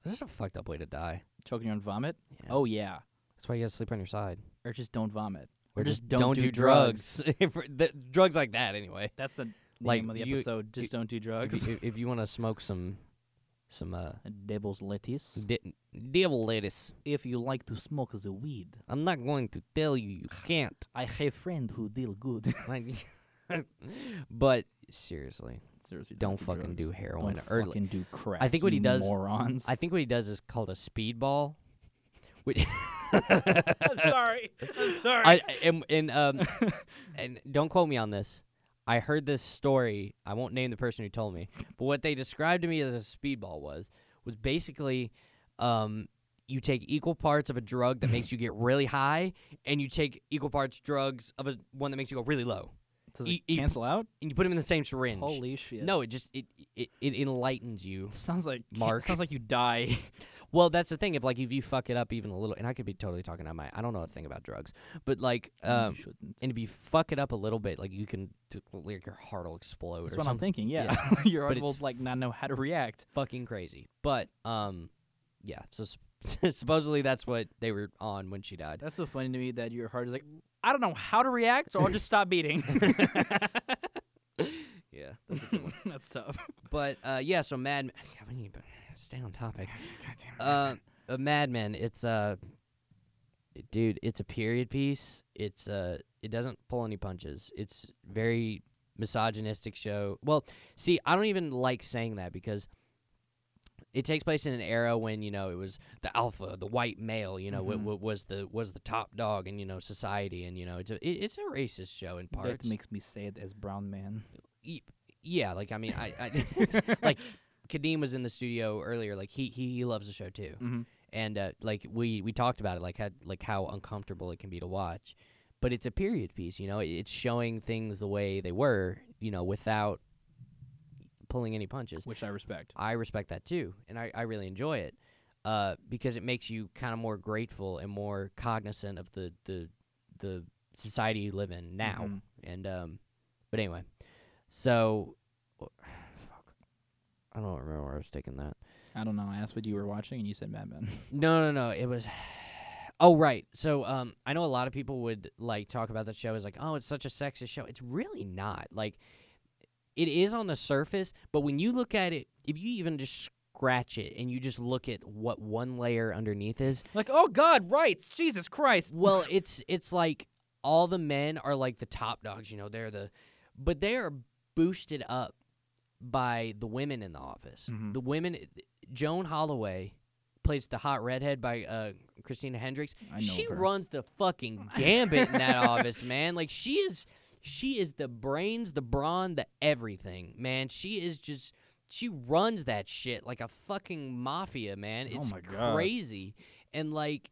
Speaker 1: This is a fucked up way to die.
Speaker 2: Choking your own vomit.
Speaker 1: Yeah.
Speaker 2: Oh yeah.
Speaker 1: that's why you gotta sleep on your side.
Speaker 2: Or just don't vomit.
Speaker 1: Or,
Speaker 2: just
Speaker 1: just,
Speaker 2: don't
Speaker 1: don't,
Speaker 2: do
Speaker 1: do, drugs. For- the- drugs like that anyway.
Speaker 2: That's the
Speaker 1: Like,
Speaker 2: name of the
Speaker 1: you-
Speaker 2: episode. just don't do
Speaker 1: If,
Speaker 2: drugs.
Speaker 1: you- if you wanna smoke some some uh
Speaker 2: Devil's lettuce.
Speaker 1: di- devil lettuce.
Speaker 2: If you like to smoke the weed,
Speaker 1: I'm not going to tell you you can't.
Speaker 2: I have friend who deal good.
Speaker 1: Like- but seriously,
Speaker 5: Seriously,
Speaker 1: don't fucking do heroin
Speaker 2: Don't
Speaker 1: or
Speaker 2: fucking do crack.
Speaker 1: I think what
Speaker 2: you
Speaker 1: he does-
Speaker 2: morons.
Speaker 1: I think what he does is called a speedball. Which
Speaker 2: I'm sorry. I'm sorry.
Speaker 1: I and, and um and don't quote me on this. I heard this story. I won't name the person who told me, but what they described to me as a speedball was was basically um you take equal parts of a drug that makes you get really high, and you take equal parts drugs of a one that makes you go really low,
Speaker 2: Does
Speaker 1: e-
Speaker 2: it
Speaker 1: e-
Speaker 2: cancel out?
Speaker 1: and you put them in the same syringe.
Speaker 2: Holy shit.
Speaker 1: no, it just it, it it enlightens you.
Speaker 2: Sounds like
Speaker 1: Mark.
Speaker 2: Sounds like you die.
Speaker 1: Well, that's the thing. If like if you fuck it up even a little, and I could be totally talking out my I don't know a thing about drugs, but like um,
Speaker 2: you shouldn't.
Speaker 1: and if you fuck it up a little bit, like you can, t- like your heart will explode
Speaker 2: That's
Speaker 1: or
Speaker 2: what I'm
Speaker 1: something.
Speaker 2: thinking. Yeah, your
Speaker 1: But
Speaker 2: heart will
Speaker 1: it's
Speaker 2: like not know how to react.
Speaker 1: Fucking crazy. But um, yeah. So s- supposedly that's what they were on when she died.
Speaker 2: That's so funny to me that your heart is like, I don't know how to react, so I'll just stop beating.
Speaker 1: Yeah,
Speaker 2: That's tough.
Speaker 1: but uh, yeah. So Mad, Men- God, we need to stay on topic. Uh, uh, Mad Men. It's uh, dude, it's a period piece. It's uh, it doesn't pull any punches. It's very misogynistic show. Well, see, I don't even like saying that because it takes place in an era when you know it was the alpha, the white male, you know, w-
Speaker 2: Mhm.
Speaker 1: w- was the was the top dog in you know society, and you know it's a it, it's a racist show in
Speaker 2: That
Speaker 1: parts.
Speaker 2: makes me say it as brown man.
Speaker 1: Y- yeah, like I mean, I, I like Kadeem was in the studio earlier. Like he he, he loves the show too
Speaker 2: Mhm.
Speaker 1: and uh, like we we talked about it like how like how uncomfortable it can be to watch but it's a period piece you know It- it's showing things the way they were you know without pulling any punches
Speaker 5: Which I respect.
Speaker 1: i respect that too and i, I really enjoy it uh, because it makes you kind of more grateful and more cognizant of the the the society you live in now
Speaker 5: Mhm.
Speaker 1: and um but anyway so fuck i don't remember where i was taking that
Speaker 2: I don't know. I asked what you were watching, and you said Mad Men.
Speaker 1: no, no, no. It was. Oh right. So um, I know a lot of people would like talk about that show as like, oh, it's such a sexist show. It's really not. Like, it is on the surface, but when you look at it, if you even just scratch it and you just look at what one layer underneath is,
Speaker 2: like, oh God, rights, Jesus Christ.
Speaker 1: well, it's it's like all the men are like the top dogs, you know. They're the, but they are boosted up by the women in the office.
Speaker 5: Mhm.
Speaker 1: The women, Joan Holloway plays the hot redhead by uh, Christina Hendricks.
Speaker 2: I know
Speaker 1: she
Speaker 2: her.
Speaker 1: runs the fucking gambit in that office, man. Like she is, she is the brains, the brawn, the everything, man. She is just. She runs that shit like a fucking mafia, man.
Speaker 5: Oh
Speaker 1: It's
Speaker 5: my God.
Speaker 1: crazy. And like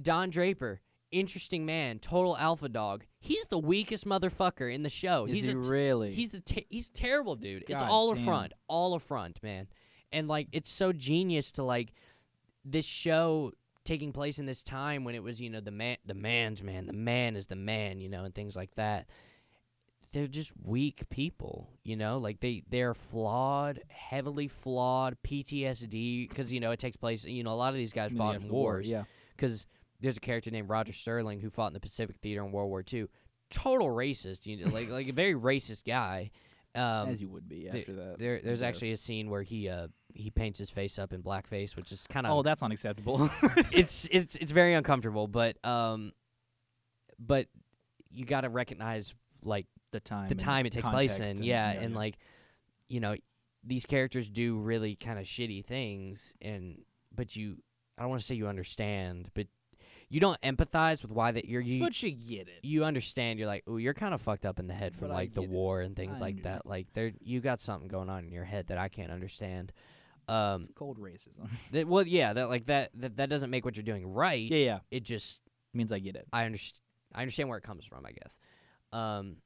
Speaker 1: Don Draper, interesting man, total alpha dog. He's the weakest motherfucker in the show.
Speaker 2: Is
Speaker 1: Oh, he's
Speaker 2: he
Speaker 1: a t-
Speaker 2: really?
Speaker 1: he's a te- he's terrible, dude. it's
Speaker 2: God
Speaker 1: all
Speaker 2: damn.
Speaker 1: a front, all a front, man. And like it's so genius to like this show taking place in this time when it was you know the man the man's man the man is the man you know and things like that they're just weak people you know like they they're flawed heavily flawed ptsd because you know it takes place you know a lot of these guys
Speaker 5: Then you
Speaker 1: fought
Speaker 5: have
Speaker 1: in
Speaker 5: the war,
Speaker 1: wars
Speaker 5: Yeah.
Speaker 1: because there's a character named Roger Sterling who fought in the Pacific Theater in World War II. Total racist, you know, like like a very racist guy. Um,
Speaker 5: As you would be
Speaker 1: the-
Speaker 5: after that.
Speaker 1: there, there's
Speaker 5: Yes.
Speaker 1: actually a scene where he uh, he paints his face up in blackface, which is kind of
Speaker 2: Oh, that's unacceptable.
Speaker 1: it's it's it's very uncomfortable, but um, but you got to recognize like
Speaker 2: the time.
Speaker 1: the time it takes place in,
Speaker 5: context and-
Speaker 1: yeah,
Speaker 5: yeah,
Speaker 1: and
Speaker 5: yeah.
Speaker 1: like you know these characters do really kind of shitty things, and but you I don't want to say you understand, but you don't empathize with why that you're you
Speaker 2: But you get it.
Speaker 1: you understand you're like oh you're kind of fucked up in the head from
Speaker 2: But I
Speaker 1: like the
Speaker 2: get it.
Speaker 1: war and things
Speaker 2: I
Speaker 1: like
Speaker 2: knew
Speaker 1: that like there you got something going on in your head that i can't understand um
Speaker 2: Cold racism.
Speaker 1: that, well yeah that like that, that that doesn't make what you're doing right
Speaker 2: yeah, yeah.
Speaker 1: it just
Speaker 2: Means I get it.
Speaker 1: i understand i understand where it comes from i guess um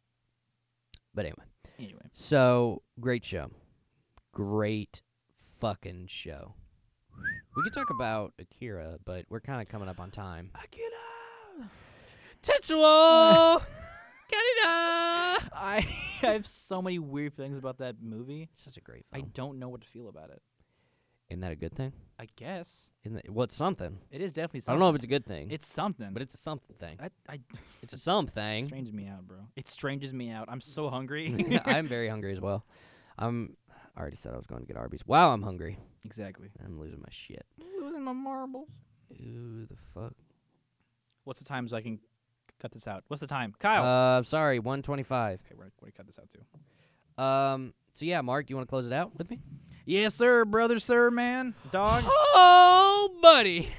Speaker 1: but anyway
Speaker 2: Anyway.
Speaker 1: so great show great fucking show we could talk about akira but we're kind of coming up on time
Speaker 2: Akira.
Speaker 1: tetsuo Kaneda!
Speaker 2: I I have so many weird feelings about that movie.
Speaker 1: It's such a great
Speaker 2: I
Speaker 1: film.
Speaker 2: don't know what to feel about it.
Speaker 1: Isn't that a good thing?
Speaker 2: I guess
Speaker 1: Isn't that, well, it's something.
Speaker 2: it is definitely
Speaker 1: I
Speaker 2: something.
Speaker 1: don't know if it's a good thing,
Speaker 2: It's something.
Speaker 1: but it's a something thing.
Speaker 2: I, I
Speaker 1: It's a something.
Speaker 2: stranges me out, bro. Mm. It stranges me out. I'm so hungry.
Speaker 1: I'm very hungry as well. I'm. I already said I was going to get Arby's. Wow, I'm hungry.
Speaker 2: exactly.
Speaker 1: I'm losing my shit.
Speaker 2: Losing my marbles.
Speaker 1: Ooh, the fuck.
Speaker 2: What's the time so I can cut this out? What's the time, Kyle?
Speaker 1: Uh, sorry, 125.
Speaker 2: okay, we're gonna, we're gonna cut this out too.
Speaker 1: Um, so yeah, Mark, you want to close it out with me?
Speaker 2: Yes, sir, brother, sir, man, dog.
Speaker 1: Oh, buddy.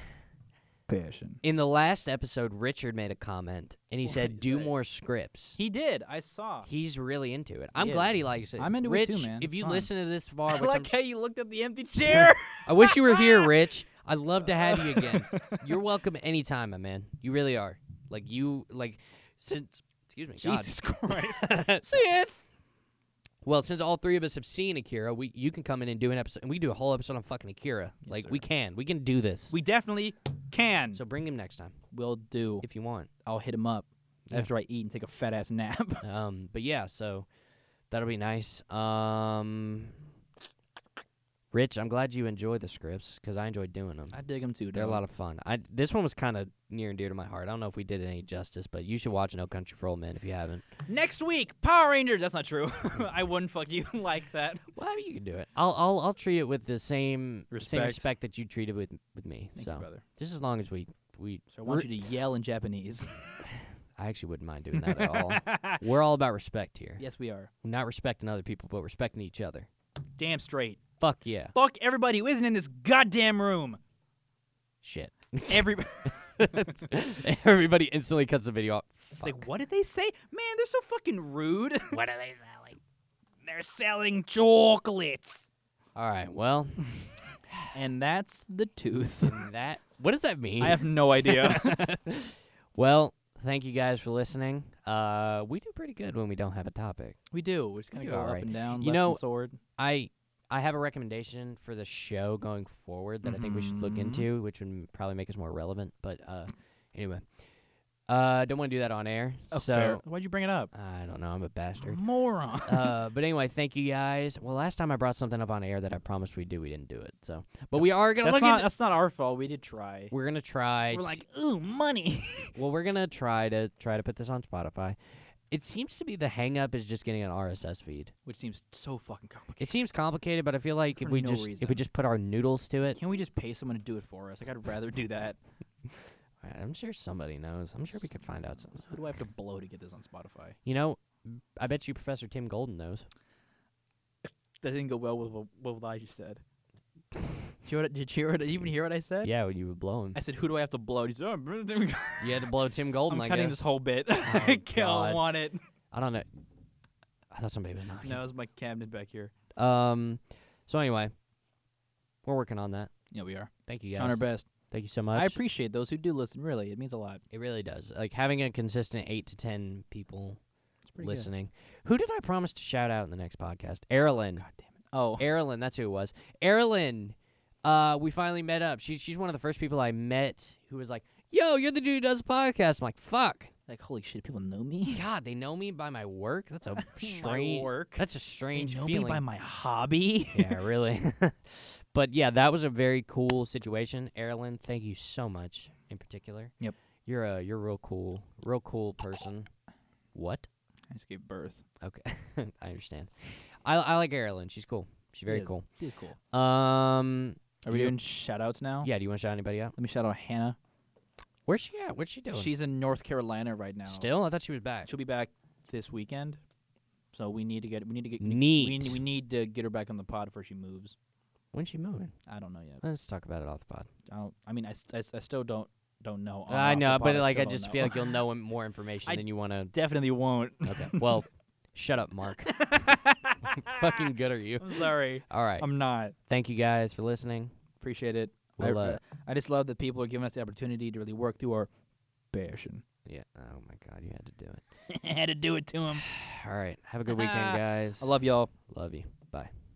Speaker 5: Passion.
Speaker 1: In the last episode, Richard made a comment, and he
Speaker 2: What
Speaker 1: said,
Speaker 2: did he
Speaker 1: "Do
Speaker 2: say?
Speaker 1: more scripts."
Speaker 2: he did. I saw.
Speaker 1: He's really into it.
Speaker 2: He
Speaker 1: I'm glad
Speaker 2: is.
Speaker 1: he likes it.
Speaker 2: I'm into it
Speaker 1: Rich,
Speaker 2: too, man.
Speaker 1: If
Speaker 2: It's
Speaker 1: you
Speaker 2: fine.
Speaker 1: listen to this far,
Speaker 2: I
Speaker 1: which I'm
Speaker 2: like how you looked at the empty chair.
Speaker 1: I wish you were here, Rich. I'd love to have you again. You're welcome anytime, my man. You really are. Like you, like since excuse me, God.
Speaker 2: Jesus Christ.
Speaker 1: Since well, since all three of us have seen Akira, we you can come in and do an episode, and we can do a whole episode on fucking Akira. like we can, we can do this.
Speaker 2: we definitely can.
Speaker 1: so bring him next time
Speaker 2: We'll do.
Speaker 1: if you want.
Speaker 2: I'll hit him up
Speaker 1: Yeah.
Speaker 2: after I eat and take a fat ass nap.
Speaker 1: Um, but yeah, so that'll be nice. Um, Rich, I'm glad you enjoy the scripts because I enjoyed doing them.
Speaker 2: I dig him too.
Speaker 1: They're a lot of fun. I this one was kind of near and dear to my heart. I don't know if we did it any justice, but you should watch No Country for Old Men if you haven't.
Speaker 2: Next week, Power Rangers. That's not true. I wouldn't fuck you like that.
Speaker 1: Well, I mean, you can do it. I'll I'll I'll treat it with the same same
Speaker 2: Respect.
Speaker 1: respect that you treated with with me.
Speaker 2: Thank
Speaker 1: so
Speaker 2: you, brother.
Speaker 1: just as long as we we
Speaker 2: So I want
Speaker 1: we're-
Speaker 2: you to yell in Japanese.
Speaker 1: I actually wouldn't mind doing that at all. We're all about respect here.
Speaker 2: yes, we are.
Speaker 1: Not respecting other people, but respecting each other.
Speaker 2: Damn straight.
Speaker 1: Fuck yeah.
Speaker 2: Fuck everybody who isn't in this goddamn room.
Speaker 1: Shit.
Speaker 2: Every.
Speaker 1: Everybody instantly cuts the video off.
Speaker 2: It's like, what did they say? Man, they're so fucking rude.
Speaker 1: What are they selling?
Speaker 2: they're selling chocolates.
Speaker 1: All right. Well,
Speaker 2: And that's the tooth.
Speaker 1: that. What does that mean?
Speaker 2: I have no idea.
Speaker 1: Well, thank you guys for listening. Uh, we do pretty good when we don't have a topic.
Speaker 2: we do. We're just gonna
Speaker 1: do
Speaker 2: go
Speaker 1: alright.
Speaker 2: up and down.
Speaker 1: You
Speaker 2: left
Speaker 1: know-
Speaker 2: and sword.
Speaker 1: I I have a recommendation for the show going forward that I think we should look
Speaker 2: Mhm.
Speaker 1: into, which would m- probably make us more relevant. But uh, anyway, uh, don't want to do that on air.
Speaker 2: Oh,
Speaker 1: so
Speaker 2: why'd you bring it up?
Speaker 1: I don't know. I'm a bastard.
Speaker 2: Moron.
Speaker 1: uh, but anyway, thank you guys. Well, last time I brought something up on air that I promised we'd do, we didn't do it. So, but we are gonna
Speaker 2: That's
Speaker 1: look
Speaker 2: not,
Speaker 1: into.
Speaker 2: that's not our fault. We did try.
Speaker 1: We're gonna try.
Speaker 2: We're
Speaker 1: t-
Speaker 2: like, ooh, money.
Speaker 1: well, we're gonna try to try to put this on Spotify. It seems to be the hang up is just getting an RSS feed.
Speaker 2: Which seems so fucking complicated.
Speaker 1: It seems complicated, but I feel like if
Speaker 2: For
Speaker 1: we
Speaker 2: no
Speaker 1: just if we
Speaker 2: reason.
Speaker 1: just put our noodles to it,
Speaker 2: Can we just pay someone to do it for us? Like, I'd rather do that.
Speaker 1: I'm sure somebody knows. I'm sure we could find out. Some,
Speaker 2: Who do I have to blow to get this on Spotify?
Speaker 1: you know, I bet you Professor Tim Golden knows.
Speaker 2: That didn't go well with what, with what I just said. Did you, hear what- did you hear what- did you even hear what I said?
Speaker 1: Yeah, when you would blow him.
Speaker 2: I said, who do I have to blow? He said, oh, I'm
Speaker 1: You had to blow Tim Golden. I
Speaker 2: cutting
Speaker 1: guess.
Speaker 2: this whole bit. I don't
Speaker 1: God.
Speaker 2: want it.
Speaker 1: I don't know. I thought somebody was knocking.
Speaker 2: No, it's my cabinet back here.
Speaker 1: Um. So anyway, we're working on that.
Speaker 2: Yeah, we are.
Speaker 1: Thank you
Speaker 2: Yes.
Speaker 1: guys.
Speaker 2: Trying our best.
Speaker 1: Thank you so much.
Speaker 2: I appreciate those who do listen. Really, it means a lot.
Speaker 1: it really does. Like having a consistent eight to ten people
Speaker 2: It's pretty good.
Speaker 1: listening. Who did I promise to shout out in the next podcast? Erilyn.
Speaker 2: Oh,
Speaker 1: Erilyn, that's who it was. Erilyn, Uh, we finally met up. She, she's one of the first people I met who was like, "Yo, you're the dude who does podcasts." I'm like, "Fuck,
Speaker 2: Like, holy shit, people know me.
Speaker 1: God, they know me by my work. That's a strange
Speaker 2: work.
Speaker 1: That's a
Speaker 2: They
Speaker 1: strange
Speaker 2: know
Speaker 1: feeling.
Speaker 2: me by my hobby.
Speaker 1: yeah, really. but yeah, that was a very cool situation, Erilyn. Thank you so much in particular.
Speaker 2: Yep.
Speaker 1: You're a you're a real cool, real cool person. What?
Speaker 5: I just gave birth.
Speaker 1: Okay, I understand. I I like Erilyn. She's cool. She's very
Speaker 2: Yes,
Speaker 1: cool.
Speaker 2: It is cool.
Speaker 1: Um,
Speaker 2: Are we
Speaker 1: You-
Speaker 2: doing shout outs now?
Speaker 1: yeah. Do you want to shout anybody out?
Speaker 2: Let me shout out Hannah.
Speaker 1: Where's she at? What's she doing?
Speaker 2: She's in North Carolina right now.
Speaker 1: still. I thought she was back.
Speaker 2: She'll be back this weekend. So we need to get we need to get We,
Speaker 1: Neat.
Speaker 2: we need to get her back on the pod before she moves.
Speaker 1: When's she moving?
Speaker 2: I don't know yet.
Speaker 1: Let's talk about it off the pod.
Speaker 2: I don't. I mean, I, s- I s- I still don't don't know. on
Speaker 1: I
Speaker 2: off the
Speaker 1: know,
Speaker 2: pod,
Speaker 1: but like
Speaker 2: still
Speaker 1: I
Speaker 2: don't
Speaker 1: just
Speaker 2: know.
Speaker 1: feel like you'll know im- more information
Speaker 2: I-
Speaker 1: than you want to.
Speaker 2: definitely won't.
Speaker 1: Okay. Well, shut up, Mark. Fucking good are you?
Speaker 2: I'm sorry.
Speaker 1: All right.
Speaker 2: I'm not.
Speaker 1: Thank you guys for listening.
Speaker 2: Appreciate it.
Speaker 1: We'll,
Speaker 2: I,
Speaker 1: uh,
Speaker 2: I just love that people are giving us the opportunity to really work through our passion.
Speaker 1: yeah. Oh my God, you had to do it.
Speaker 2: Had to do it to him.
Speaker 1: All right. Have a good weekend, guys.
Speaker 2: I love y'all.
Speaker 1: Love you. Bye.